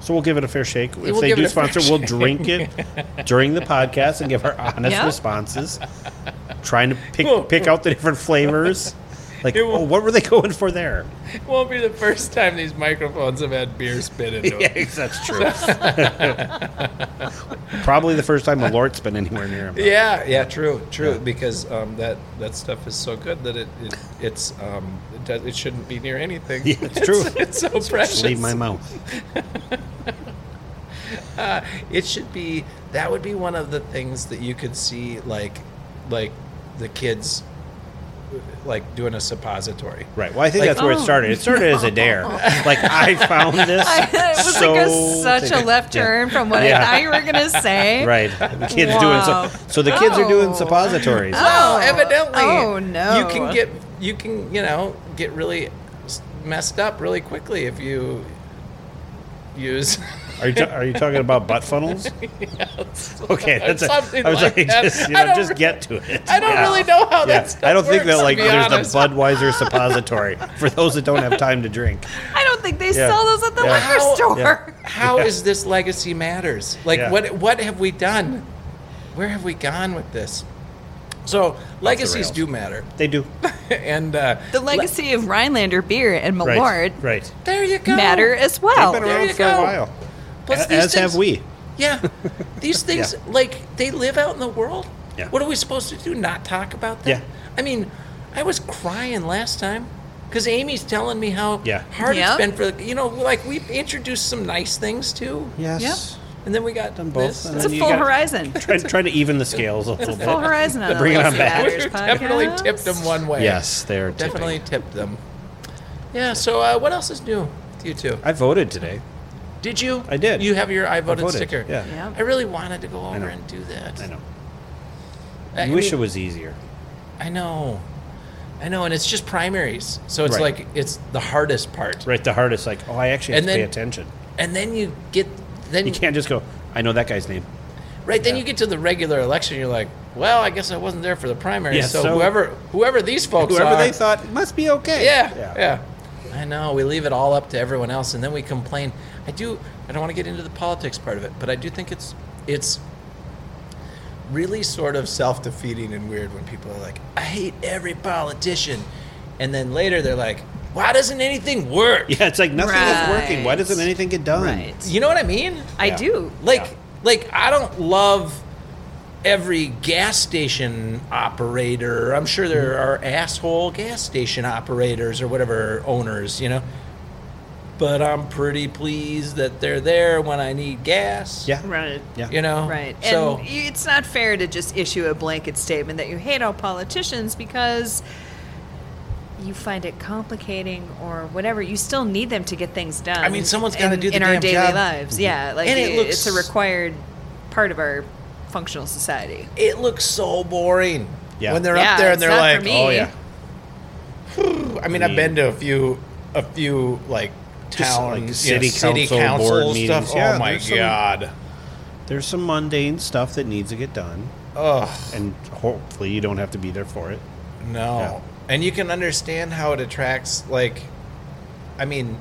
[SPEAKER 3] So we'll give it a fair shake. If
[SPEAKER 4] We'll
[SPEAKER 3] they
[SPEAKER 4] give
[SPEAKER 3] do
[SPEAKER 4] it a fair
[SPEAKER 3] sponsor, we'll drink it during the podcast and give our honest
[SPEAKER 2] Yeah.
[SPEAKER 3] responses. Trying to pick pick out the different flavors. Like,
[SPEAKER 4] It will-
[SPEAKER 3] oh, what were they going for there?
[SPEAKER 4] won't be the first time these microphones have had beer spit into them.
[SPEAKER 3] that's true. Probably the first time Malort's been anywhere near him.
[SPEAKER 4] Yeah, yeah, true, true. Because um, that that stuff is so good that it, it it's um, it, does, it shouldn't be near anything.
[SPEAKER 3] Yeah, it's true.
[SPEAKER 4] It's, so precious.
[SPEAKER 3] Just leave my mouth.
[SPEAKER 4] it should be. That would be one of the things that you could see, like, like the kids, like doing a suppository.
[SPEAKER 3] Right. Well, I think
[SPEAKER 4] Like- oh.
[SPEAKER 3] that's where it started. It started as a dare. Like I found this.
[SPEAKER 2] it was
[SPEAKER 3] so
[SPEAKER 2] like a, such a left
[SPEAKER 3] Yeah.
[SPEAKER 2] turn from what
[SPEAKER 3] Yeah.
[SPEAKER 2] I thought you were going to say.
[SPEAKER 3] Right. The kids doing
[SPEAKER 2] Wow.
[SPEAKER 3] so. So the kids are doing
[SPEAKER 2] Oh.
[SPEAKER 3] suppositories.
[SPEAKER 4] Oh, evidently.
[SPEAKER 2] Oh, no.
[SPEAKER 4] You can get you can you know get really s- messed up really quickly if you use.
[SPEAKER 3] Are you, ta- are you talking about butt funnels? Okay, that's a,
[SPEAKER 4] Something
[SPEAKER 3] I was
[SPEAKER 4] like
[SPEAKER 3] like,
[SPEAKER 4] that.
[SPEAKER 3] just, you
[SPEAKER 4] I
[SPEAKER 3] know,
[SPEAKER 4] don't
[SPEAKER 3] just
[SPEAKER 4] re-
[SPEAKER 3] get to it.
[SPEAKER 4] I don't
[SPEAKER 3] Yeah.
[SPEAKER 4] really know how
[SPEAKER 3] Yeah.
[SPEAKER 4] that stuff
[SPEAKER 3] I don't think
[SPEAKER 4] works,
[SPEAKER 3] that like
[SPEAKER 4] to be
[SPEAKER 3] there's
[SPEAKER 4] honest.
[SPEAKER 3] the Budweiser suppository for those that don't have time to drink.
[SPEAKER 2] I don't think they
[SPEAKER 3] Yeah.
[SPEAKER 2] sell those at the
[SPEAKER 3] Yeah.
[SPEAKER 2] liquor
[SPEAKER 4] How-
[SPEAKER 2] store.
[SPEAKER 3] Yeah.
[SPEAKER 4] How is this legacy matters? Like
[SPEAKER 3] Yeah.
[SPEAKER 4] what what have we done? Where have we gone with this? So legacies
[SPEAKER 3] rails.
[SPEAKER 4] do matter,
[SPEAKER 3] They do.
[SPEAKER 4] and uh,
[SPEAKER 2] The legacy of Rhinelander beer and
[SPEAKER 3] Right.
[SPEAKER 2] Malort
[SPEAKER 3] Right.
[SPEAKER 4] there you go.
[SPEAKER 2] matter as
[SPEAKER 3] They've
[SPEAKER 2] well.
[SPEAKER 3] been
[SPEAKER 4] there
[SPEAKER 3] around
[SPEAKER 4] you
[SPEAKER 3] for a
[SPEAKER 4] go.
[SPEAKER 3] while.
[SPEAKER 4] Plus
[SPEAKER 3] A-
[SPEAKER 4] these
[SPEAKER 3] As have
[SPEAKER 4] things-
[SPEAKER 3] we.
[SPEAKER 4] Yeah, these things
[SPEAKER 3] Yeah.
[SPEAKER 4] like they live out in the world.
[SPEAKER 3] Yeah.
[SPEAKER 4] What are we supposed to do? Not talk about them?
[SPEAKER 3] Yeah.
[SPEAKER 4] I mean, I was crying last time because Amy's telling me how
[SPEAKER 3] Yeah.
[SPEAKER 4] hard
[SPEAKER 2] Yep.
[SPEAKER 4] it's been for you know, like we introduced some nice things too,
[SPEAKER 3] Yes.
[SPEAKER 4] and then we got
[SPEAKER 3] Done both,
[SPEAKER 4] this.
[SPEAKER 3] and
[SPEAKER 2] It's
[SPEAKER 3] then
[SPEAKER 2] a
[SPEAKER 3] you
[SPEAKER 2] full
[SPEAKER 3] got-
[SPEAKER 2] horizon.
[SPEAKER 3] Trying, trying to even the scales a little bit.
[SPEAKER 2] Full horizon on the
[SPEAKER 3] Bring it on
[SPEAKER 2] Legacy
[SPEAKER 3] back.
[SPEAKER 4] We
[SPEAKER 2] Matters
[SPEAKER 4] definitely
[SPEAKER 2] podcast.
[SPEAKER 4] tipped them one way.
[SPEAKER 3] Yes, they're
[SPEAKER 4] definitely
[SPEAKER 3] tipping.
[SPEAKER 4] tipped them. Yeah. So uh, what else is new? to You two?
[SPEAKER 3] I voted today.
[SPEAKER 4] Did you?
[SPEAKER 3] I did.
[SPEAKER 4] You have your I voted,
[SPEAKER 3] voted,
[SPEAKER 4] sticker.
[SPEAKER 3] yeah.
[SPEAKER 2] Yeah.
[SPEAKER 4] I really wanted to go over
[SPEAKER 3] know.
[SPEAKER 4] and do that.
[SPEAKER 3] I know.
[SPEAKER 4] I,
[SPEAKER 3] I wish
[SPEAKER 4] mean-
[SPEAKER 3] it was easier.
[SPEAKER 4] I know. I know, and it's just primaries, so it's
[SPEAKER 3] Right.
[SPEAKER 4] like it's the hardest part.
[SPEAKER 3] Right. The hardest, like, oh, I actually have
[SPEAKER 4] And
[SPEAKER 3] to pay
[SPEAKER 4] then-
[SPEAKER 3] attention.
[SPEAKER 4] And then you get then
[SPEAKER 3] You can't just go, I know that guy's name.
[SPEAKER 4] right then you get to the regular election. You're like, well, I guess I wasn't there for the primary,
[SPEAKER 3] Yeah,
[SPEAKER 4] so,
[SPEAKER 3] so-
[SPEAKER 4] whoever whoever these folks
[SPEAKER 3] Whoever
[SPEAKER 4] are,
[SPEAKER 3] they thought must be okay.
[SPEAKER 4] yeah, yeah, I know. We leave it all up to everyone else, and then we complain. I do. I don't want to get into the politics part of it, but I do think it's it's really sort of self defeating and weird when people are like, I hate every politician, and then later they're like, Why doesn't anything work?
[SPEAKER 3] Yeah, it's like nothing is working. Why
[SPEAKER 2] Right.
[SPEAKER 3] doesn't anything get done?
[SPEAKER 2] Right.
[SPEAKER 4] You know what I mean?
[SPEAKER 2] I
[SPEAKER 3] Yeah.
[SPEAKER 2] do.
[SPEAKER 4] Like,
[SPEAKER 3] Yeah.
[SPEAKER 4] like I don't love every gas station operator. I'm sure there
[SPEAKER 3] Mm-hmm.
[SPEAKER 4] are asshole gas station operators or whatever owners, you know. But I'm pretty pleased that they're there when I need gas.
[SPEAKER 3] Yeah.
[SPEAKER 2] Right.
[SPEAKER 3] Yeah.
[SPEAKER 4] You know.
[SPEAKER 2] Right. And
[SPEAKER 4] So
[SPEAKER 2] y- it's not fair to just issue a blanket statement that you hate all politicians because
[SPEAKER 6] you find it complicating or whatever, you still need them to get things done.
[SPEAKER 4] I mean, someone's gotta
[SPEAKER 6] in-
[SPEAKER 4] do the
[SPEAKER 6] in our
[SPEAKER 4] damn
[SPEAKER 6] daily
[SPEAKER 4] job.
[SPEAKER 6] lives. Yeah, like
[SPEAKER 4] And it
[SPEAKER 6] it-
[SPEAKER 4] looks-
[SPEAKER 6] it's a required part of our functional society.
[SPEAKER 4] It looks so boring.
[SPEAKER 3] Yeah.
[SPEAKER 4] When they're
[SPEAKER 6] Yeah,
[SPEAKER 4] up there
[SPEAKER 6] it's
[SPEAKER 4] and they're
[SPEAKER 6] not for
[SPEAKER 4] like,
[SPEAKER 6] me.
[SPEAKER 4] oh yeah. I mean, I've been to a few, a few like
[SPEAKER 3] Mm. Just,
[SPEAKER 4] town,
[SPEAKER 3] like,
[SPEAKER 4] you know,
[SPEAKER 3] city council, board meetings.
[SPEAKER 4] stuff.
[SPEAKER 3] Yeah,
[SPEAKER 4] oh my
[SPEAKER 3] there's some-
[SPEAKER 4] god.
[SPEAKER 3] There's some mundane stuff that needs to get done,
[SPEAKER 4] Ugh,
[SPEAKER 3] and hopefully you don't have to be there for it.
[SPEAKER 4] no.
[SPEAKER 3] Yeah.
[SPEAKER 4] And you can understand how it attracts. Like, I mean,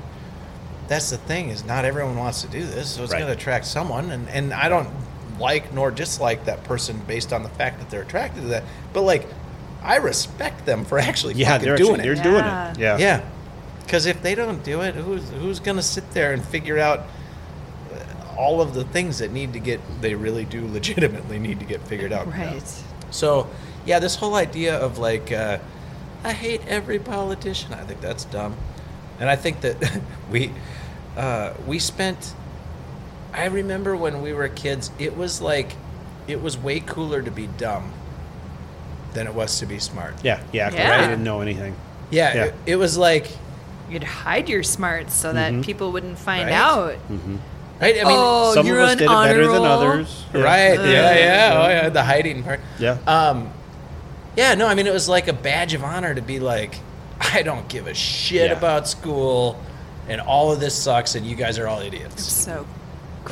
[SPEAKER 4] that's the thing is not everyone wants to do this, so it's
[SPEAKER 3] Right.
[SPEAKER 4] going to attract someone. And and I don't like nor dislike that person based on the fact that they're attracted to that. But like, I respect them for actually
[SPEAKER 3] Yeah,
[SPEAKER 4] fucking
[SPEAKER 3] they're
[SPEAKER 4] doing
[SPEAKER 3] actually-
[SPEAKER 4] it.
[SPEAKER 3] They're doing
[SPEAKER 6] Yeah.
[SPEAKER 3] it. Yeah.
[SPEAKER 4] Yeah, because if they don't do it, who's who's gonna sit there and figure out uh, all of the things that need to get they really do legitimately need to get figured out?
[SPEAKER 6] Right.
[SPEAKER 4] So, yeah, this whole idea of like, uh, I hate every politician. I think that's dumb, and I think that we uh, we spent. I remember when we were kids, it was like, it was way cooler to be dumb than it was to be smart.
[SPEAKER 3] Yeah. Yeah. 'cause
[SPEAKER 6] Yeah.
[SPEAKER 3] I didn't know anything.
[SPEAKER 4] Yeah,
[SPEAKER 3] Yeah.
[SPEAKER 4] It, it was like,
[SPEAKER 6] You'd hide your smarts so that people wouldn't find
[SPEAKER 4] Mm-hmm. Right. Mm-hmm.
[SPEAKER 6] out.
[SPEAKER 4] right? I mean,
[SPEAKER 6] Oh,
[SPEAKER 3] some
[SPEAKER 6] you're
[SPEAKER 3] of us
[SPEAKER 6] on
[SPEAKER 3] did it
[SPEAKER 6] honor
[SPEAKER 3] better
[SPEAKER 6] roll.
[SPEAKER 3] than others. Yeah.
[SPEAKER 4] Right. Yeah, yeah. Oh, yeah. The hiding part.
[SPEAKER 3] Yeah.
[SPEAKER 4] Um, yeah. No, I mean, it was like a badge of honor to be like, I don't give a shit
[SPEAKER 3] Yeah.
[SPEAKER 4] about school, and all of this sucks, and you guys are all idiots.
[SPEAKER 2] So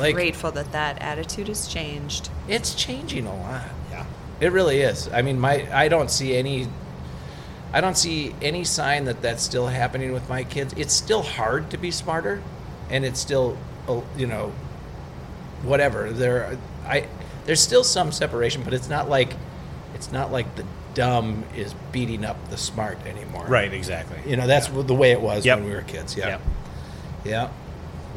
[SPEAKER 4] Like,
[SPEAKER 2] grateful that that attitude has changed.
[SPEAKER 4] it's changing a lot.
[SPEAKER 3] Yeah.
[SPEAKER 4] It really is. I mean, my I don't see any. I don't see any sign that that's still happening with my kids. It's still hard to be smarter, and it's still, uh, you know, whatever. There, I there's still some separation, but it's not like, it's not like the dumb is beating up the smart anymore.
[SPEAKER 3] Right. Exactly.
[SPEAKER 4] You know, that's the way it was
[SPEAKER 3] Yep.
[SPEAKER 4] when we were kids.
[SPEAKER 3] Yep.
[SPEAKER 4] Yeah. Yeah.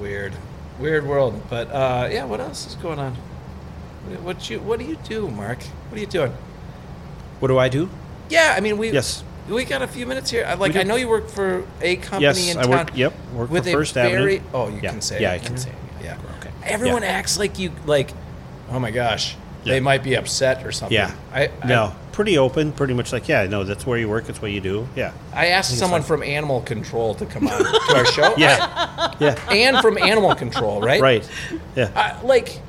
[SPEAKER 4] Weird. Weird world. But uh, yeah, what else is going on? What, what you What do you do, Mark? What are you doing?
[SPEAKER 3] What do I do?
[SPEAKER 4] Yeah, I mean we
[SPEAKER 3] Yes.
[SPEAKER 4] we got a few minutes here. I- Like
[SPEAKER 3] do.
[SPEAKER 4] I know you work for a company
[SPEAKER 3] Yes,
[SPEAKER 4] in
[SPEAKER 3] I
[SPEAKER 4] town.
[SPEAKER 3] work- yep, work
[SPEAKER 4] with
[SPEAKER 3] for
[SPEAKER 4] a
[SPEAKER 3] First
[SPEAKER 4] very,
[SPEAKER 3] Avenue.
[SPEAKER 4] Oh, you
[SPEAKER 3] Yeah,
[SPEAKER 4] can say.
[SPEAKER 3] yeah,
[SPEAKER 4] it.
[SPEAKER 3] I can say it,
[SPEAKER 4] Yeah.
[SPEAKER 3] Okay.
[SPEAKER 4] Everyone
[SPEAKER 3] Yeah.
[SPEAKER 4] acts like you like. Oh my gosh,
[SPEAKER 3] Yeah.
[SPEAKER 4] they might be upset or something.
[SPEAKER 3] Yeah.
[SPEAKER 4] I, I
[SPEAKER 3] no. Pretty open. Pretty much like yeah. No, that's where you work. It's what you do. Yeah.
[SPEAKER 4] I asked someone from Animal Control to come on to our show.
[SPEAKER 3] Yeah. yeah.
[SPEAKER 4] and from Animal Control, right?
[SPEAKER 3] Right. Yeah.
[SPEAKER 4] I, like,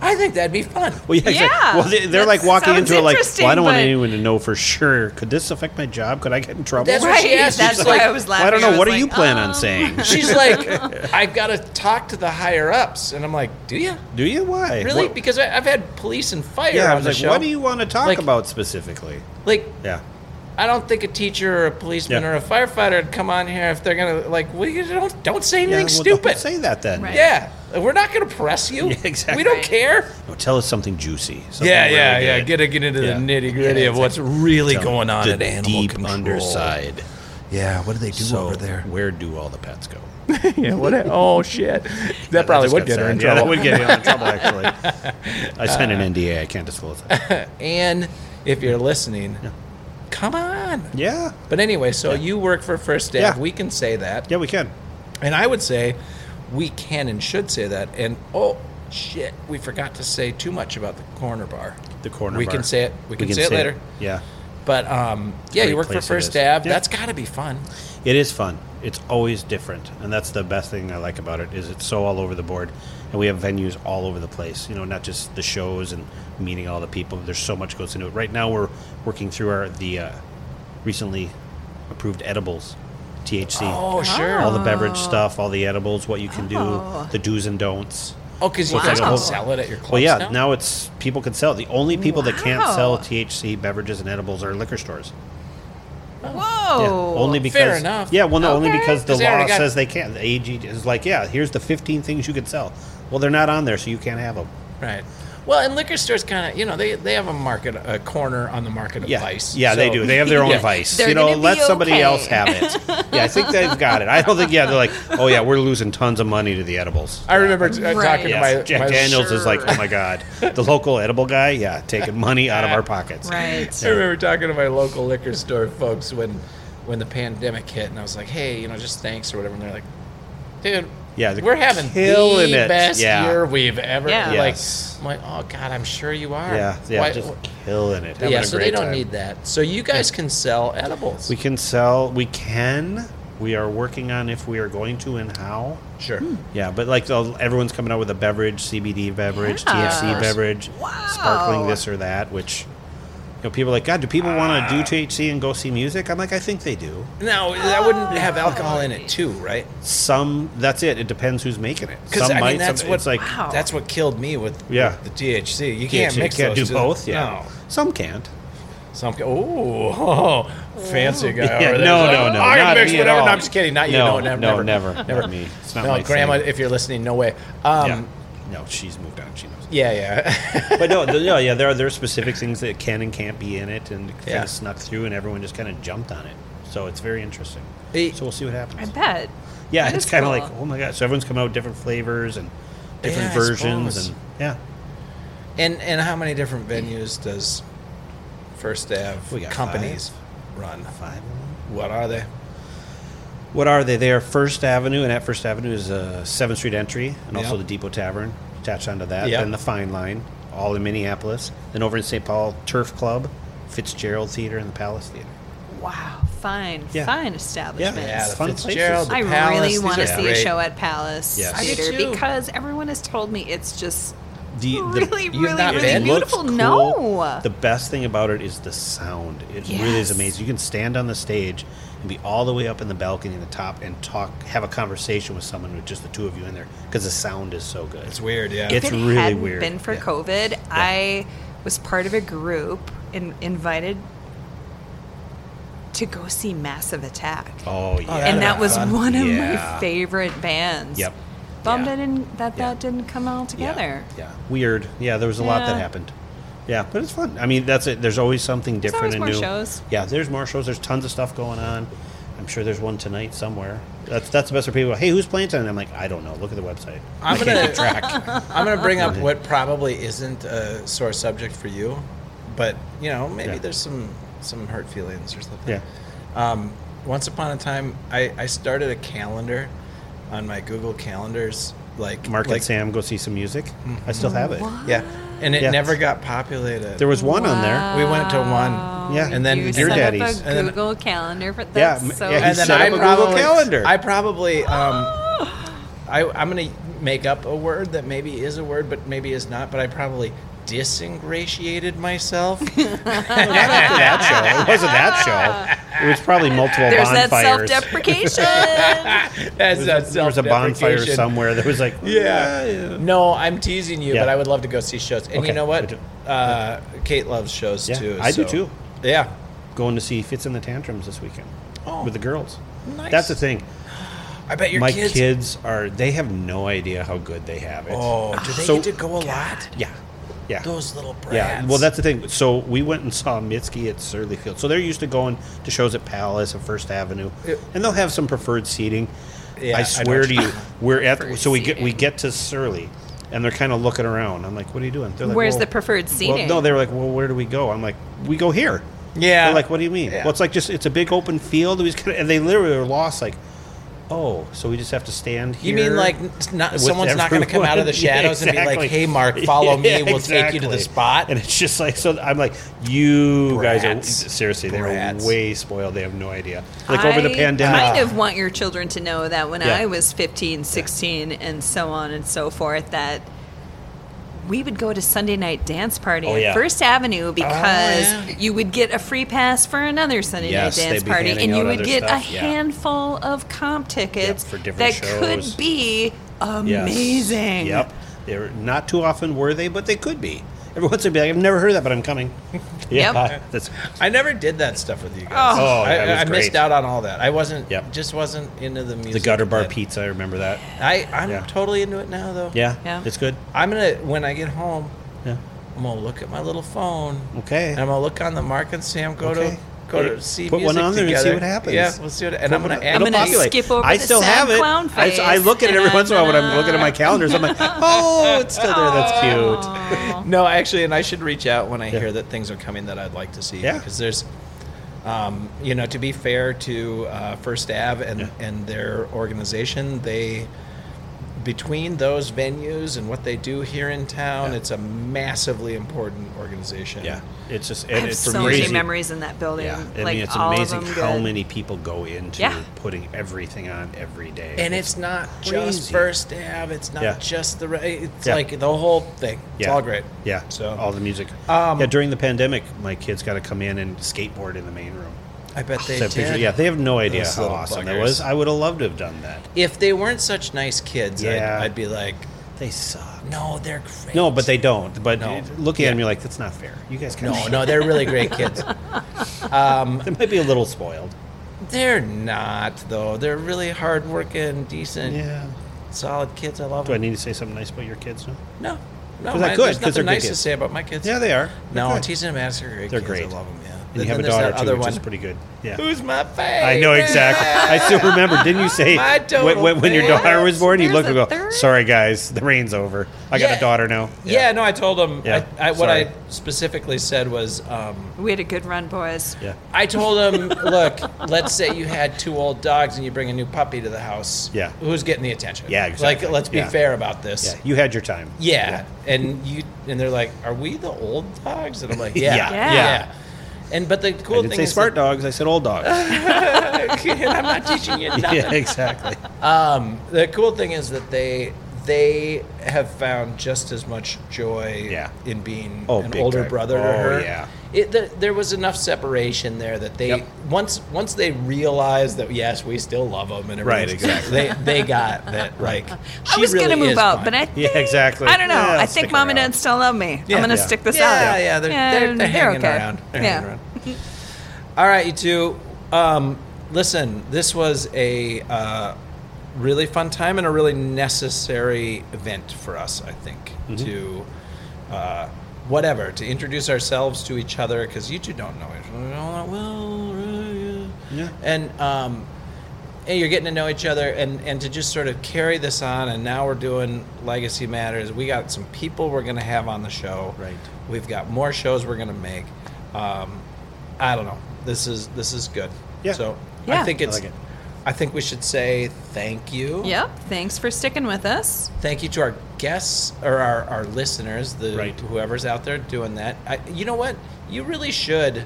[SPEAKER 4] I think that'd be fun.
[SPEAKER 3] Well, yeah, exactly.
[SPEAKER 6] Yeah,
[SPEAKER 3] well, they, they're
[SPEAKER 6] that
[SPEAKER 3] like walking
[SPEAKER 6] sounds
[SPEAKER 3] into it, like, well, I
[SPEAKER 6] interesting,
[SPEAKER 3] don't want
[SPEAKER 6] but-
[SPEAKER 3] anyone to know for sure. Could this affect my job? Could I get in trouble?
[SPEAKER 4] That's
[SPEAKER 3] Well,
[SPEAKER 4] what she
[SPEAKER 6] Right,
[SPEAKER 4] asked.
[SPEAKER 6] that's
[SPEAKER 4] She's
[SPEAKER 6] why
[SPEAKER 4] like-
[SPEAKER 6] I was laughing.
[SPEAKER 3] I don't
[SPEAKER 6] I
[SPEAKER 3] know.
[SPEAKER 6] was
[SPEAKER 3] What do
[SPEAKER 6] like,
[SPEAKER 3] you plan
[SPEAKER 6] um,
[SPEAKER 3] on saying?
[SPEAKER 4] She's like, I've got to talk to the higher ups, and I'm like, do you?
[SPEAKER 3] do you? Why?
[SPEAKER 4] Really?
[SPEAKER 3] What-
[SPEAKER 4] Because I, I've had police and fire
[SPEAKER 3] yeah,
[SPEAKER 4] on
[SPEAKER 3] I was
[SPEAKER 4] the
[SPEAKER 3] like,
[SPEAKER 4] show.
[SPEAKER 3] what do you want to talk
[SPEAKER 4] Like-
[SPEAKER 3] about specifically?
[SPEAKER 4] like?
[SPEAKER 3] Yeah.
[SPEAKER 4] I don't think a teacher or a policeman
[SPEAKER 3] Yeah.
[SPEAKER 4] or a firefighter would come on here if they're gonna like. What do you don't don't say
[SPEAKER 3] Yeah,
[SPEAKER 4] anything
[SPEAKER 3] well,
[SPEAKER 4] stupid.
[SPEAKER 3] Don't say that then.
[SPEAKER 6] Right.
[SPEAKER 4] yeah, we're not gonna press you.
[SPEAKER 3] Yeah, exactly.
[SPEAKER 4] We don't
[SPEAKER 6] Right.
[SPEAKER 4] care.
[SPEAKER 3] No, tell us something juicy. something
[SPEAKER 4] yeah, yeah,
[SPEAKER 3] really
[SPEAKER 4] yeah.
[SPEAKER 3] good.
[SPEAKER 4] Get to get into
[SPEAKER 3] Yeah.
[SPEAKER 4] the nitty gritty
[SPEAKER 3] Yeah,
[SPEAKER 4] of
[SPEAKER 3] it's
[SPEAKER 4] what's really
[SPEAKER 3] Tell
[SPEAKER 4] going on
[SPEAKER 3] the
[SPEAKER 4] at animal
[SPEAKER 3] deep
[SPEAKER 4] control.
[SPEAKER 3] underside.
[SPEAKER 4] Yeah, what do they do
[SPEAKER 3] so
[SPEAKER 4] over there?
[SPEAKER 3] Where do all the pets go?
[SPEAKER 4] yeah, what? Oh shit, that
[SPEAKER 3] I
[SPEAKER 4] probably
[SPEAKER 3] just
[SPEAKER 4] would
[SPEAKER 3] got
[SPEAKER 4] get her in
[SPEAKER 3] sad. Yeah,
[SPEAKER 4] trouble.
[SPEAKER 3] that would get her in trouble. Actually, I signed an NDA. I can't disclose that.
[SPEAKER 4] and if you're listening, come on.
[SPEAKER 3] Yeah.
[SPEAKER 4] But anyway, so you work for First Staff.
[SPEAKER 3] Yeah.
[SPEAKER 4] We can say that.
[SPEAKER 3] Yeah, we can.
[SPEAKER 4] And I would say we can and should say that. And oh shit, we forgot to say too much about the corner bar.
[SPEAKER 3] The corner.
[SPEAKER 4] We
[SPEAKER 3] bar.
[SPEAKER 4] can say it. We can, say, it later.
[SPEAKER 3] Yeah.
[SPEAKER 4] But um, yeah,
[SPEAKER 3] Great
[SPEAKER 4] you work for
[SPEAKER 3] place it
[SPEAKER 4] First
[SPEAKER 3] is.
[SPEAKER 4] Stab.
[SPEAKER 3] Yeah.
[SPEAKER 4] That's got to be fun.
[SPEAKER 3] It is fun. It's always different, and that's the best thing I like about it. Is it's so all over the board, and we have venues all over the place. You know, not just the shows and meeting all the people. There's so much goes into it. Right now, we're working through our the uh, recently approved edibles, THC.
[SPEAKER 4] Oh sure.
[SPEAKER 3] All the beverage stuff, all the edibles, what you can do, the do's and don'ts.
[SPEAKER 4] Oh, because you
[SPEAKER 3] Wow.
[SPEAKER 4] guys
[SPEAKER 3] Wow.
[SPEAKER 4] can sell it at your clubs
[SPEAKER 3] Well, yeah,
[SPEAKER 4] now.
[SPEAKER 3] now it's people can sell. it. The only people that can't sell
[SPEAKER 6] Wow.
[SPEAKER 3] THC beverages and edibles are liquor stores.
[SPEAKER 4] Oh.
[SPEAKER 6] Whoa.
[SPEAKER 3] Yeah, only because
[SPEAKER 4] fair enough.
[SPEAKER 3] Yeah, well, no, only
[SPEAKER 6] Oh, Okay.
[SPEAKER 3] because the
[SPEAKER 4] 'Cause they already
[SPEAKER 3] law
[SPEAKER 4] got-
[SPEAKER 3] says they can't. The AG is like, yeah, here's the 15 things you could sell. Well, they're not on there, so you can't have them.
[SPEAKER 4] Right. Well, and liquor stores kind of, you know, they, they have a market, a corner on the market of
[SPEAKER 3] Yeah,
[SPEAKER 4] vice.
[SPEAKER 3] yeah, they
[SPEAKER 4] So-
[SPEAKER 3] do. They have their own vice.
[SPEAKER 6] They're
[SPEAKER 3] you know,
[SPEAKER 6] gonna be
[SPEAKER 3] let somebody
[SPEAKER 6] okay.
[SPEAKER 3] else have it. Yeah, I think they've got it. I don't think. Yeah, they're like, oh yeah, we're losing tons of money to the edibles.
[SPEAKER 4] I remember t- uh,
[SPEAKER 6] Right.
[SPEAKER 4] talking
[SPEAKER 3] Yeah,
[SPEAKER 4] to
[SPEAKER 3] Jack
[SPEAKER 4] my, my
[SPEAKER 3] Daniels is like, oh my god, the local edible guy. Yeah, taking money out of our pockets.
[SPEAKER 6] Right.
[SPEAKER 4] I remember talking to my local liquor store folks when when the pandemic hit, and I was like, "Hey, you know, just thanks or whatever." And they're like, dude.
[SPEAKER 3] Yeah, they're
[SPEAKER 4] we're having
[SPEAKER 3] killing
[SPEAKER 4] the
[SPEAKER 3] it.
[SPEAKER 4] best
[SPEAKER 3] Yeah.
[SPEAKER 4] year we've ever.
[SPEAKER 2] Yeah.
[SPEAKER 4] Like,
[SPEAKER 3] Yes.
[SPEAKER 4] I'm like, oh god, I'm sure you are.
[SPEAKER 3] Yeah, yeah,
[SPEAKER 4] Why-
[SPEAKER 3] just killing it. having
[SPEAKER 4] yeah.
[SPEAKER 3] a
[SPEAKER 4] So they
[SPEAKER 3] great
[SPEAKER 4] don't
[SPEAKER 3] time.
[SPEAKER 4] need that. So you guys can sell edibles.
[SPEAKER 3] We can sell. We can. We are working on if we are going to and how.
[SPEAKER 4] sure.
[SPEAKER 3] Yeah, but like the, everyone's coming out with a beverage, CBD beverage, THC beverage, sparkling this or that, which you know people are like God. Do people want to do THC and go see music? I'm like, I think they do.
[SPEAKER 4] Now that wouldn't have alcohol in it too, right?
[SPEAKER 3] Some that's it. It depends who's making it.
[SPEAKER 4] Because
[SPEAKER 3] Some
[SPEAKER 4] I mean,
[SPEAKER 3] might.
[SPEAKER 4] that's
[SPEAKER 3] some,
[SPEAKER 4] what
[SPEAKER 3] it's like
[SPEAKER 2] Wow.
[SPEAKER 4] that's what killed me with,
[SPEAKER 3] Yeah.
[SPEAKER 4] with the THC. You can't
[SPEAKER 3] THC,
[SPEAKER 4] mix
[SPEAKER 3] can't
[SPEAKER 4] those
[SPEAKER 3] do
[SPEAKER 4] two.
[SPEAKER 3] both. Yeah,
[SPEAKER 4] No.
[SPEAKER 3] some can't.
[SPEAKER 4] Some oh, fancy guy
[SPEAKER 3] Yeah,
[SPEAKER 4] over there.
[SPEAKER 3] no,
[SPEAKER 4] He's
[SPEAKER 3] no,
[SPEAKER 4] like,
[SPEAKER 3] no,
[SPEAKER 4] I
[SPEAKER 3] not
[SPEAKER 4] can mix
[SPEAKER 3] me at
[SPEAKER 4] whatever.
[SPEAKER 3] all.
[SPEAKER 4] No, I'm just kidding. Not you. No,
[SPEAKER 3] No,
[SPEAKER 4] never,
[SPEAKER 3] no,
[SPEAKER 4] never,
[SPEAKER 3] never, not me. It's not
[SPEAKER 4] no,
[SPEAKER 3] my
[SPEAKER 4] Grandma,
[SPEAKER 3] thing.
[SPEAKER 4] if you're listening, no way. Um,
[SPEAKER 3] yeah. No, she's moved on. She knows.
[SPEAKER 4] yeah, yeah.
[SPEAKER 3] but no, th- no, yeah, there are there are specific things that can and can't be in it, and things
[SPEAKER 4] Yeah.
[SPEAKER 3] snuck through, and everyone just kind of jumped on it. So it's very interesting.
[SPEAKER 4] Hey.
[SPEAKER 3] so we'll see what happens.
[SPEAKER 2] I bet.
[SPEAKER 3] yeah,
[SPEAKER 2] That
[SPEAKER 3] it's
[SPEAKER 2] is
[SPEAKER 3] kind of
[SPEAKER 2] cool.
[SPEAKER 3] like oh my god! So everyone's coming out with different flavors and different
[SPEAKER 4] Yeah, I
[SPEAKER 3] versions,
[SPEAKER 4] suppose.
[SPEAKER 3] and yeah,
[SPEAKER 4] and and how many different venues does First
[SPEAKER 3] We
[SPEAKER 4] Ave
[SPEAKER 3] got
[SPEAKER 4] companies run?
[SPEAKER 3] five.
[SPEAKER 4] What are they?
[SPEAKER 3] What are they? They are First Avenue, and at First Avenue is a Seventh Street entry, and also
[SPEAKER 4] Yep.
[SPEAKER 3] the Depot Tavern attached onto that,
[SPEAKER 4] Yep.
[SPEAKER 3] then the Fine Line, all in Minneapolis, then over in St. Paul Turf Club, Fitzgerald Theater, and the Palace Theater.
[SPEAKER 2] Wow. Fine.
[SPEAKER 3] Yeah.
[SPEAKER 2] Fine
[SPEAKER 4] Yeah,
[SPEAKER 2] establishments.
[SPEAKER 4] the
[SPEAKER 3] fun
[SPEAKER 4] Fitzgerald.
[SPEAKER 2] I
[SPEAKER 4] the Palace,
[SPEAKER 2] really
[SPEAKER 4] these
[SPEAKER 2] want
[SPEAKER 4] are
[SPEAKER 2] to see a
[SPEAKER 4] great.
[SPEAKER 2] show at Palace
[SPEAKER 3] Yes. I
[SPEAKER 4] do
[SPEAKER 2] Theater
[SPEAKER 4] too.
[SPEAKER 2] because everyone has told me it's just
[SPEAKER 3] The, the-
[SPEAKER 2] really,
[SPEAKER 4] you've
[SPEAKER 2] really,
[SPEAKER 4] not
[SPEAKER 2] really
[SPEAKER 4] been?
[SPEAKER 3] It looks
[SPEAKER 2] beautiful.
[SPEAKER 3] cool.
[SPEAKER 2] No.
[SPEAKER 3] The best thing about it is the sound. It really is
[SPEAKER 2] Yes.
[SPEAKER 3] amazing. You can stand on the stage and be all the way up in the balcony in the top and talk, have a conversation with someone with just the two of you in there because the sound is so good.
[SPEAKER 4] It's weird. Yeah.
[SPEAKER 3] It's
[SPEAKER 2] if it
[SPEAKER 3] really
[SPEAKER 2] hadn't
[SPEAKER 3] weird.
[SPEAKER 2] been for
[SPEAKER 3] Yeah.
[SPEAKER 2] COVID, I was part of a group and invited to go see Massive Attack.
[SPEAKER 3] Oh yeah.
[SPEAKER 4] that'd
[SPEAKER 2] and that
[SPEAKER 4] be
[SPEAKER 2] was
[SPEAKER 4] fun.
[SPEAKER 2] one of
[SPEAKER 3] Yeah.
[SPEAKER 2] my favorite bands.
[SPEAKER 3] Yep.
[SPEAKER 2] Bummed
[SPEAKER 3] Yeah.
[SPEAKER 2] I didn't that
[SPEAKER 3] Yeah.
[SPEAKER 2] that didn't come all together.
[SPEAKER 3] Yeah. Weird. Yeah, there was a lot that
[SPEAKER 2] Yeah.
[SPEAKER 3] happened. Yeah, but it's fun. I mean, that's it. There's always something different
[SPEAKER 2] always
[SPEAKER 3] and
[SPEAKER 2] more
[SPEAKER 3] new.
[SPEAKER 2] shows.
[SPEAKER 3] Yeah, there's more shows. There's tons of stuff going on. I'm sure there's one tonight somewhere. That's that's the best for people. go, Hey, who's playing tonight? I'm like, I don't know. Look at the website.
[SPEAKER 4] I'm
[SPEAKER 3] I can't
[SPEAKER 4] gonna
[SPEAKER 3] keep track.
[SPEAKER 4] I'm going to bring up what probably isn't a sore subject for you, but you know maybe
[SPEAKER 3] Yeah.
[SPEAKER 4] there's some some hurt feelings or something.
[SPEAKER 3] Yeah.
[SPEAKER 4] Um, once upon a time, I, I started a calendar on my Google calendars, like
[SPEAKER 3] Mark
[SPEAKER 4] like, Mm-hmm.
[SPEAKER 3] and Sam go see some music. I still have it.
[SPEAKER 4] Yeah, and it
[SPEAKER 3] Yeah.
[SPEAKER 4] never got populated.
[SPEAKER 3] There was one on there.
[SPEAKER 4] we went to
[SPEAKER 2] Wow.
[SPEAKER 4] one.
[SPEAKER 3] Yeah,
[SPEAKER 4] and then
[SPEAKER 2] you
[SPEAKER 3] Dear
[SPEAKER 2] set
[SPEAKER 4] and
[SPEAKER 2] up
[SPEAKER 3] Daddies.
[SPEAKER 2] a
[SPEAKER 4] And then-
[SPEAKER 2] Google Calendar for
[SPEAKER 3] Yeah,
[SPEAKER 2] that's
[SPEAKER 3] m-
[SPEAKER 2] so
[SPEAKER 3] yeah, he
[SPEAKER 4] and then
[SPEAKER 3] set
[SPEAKER 4] I
[SPEAKER 3] up a Google
[SPEAKER 4] probably
[SPEAKER 3] calendar.
[SPEAKER 4] I probably um, I I'm gonna make up a word that maybe is a word, but maybe is not. But I probably disingratiated myself.
[SPEAKER 3] that show. It wasn't that show. It was probably multiple
[SPEAKER 2] there's that
[SPEAKER 3] bonfires.
[SPEAKER 2] self-deprecation.
[SPEAKER 4] That's
[SPEAKER 3] There was a- there was a bonfire
[SPEAKER 4] self-deprecation.
[SPEAKER 3] somewhere that was like,
[SPEAKER 4] Yeah. No, I'm teasing you, but
[SPEAKER 3] Yeah.
[SPEAKER 4] I would love to go see shows. And
[SPEAKER 3] Okay.
[SPEAKER 4] you know
[SPEAKER 3] I
[SPEAKER 4] what?
[SPEAKER 3] do.
[SPEAKER 4] Uh, Kate loves shows
[SPEAKER 3] Yeah,
[SPEAKER 4] too.
[SPEAKER 3] I do
[SPEAKER 4] so-
[SPEAKER 3] too.
[SPEAKER 4] Yeah.
[SPEAKER 3] going to see Fits in the Tantrums this weekend
[SPEAKER 4] Oh.
[SPEAKER 3] with the girls.
[SPEAKER 4] Nice.
[SPEAKER 3] That's the thing.
[SPEAKER 4] I bet your
[SPEAKER 3] My kids,
[SPEAKER 4] kids.
[SPEAKER 3] are they have no idea how good they have it.
[SPEAKER 4] Oh, do they
[SPEAKER 3] So-
[SPEAKER 4] get to go a lot?
[SPEAKER 3] yeah. Yeah.
[SPEAKER 4] Those little brats.
[SPEAKER 3] yeah. Well, that's the thing. So we went and saw Mitski at Surly Field. So they're used to going to shows at Palace and First Avenue,
[SPEAKER 4] It-
[SPEAKER 3] and they'll have some preferred seating.
[SPEAKER 4] Yeah, I
[SPEAKER 3] I
[SPEAKER 4] know
[SPEAKER 3] swear
[SPEAKER 4] what
[SPEAKER 3] to
[SPEAKER 4] you
[SPEAKER 3] you, we're at
[SPEAKER 2] Preferred
[SPEAKER 3] so we get we
[SPEAKER 2] seating.
[SPEAKER 3] get to Surly, and they're kind of looking around. I'm like, "What are you doing?" They're like,
[SPEAKER 2] Where's
[SPEAKER 3] "Well-
[SPEAKER 2] the preferred
[SPEAKER 3] Well,
[SPEAKER 2] seating?
[SPEAKER 3] no, they were like, "Well, where do we go?" I'm like, "We go here."
[SPEAKER 4] Yeah.
[SPEAKER 3] They're like, what do you mean?
[SPEAKER 4] Yeah.
[SPEAKER 3] Well, it's like just it's a big open field. We just kinda- and they literally are lost. Like, oh, so we just have to stand here.
[SPEAKER 4] You mean like n- s- not,
[SPEAKER 3] with
[SPEAKER 4] someone's not going to come out of the
[SPEAKER 3] everyone? Yeah,
[SPEAKER 4] shadows and be
[SPEAKER 3] exactly.
[SPEAKER 4] like, "Hey, Mark, follow me.
[SPEAKER 3] Yeah,
[SPEAKER 4] We'll take you to
[SPEAKER 3] exactly.
[SPEAKER 4] the spot."
[SPEAKER 3] And it's just like so. I'm like, you
[SPEAKER 4] Brats.
[SPEAKER 3] guys are seriously. They're
[SPEAKER 4] Brats.
[SPEAKER 3] way spoiled. They have no idea. Like over the
[SPEAKER 2] I
[SPEAKER 3] pandemic.
[SPEAKER 2] kind of want your children to know that when
[SPEAKER 3] Yeah.
[SPEAKER 2] I was 15, 16, and so on and so forth, that we would go to Sunday night dance party
[SPEAKER 3] Oh,
[SPEAKER 2] at
[SPEAKER 3] yeah.
[SPEAKER 2] First Avenue because
[SPEAKER 4] yeah.
[SPEAKER 2] you would get a free pass for another Sunday
[SPEAKER 3] Yes,
[SPEAKER 2] night dance
[SPEAKER 3] they'd be
[SPEAKER 2] party,
[SPEAKER 3] handing
[SPEAKER 2] and you
[SPEAKER 3] out
[SPEAKER 2] would
[SPEAKER 3] other
[SPEAKER 2] get
[SPEAKER 3] stuff,
[SPEAKER 2] a
[SPEAKER 3] yeah.
[SPEAKER 2] handful of comp tickets
[SPEAKER 3] for
[SPEAKER 2] that
[SPEAKER 3] different shows.
[SPEAKER 2] could be
[SPEAKER 3] Yes.
[SPEAKER 2] amazing.
[SPEAKER 3] Yep. They were not too often were they, but they could be. Every once in a while, I've never heard that, but I'm coming. yeah. That's
[SPEAKER 4] I never did that stuff with you guys.
[SPEAKER 3] Oh,
[SPEAKER 4] I,
[SPEAKER 3] that was
[SPEAKER 4] I missed
[SPEAKER 3] great.
[SPEAKER 4] out on all that. I wasn't.
[SPEAKER 3] Yep.
[SPEAKER 4] Just wasn't into the music.
[SPEAKER 3] the gutter bar
[SPEAKER 4] that-
[SPEAKER 3] pizza. I remember that.
[SPEAKER 4] I I'm
[SPEAKER 3] Yeah.
[SPEAKER 4] totally into it now though.
[SPEAKER 3] Yeah.
[SPEAKER 2] Yeah.
[SPEAKER 3] It's good.
[SPEAKER 4] I'm gonna when I get home,
[SPEAKER 3] Yeah.
[SPEAKER 4] I'm gonna look at my little phone.
[SPEAKER 3] Okay.
[SPEAKER 4] And I'm gonna look on the Mark and Sam go
[SPEAKER 3] Okay.
[SPEAKER 4] to go
[SPEAKER 3] Hey,
[SPEAKER 4] to see
[SPEAKER 3] put one
[SPEAKER 4] music
[SPEAKER 3] on there and see
[SPEAKER 4] together.
[SPEAKER 3] what happens.
[SPEAKER 4] Yeah, we'll see what. And I'm gonna add.
[SPEAKER 2] I'm
[SPEAKER 3] It'll
[SPEAKER 2] gonna
[SPEAKER 3] populate.
[SPEAKER 2] skip over
[SPEAKER 3] I
[SPEAKER 2] the
[SPEAKER 3] still have
[SPEAKER 2] sad
[SPEAKER 3] it.
[SPEAKER 2] clown
[SPEAKER 3] I, s- I
[SPEAKER 2] face,
[SPEAKER 3] look at it every once in a while when I'm looking at my
[SPEAKER 2] ta-da.
[SPEAKER 3] calendars. I'm like, oh, it's still there. That's cute.
[SPEAKER 2] Aw.
[SPEAKER 4] No, actually, and I should reach out when I hear that things are coming that I'd like to see.
[SPEAKER 3] Yeah.
[SPEAKER 4] Because there's Um, you know, to be fair to uh, First Ave and, and their organization, they between those venues and what they do here in town, it's a massively important organization.
[SPEAKER 3] Yeah, it's just
[SPEAKER 2] I
[SPEAKER 3] and
[SPEAKER 2] have
[SPEAKER 3] it's
[SPEAKER 2] so
[SPEAKER 3] crazy.
[SPEAKER 2] many memories in that building.
[SPEAKER 3] Yeah, I
[SPEAKER 2] like
[SPEAKER 3] mean it's
[SPEAKER 2] all
[SPEAKER 3] amazing
[SPEAKER 2] of them
[SPEAKER 3] how
[SPEAKER 2] good.
[SPEAKER 3] many people go into
[SPEAKER 2] Yeah.
[SPEAKER 3] putting everything on every day.
[SPEAKER 4] And it's not just
[SPEAKER 3] crazy.
[SPEAKER 4] First Ave. It's not
[SPEAKER 3] Yeah.
[SPEAKER 4] just the. ra- It's
[SPEAKER 3] Yeah.
[SPEAKER 4] like the whole thing. It's
[SPEAKER 3] Yeah.
[SPEAKER 4] all great.
[SPEAKER 3] Yeah.
[SPEAKER 4] So
[SPEAKER 3] all the music.
[SPEAKER 4] Um,
[SPEAKER 3] yeah, during the pandemic, my kids got to come in and skateboard in the main room.
[SPEAKER 4] I bet they
[SPEAKER 3] Send pictures-
[SPEAKER 4] did.
[SPEAKER 3] Yeah, they have no idea
[SPEAKER 4] Those
[SPEAKER 3] how
[SPEAKER 4] little
[SPEAKER 3] awesome
[SPEAKER 4] buggers.
[SPEAKER 3] that was. I would have loved to have done that.
[SPEAKER 4] If they weren't such nice kids,
[SPEAKER 3] Yeah.
[SPEAKER 4] I'd, I'd be like,
[SPEAKER 3] They suck.
[SPEAKER 4] no, they're great.
[SPEAKER 3] No, but they don't. But
[SPEAKER 4] No.
[SPEAKER 3] looking at them, you're like, that's not fair. You guys can.
[SPEAKER 4] No, no, they're really great kids.
[SPEAKER 3] They might be a little spoiled.
[SPEAKER 4] They're not though. They're really hardworking, decent,
[SPEAKER 3] Yeah.
[SPEAKER 4] solid kids. I love
[SPEAKER 3] Do I
[SPEAKER 4] them.
[SPEAKER 3] need to say something nice about your kids? No.
[SPEAKER 4] no, no,
[SPEAKER 3] 'Cause I
[SPEAKER 4] my-
[SPEAKER 3] could,
[SPEAKER 4] there's
[SPEAKER 3] 'cause
[SPEAKER 4] nothing
[SPEAKER 3] they're good
[SPEAKER 4] nice to
[SPEAKER 3] kids.
[SPEAKER 4] say about my kids.
[SPEAKER 3] Yeah, they are.
[SPEAKER 4] No,
[SPEAKER 3] They're good.
[SPEAKER 4] Teason and Madison are great.
[SPEAKER 3] They're
[SPEAKER 4] kids.
[SPEAKER 3] great.
[SPEAKER 4] I love them. Yeah,
[SPEAKER 3] And you have
[SPEAKER 4] then
[SPEAKER 3] a
[SPEAKER 4] there's that
[SPEAKER 3] daughter
[SPEAKER 4] other
[SPEAKER 3] too, which is
[SPEAKER 4] one.
[SPEAKER 3] pretty good. Yeah.
[SPEAKER 4] Who's my favorite?
[SPEAKER 3] I know exactly. I still remember. Didn't you say
[SPEAKER 4] My
[SPEAKER 3] when, when, when your
[SPEAKER 4] total
[SPEAKER 3] daughter was born, you
[SPEAKER 2] There's
[SPEAKER 3] looked and
[SPEAKER 2] a
[SPEAKER 3] go,
[SPEAKER 2] third?
[SPEAKER 3] "Sorry guys, the rain's over. I got
[SPEAKER 4] Yeah.
[SPEAKER 3] a daughter now."
[SPEAKER 4] Yeah, no, I told him.
[SPEAKER 3] Yeah,
[SPEAKER 4] I, I, what I
[SPEAKER 3] sorry.
[SPEAKER 4] specifically said was, um,
[SPEAKER 2] We had a good run, boys.
[SPEAKER 3] Yeah.
[SPEAKER 4] I told him, look, let's say you had two old dogs and you bring a new puppy to the house.
[SPEAKER 3] Yeah.
[SPEAKER 4] Who's getting the attention?
[SPEAKER 3] Yeah, exactly.
[SPEAKER 4] Like, let's be
[SPEAKER 3] Yeah.
[SPEAKER 4] fair about this.
[SPEAKER 3] Yeah,
[SPEAKER 4] Yeah.
[SPEAKER 3] you had your time.
[SPEAKER 4] And you and they're like, are we the old dogs? And I'm like, yeah.
[SPEAKER 3] Yeah.
[SPEAKER 2] Yeah.
[SPEAKER 4] And but the
[SPEAKER 3] I
[SPEAKER 4] cool
[SPEAKER 3] didn't
[SPEAKER 4] thing
[SPEAKER 3] say
[SPEAKER 4] is
[SPEAKER 3] smart
[SPEAKER 4] that-
[SPEAKER 3] dogs. I said old dogs.
[SPEAKER 4] I'm not teaching you nothing.
[SPEAKER 3] yeah, exactly.
[SPEAKER 4] Um, the cool thing is that they they have found just as much joy
[SPEAKER 3] Yeah.
[SPEAKER 4] in being
[SPEAKER 3] Oh,
[SPEAKER 4] an
[SPEAKER 3] big
[SPEAKER 4] older
[SPEAKER 3] time.
[SPEAKER 4] brother to
[SPEAKER 3] Oh,
[SPEAKER 4] her.
[SPEAKER 3] yeah.
[SPEAKER 4] It, the, there was enough separation there that they
[SPEAKER 3] Yep.
[SPEAKER 4] once once they realized that yes, we still love them and
[SPEAKER 3] Right,
[SPEAKER 4] everything's- They they got that like
[SPEAKER 2] I
[SPEAKER 4] she
[SPEAKER 2] was
[SPEAKER 4] really
[SPEAKER 2] gonna move
[SPEAKER 4] is
[SPEAKER 2] out,
[SPEAKER 4] fine.
[SPEAKER 2] but I
[SPEAKER 3] Yeah,
[SPEAKER 2] think,
[SPEAKER 3] exactly.
[SPEAKER 2] I don't know.
[SPEAKER 3] Yeah,
[SPEAKER 2] I
[SPEAKER 3] I'll
[SPEAKER 2] think
[SPEAKER 3] stick
[SPEAKER 2] mom and
[SPEAKER 3] around.
[SPEAKER 2] dad still love me.
[SPEAKER 4] Yeah.
[SPEAKER 2] I'm gonna
[SPEAKER 4] Yeah.
[SPEAKER 2] stick this
[SPEAKER 4] yeah,
[SPEAKER 2] out.
[SPEAKER 4] Yeah, they're, they're, they're hanging
[SPEAKER 2] okay.
[SPEAKER 4] around. They're
[SPEAKER 2] yeah.
[SPEAKER 4] hanging around. All right, you two. Um, listen, this was a uh, really fun time and a really necessary event for us, I think, to uh, whatever, to introduce ourselves to each other because you two don't know each other all that well. uh,
[SPEAKER 3] Yeah.
[SPEAKER 4] And, um, and you're getting to know each other and, and to just sort of carry this on. And now we're doing Legacy Matters. We got some people we're going to have on the show.
[SPEAKER 3] Right.
[SPEAKER 4] We've got more shows we're gonna make. Um, I don't know. This is this is good.
[SPEAKER 3] Yeah.
[SPEAKER 4] So I
[SPEAKER 2] Yeah.
[SPEAKER 4] think it's. I,
[SPEAKER 3] like it.
[SPEAKER 4] think we should say thank you.
[SPEAKER 2] Yep. Thanks for sticking with us.
[SPEAKER 4] Thank you to our guests or our, our listeners, the
[SPEAKER 3] Right.
[SPEAKER 4] whoever's out there doing that. I, you know what? You really should.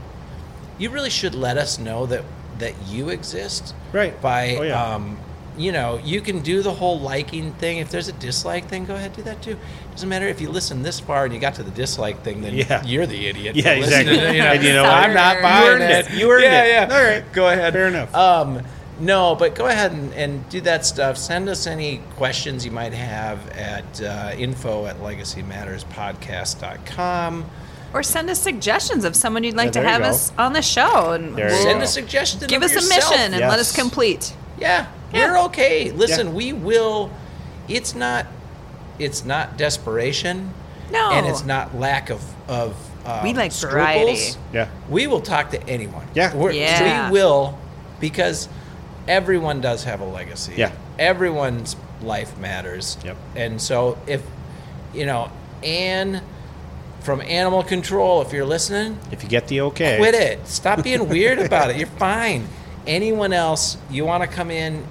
[SPEAKER 4] You really should let us know that that you exist.
[SPEAKER 3] Right.
[SPEAKER 4] By
[SPEAKER 3] Oh, yeah.
[SPEAKER 4] um, you know, you can do the whole liking thing. If there's a dislike thing, go ahead do that too. Doesn't matter if you listen this far and you got to the dislike thing, then
[SPEAKER 3] Yeah.
[SPEAKER 4] you're the idiot. for
[SPEAKER 3] Yeah,
[SPEAKER 4] listening.
[SPEAKER 3] exactly.
[SPEAKER 4] You know,
[SPEAKER 3] And you know what?
[SPEAKER 4] I'm not
[SPEAKER 2] You
[SPEAKER 4] buying
[SPEAKER 3] earned
[SPEAKER 4] it.
[SPEAKER 3] it. You earned
[SPEAKER 4] yeah,
[SPEAKER 3] it.
[SPEAKER 4] Yeah.
[SPEAKER 3] All right.
[SPEAKER 4] Go ahead.
[SPEAKER 3] Fair enough.
[SPEAKER 4] Um, no, but go ahead and, and do that stuff. Send us any questions you might have at uh, info at legacymatterspodcast.com.
[SPEAKER 2] Or send us suggestions of someone you'd like
[SPEAKER 3] Yeah,
[SPEAKER 2] to
[SPEAKER 3] there you
[SPEAKER 2] have
[SPEAKER 3] go.
[SPEAKER 2] us on the show and
[SPEAKER 3] There you
[SPEAKER 2] we'll-
[SPEAKER 4] Send
[SPEAKER 3] go.
[SPEAKER 4] us suggestions.
[SPEAKER 2] give
[SPEAKER 4] of
[SPEAKER 2] us a
[SPEAKER 4] yourself.
[SPEAKER 2] mission and let us
[SPEAKER 3] Yes.
[SPEAKER 2] complete.
[SPEAKER 4] Yeah,
[SPEAKER 2] Yeah.
[SPEAKER 4] you're okay. Listen, we will. It's not. It's not desperation.
[SPEAKER 2] No.
[SPEAKER 4] And it's not lack of of. Um,
[SPEAKER 2] We like
[SPEAKER 4] scruples.
[SPEAKER 2] variety.
[SPEAKER 3] Yeah.
[SPEAKER 4] We will talk to anyone.
[SPEAKER 3] Yeah.
[SPEAKER 4] We're,
[SPEAKER 2] Yeah.
[SPEAKER 4] We will because everyone does have a legacy.
[SPEAKER 3] Yeah.
[SPEAKER 4] Everyone's life matters.
[SPEAKER 3] Yep.
[SPEAKER 4] And so if you know Anne from Animal Control, if you're listening,
[SPEAKER 3] If you get the okay,
[SPEAKER 4] Quit it. Stop being weird about it. You're fine. Anyone else, you want to come in,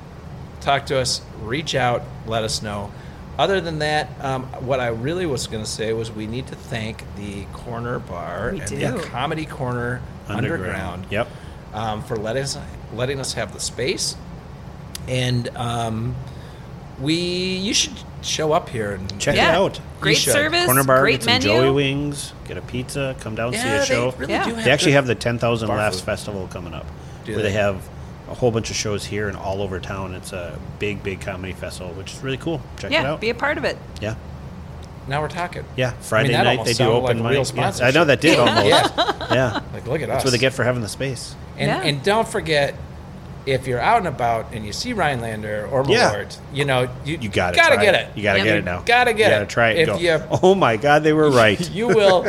[SPEAKER 4] talk to us, reach out, let us know. Other than that, um, what I really was going to say was we need to thank the Corner Bar
[SPEAKER 2] We
[SPEAKER 4] and
[SPEAKER 2] do.
[SPEAKER 4] the Comedy Corner Underground,
[SPEAKER 3] Yep.
[SPEAKER 4] um, for letting us, letting us have the space. And um, we, you should show up here and
[SPEAKER 3] Check
[SPEAKER 2] Yeah.
[SPEAKER 3] it out.
[SPEAKER 2] Great
[SPEAKER 4] should.
[SPEAKER 2] service.
[SPEAKER 3] Corner bar,
[SPEAKER 2] great
[SPEAKER 3] get some
[SPEAKER 2] menu.
[SPEAKER 3] Joey wings, get a pizza, come down
[SPEAKER 4] yeah,
[SPEAKER 3] see a show.
[SPEAKER 4] They, really
[SPEAKER 2] Yeah.
[SPEAKER 4] do
[SPEAKER 3] They
[SPEAKER 4] have
[SPEAKER 3] actually
[SPEAKER 4] good-
[SPEAKER 3] have the 10,000
[SPEAKER 4] Bar
[SPEAKER 3] Laughs
[SPEAKER 4] food.
[SPEAKER 3] Festival coming up,
[SPEAKER 4] Do
[SPEAKER 3] where
[SPEAKER 4] they?
[SPEAKER 3] they have a whole bunch of shows here and all over town. It's a big, big comedy festival, which is really cool. Check it
[SPEAKER 2] yeah,
[SPEAKER 3] out.
[SPEAKER 2] be a part of it.
[SPEAKER 3] yeah,
[SPEAKER 4] Now we're talking.
[SPEAKER 3] yeah. Friday
[SPEAKER 4] that
[SPEAKER 3] night
[SPEAKER 4] almost
[SPEAKER 3] they do
[SPEAKER 4] sounded like
[SPEAKER 3] open
[SPEAKER 4] a
[SPEAKER 3] mic.
[SPEAKER 4] real
[SPEAKER 3] Yeah. I
[SPEAKER 4] sponsorship.
[SPEAKER 3] know that did almost. yeah.
[SPEAKER 4] Yeah. Like, look at us.
[SPEAKER 3] that's what they get for having the space.
[SPEAKER 4] And,
[SPEAKER 2] Yeah.
[SPEAKER 4] and don't forget, if you're out and about and you see Rhinelander or
[SPEAKER 3] Yeah.
[SPEAKER 4] Millard, you know you
[SPEAKER 3] You got to
[SPEAKER 4] gotta get it.
[SPEAKER 3] You got to
[SPEAKER 2] Yep.
[SPEAKER 3] get it now.
[SPEAKER 4] Gotta get
[SPEAKER 3] you Gotta
[SPEAKER 4] it.
[SPEAKER 3] try it.
[SPEAKER 4] If
[SPEAKER 3] and go,
[SPEAKER 4] you-
[SPEAKER 3] oh my God, they were right.
[SPEAKER 4] you will,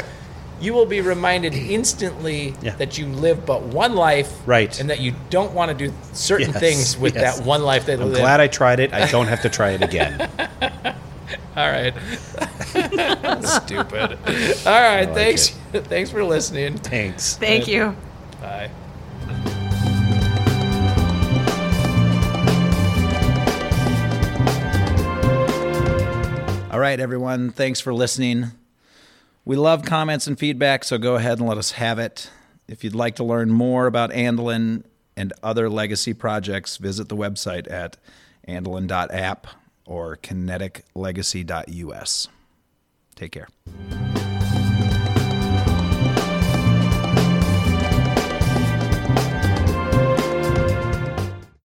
[SPEAKER 4] you will be reminded instantly
[SPEAKER 3] Yeah.
[SPEAKER 4] that you live but one life,
[SPEAKER 3] Right.
[SPEAKER 4] And that you don't want to do certain
[SPEAKER 3] Yes,
[SPEAKER 4] things with
[SPEAKER 3] yes.
[SPEAKER 4] that one life that
[SPEAKER 3] I'm
[SPEAKER 4] live.
[SPEAKER 3] glad I tried it. I don't have to try it again.
[SPEAKER 4] All right, stupid. All right,
[SPEAKER 3] like
[SPEAKER 4] thanks, thanks for listening.
[SPEAKER 3] Thanks.
[SPEAKER 2] Thank you.
[SPEAKER 4] Bye.
[SPEAKER 1] All right, everyone. Thanks for listening. We love comments and feedback, so go ahead and let us have it. If you'd like to learn more about Andelin and other legacy projects, visit the website at andelin.app or kineticlegacy.us. Take care.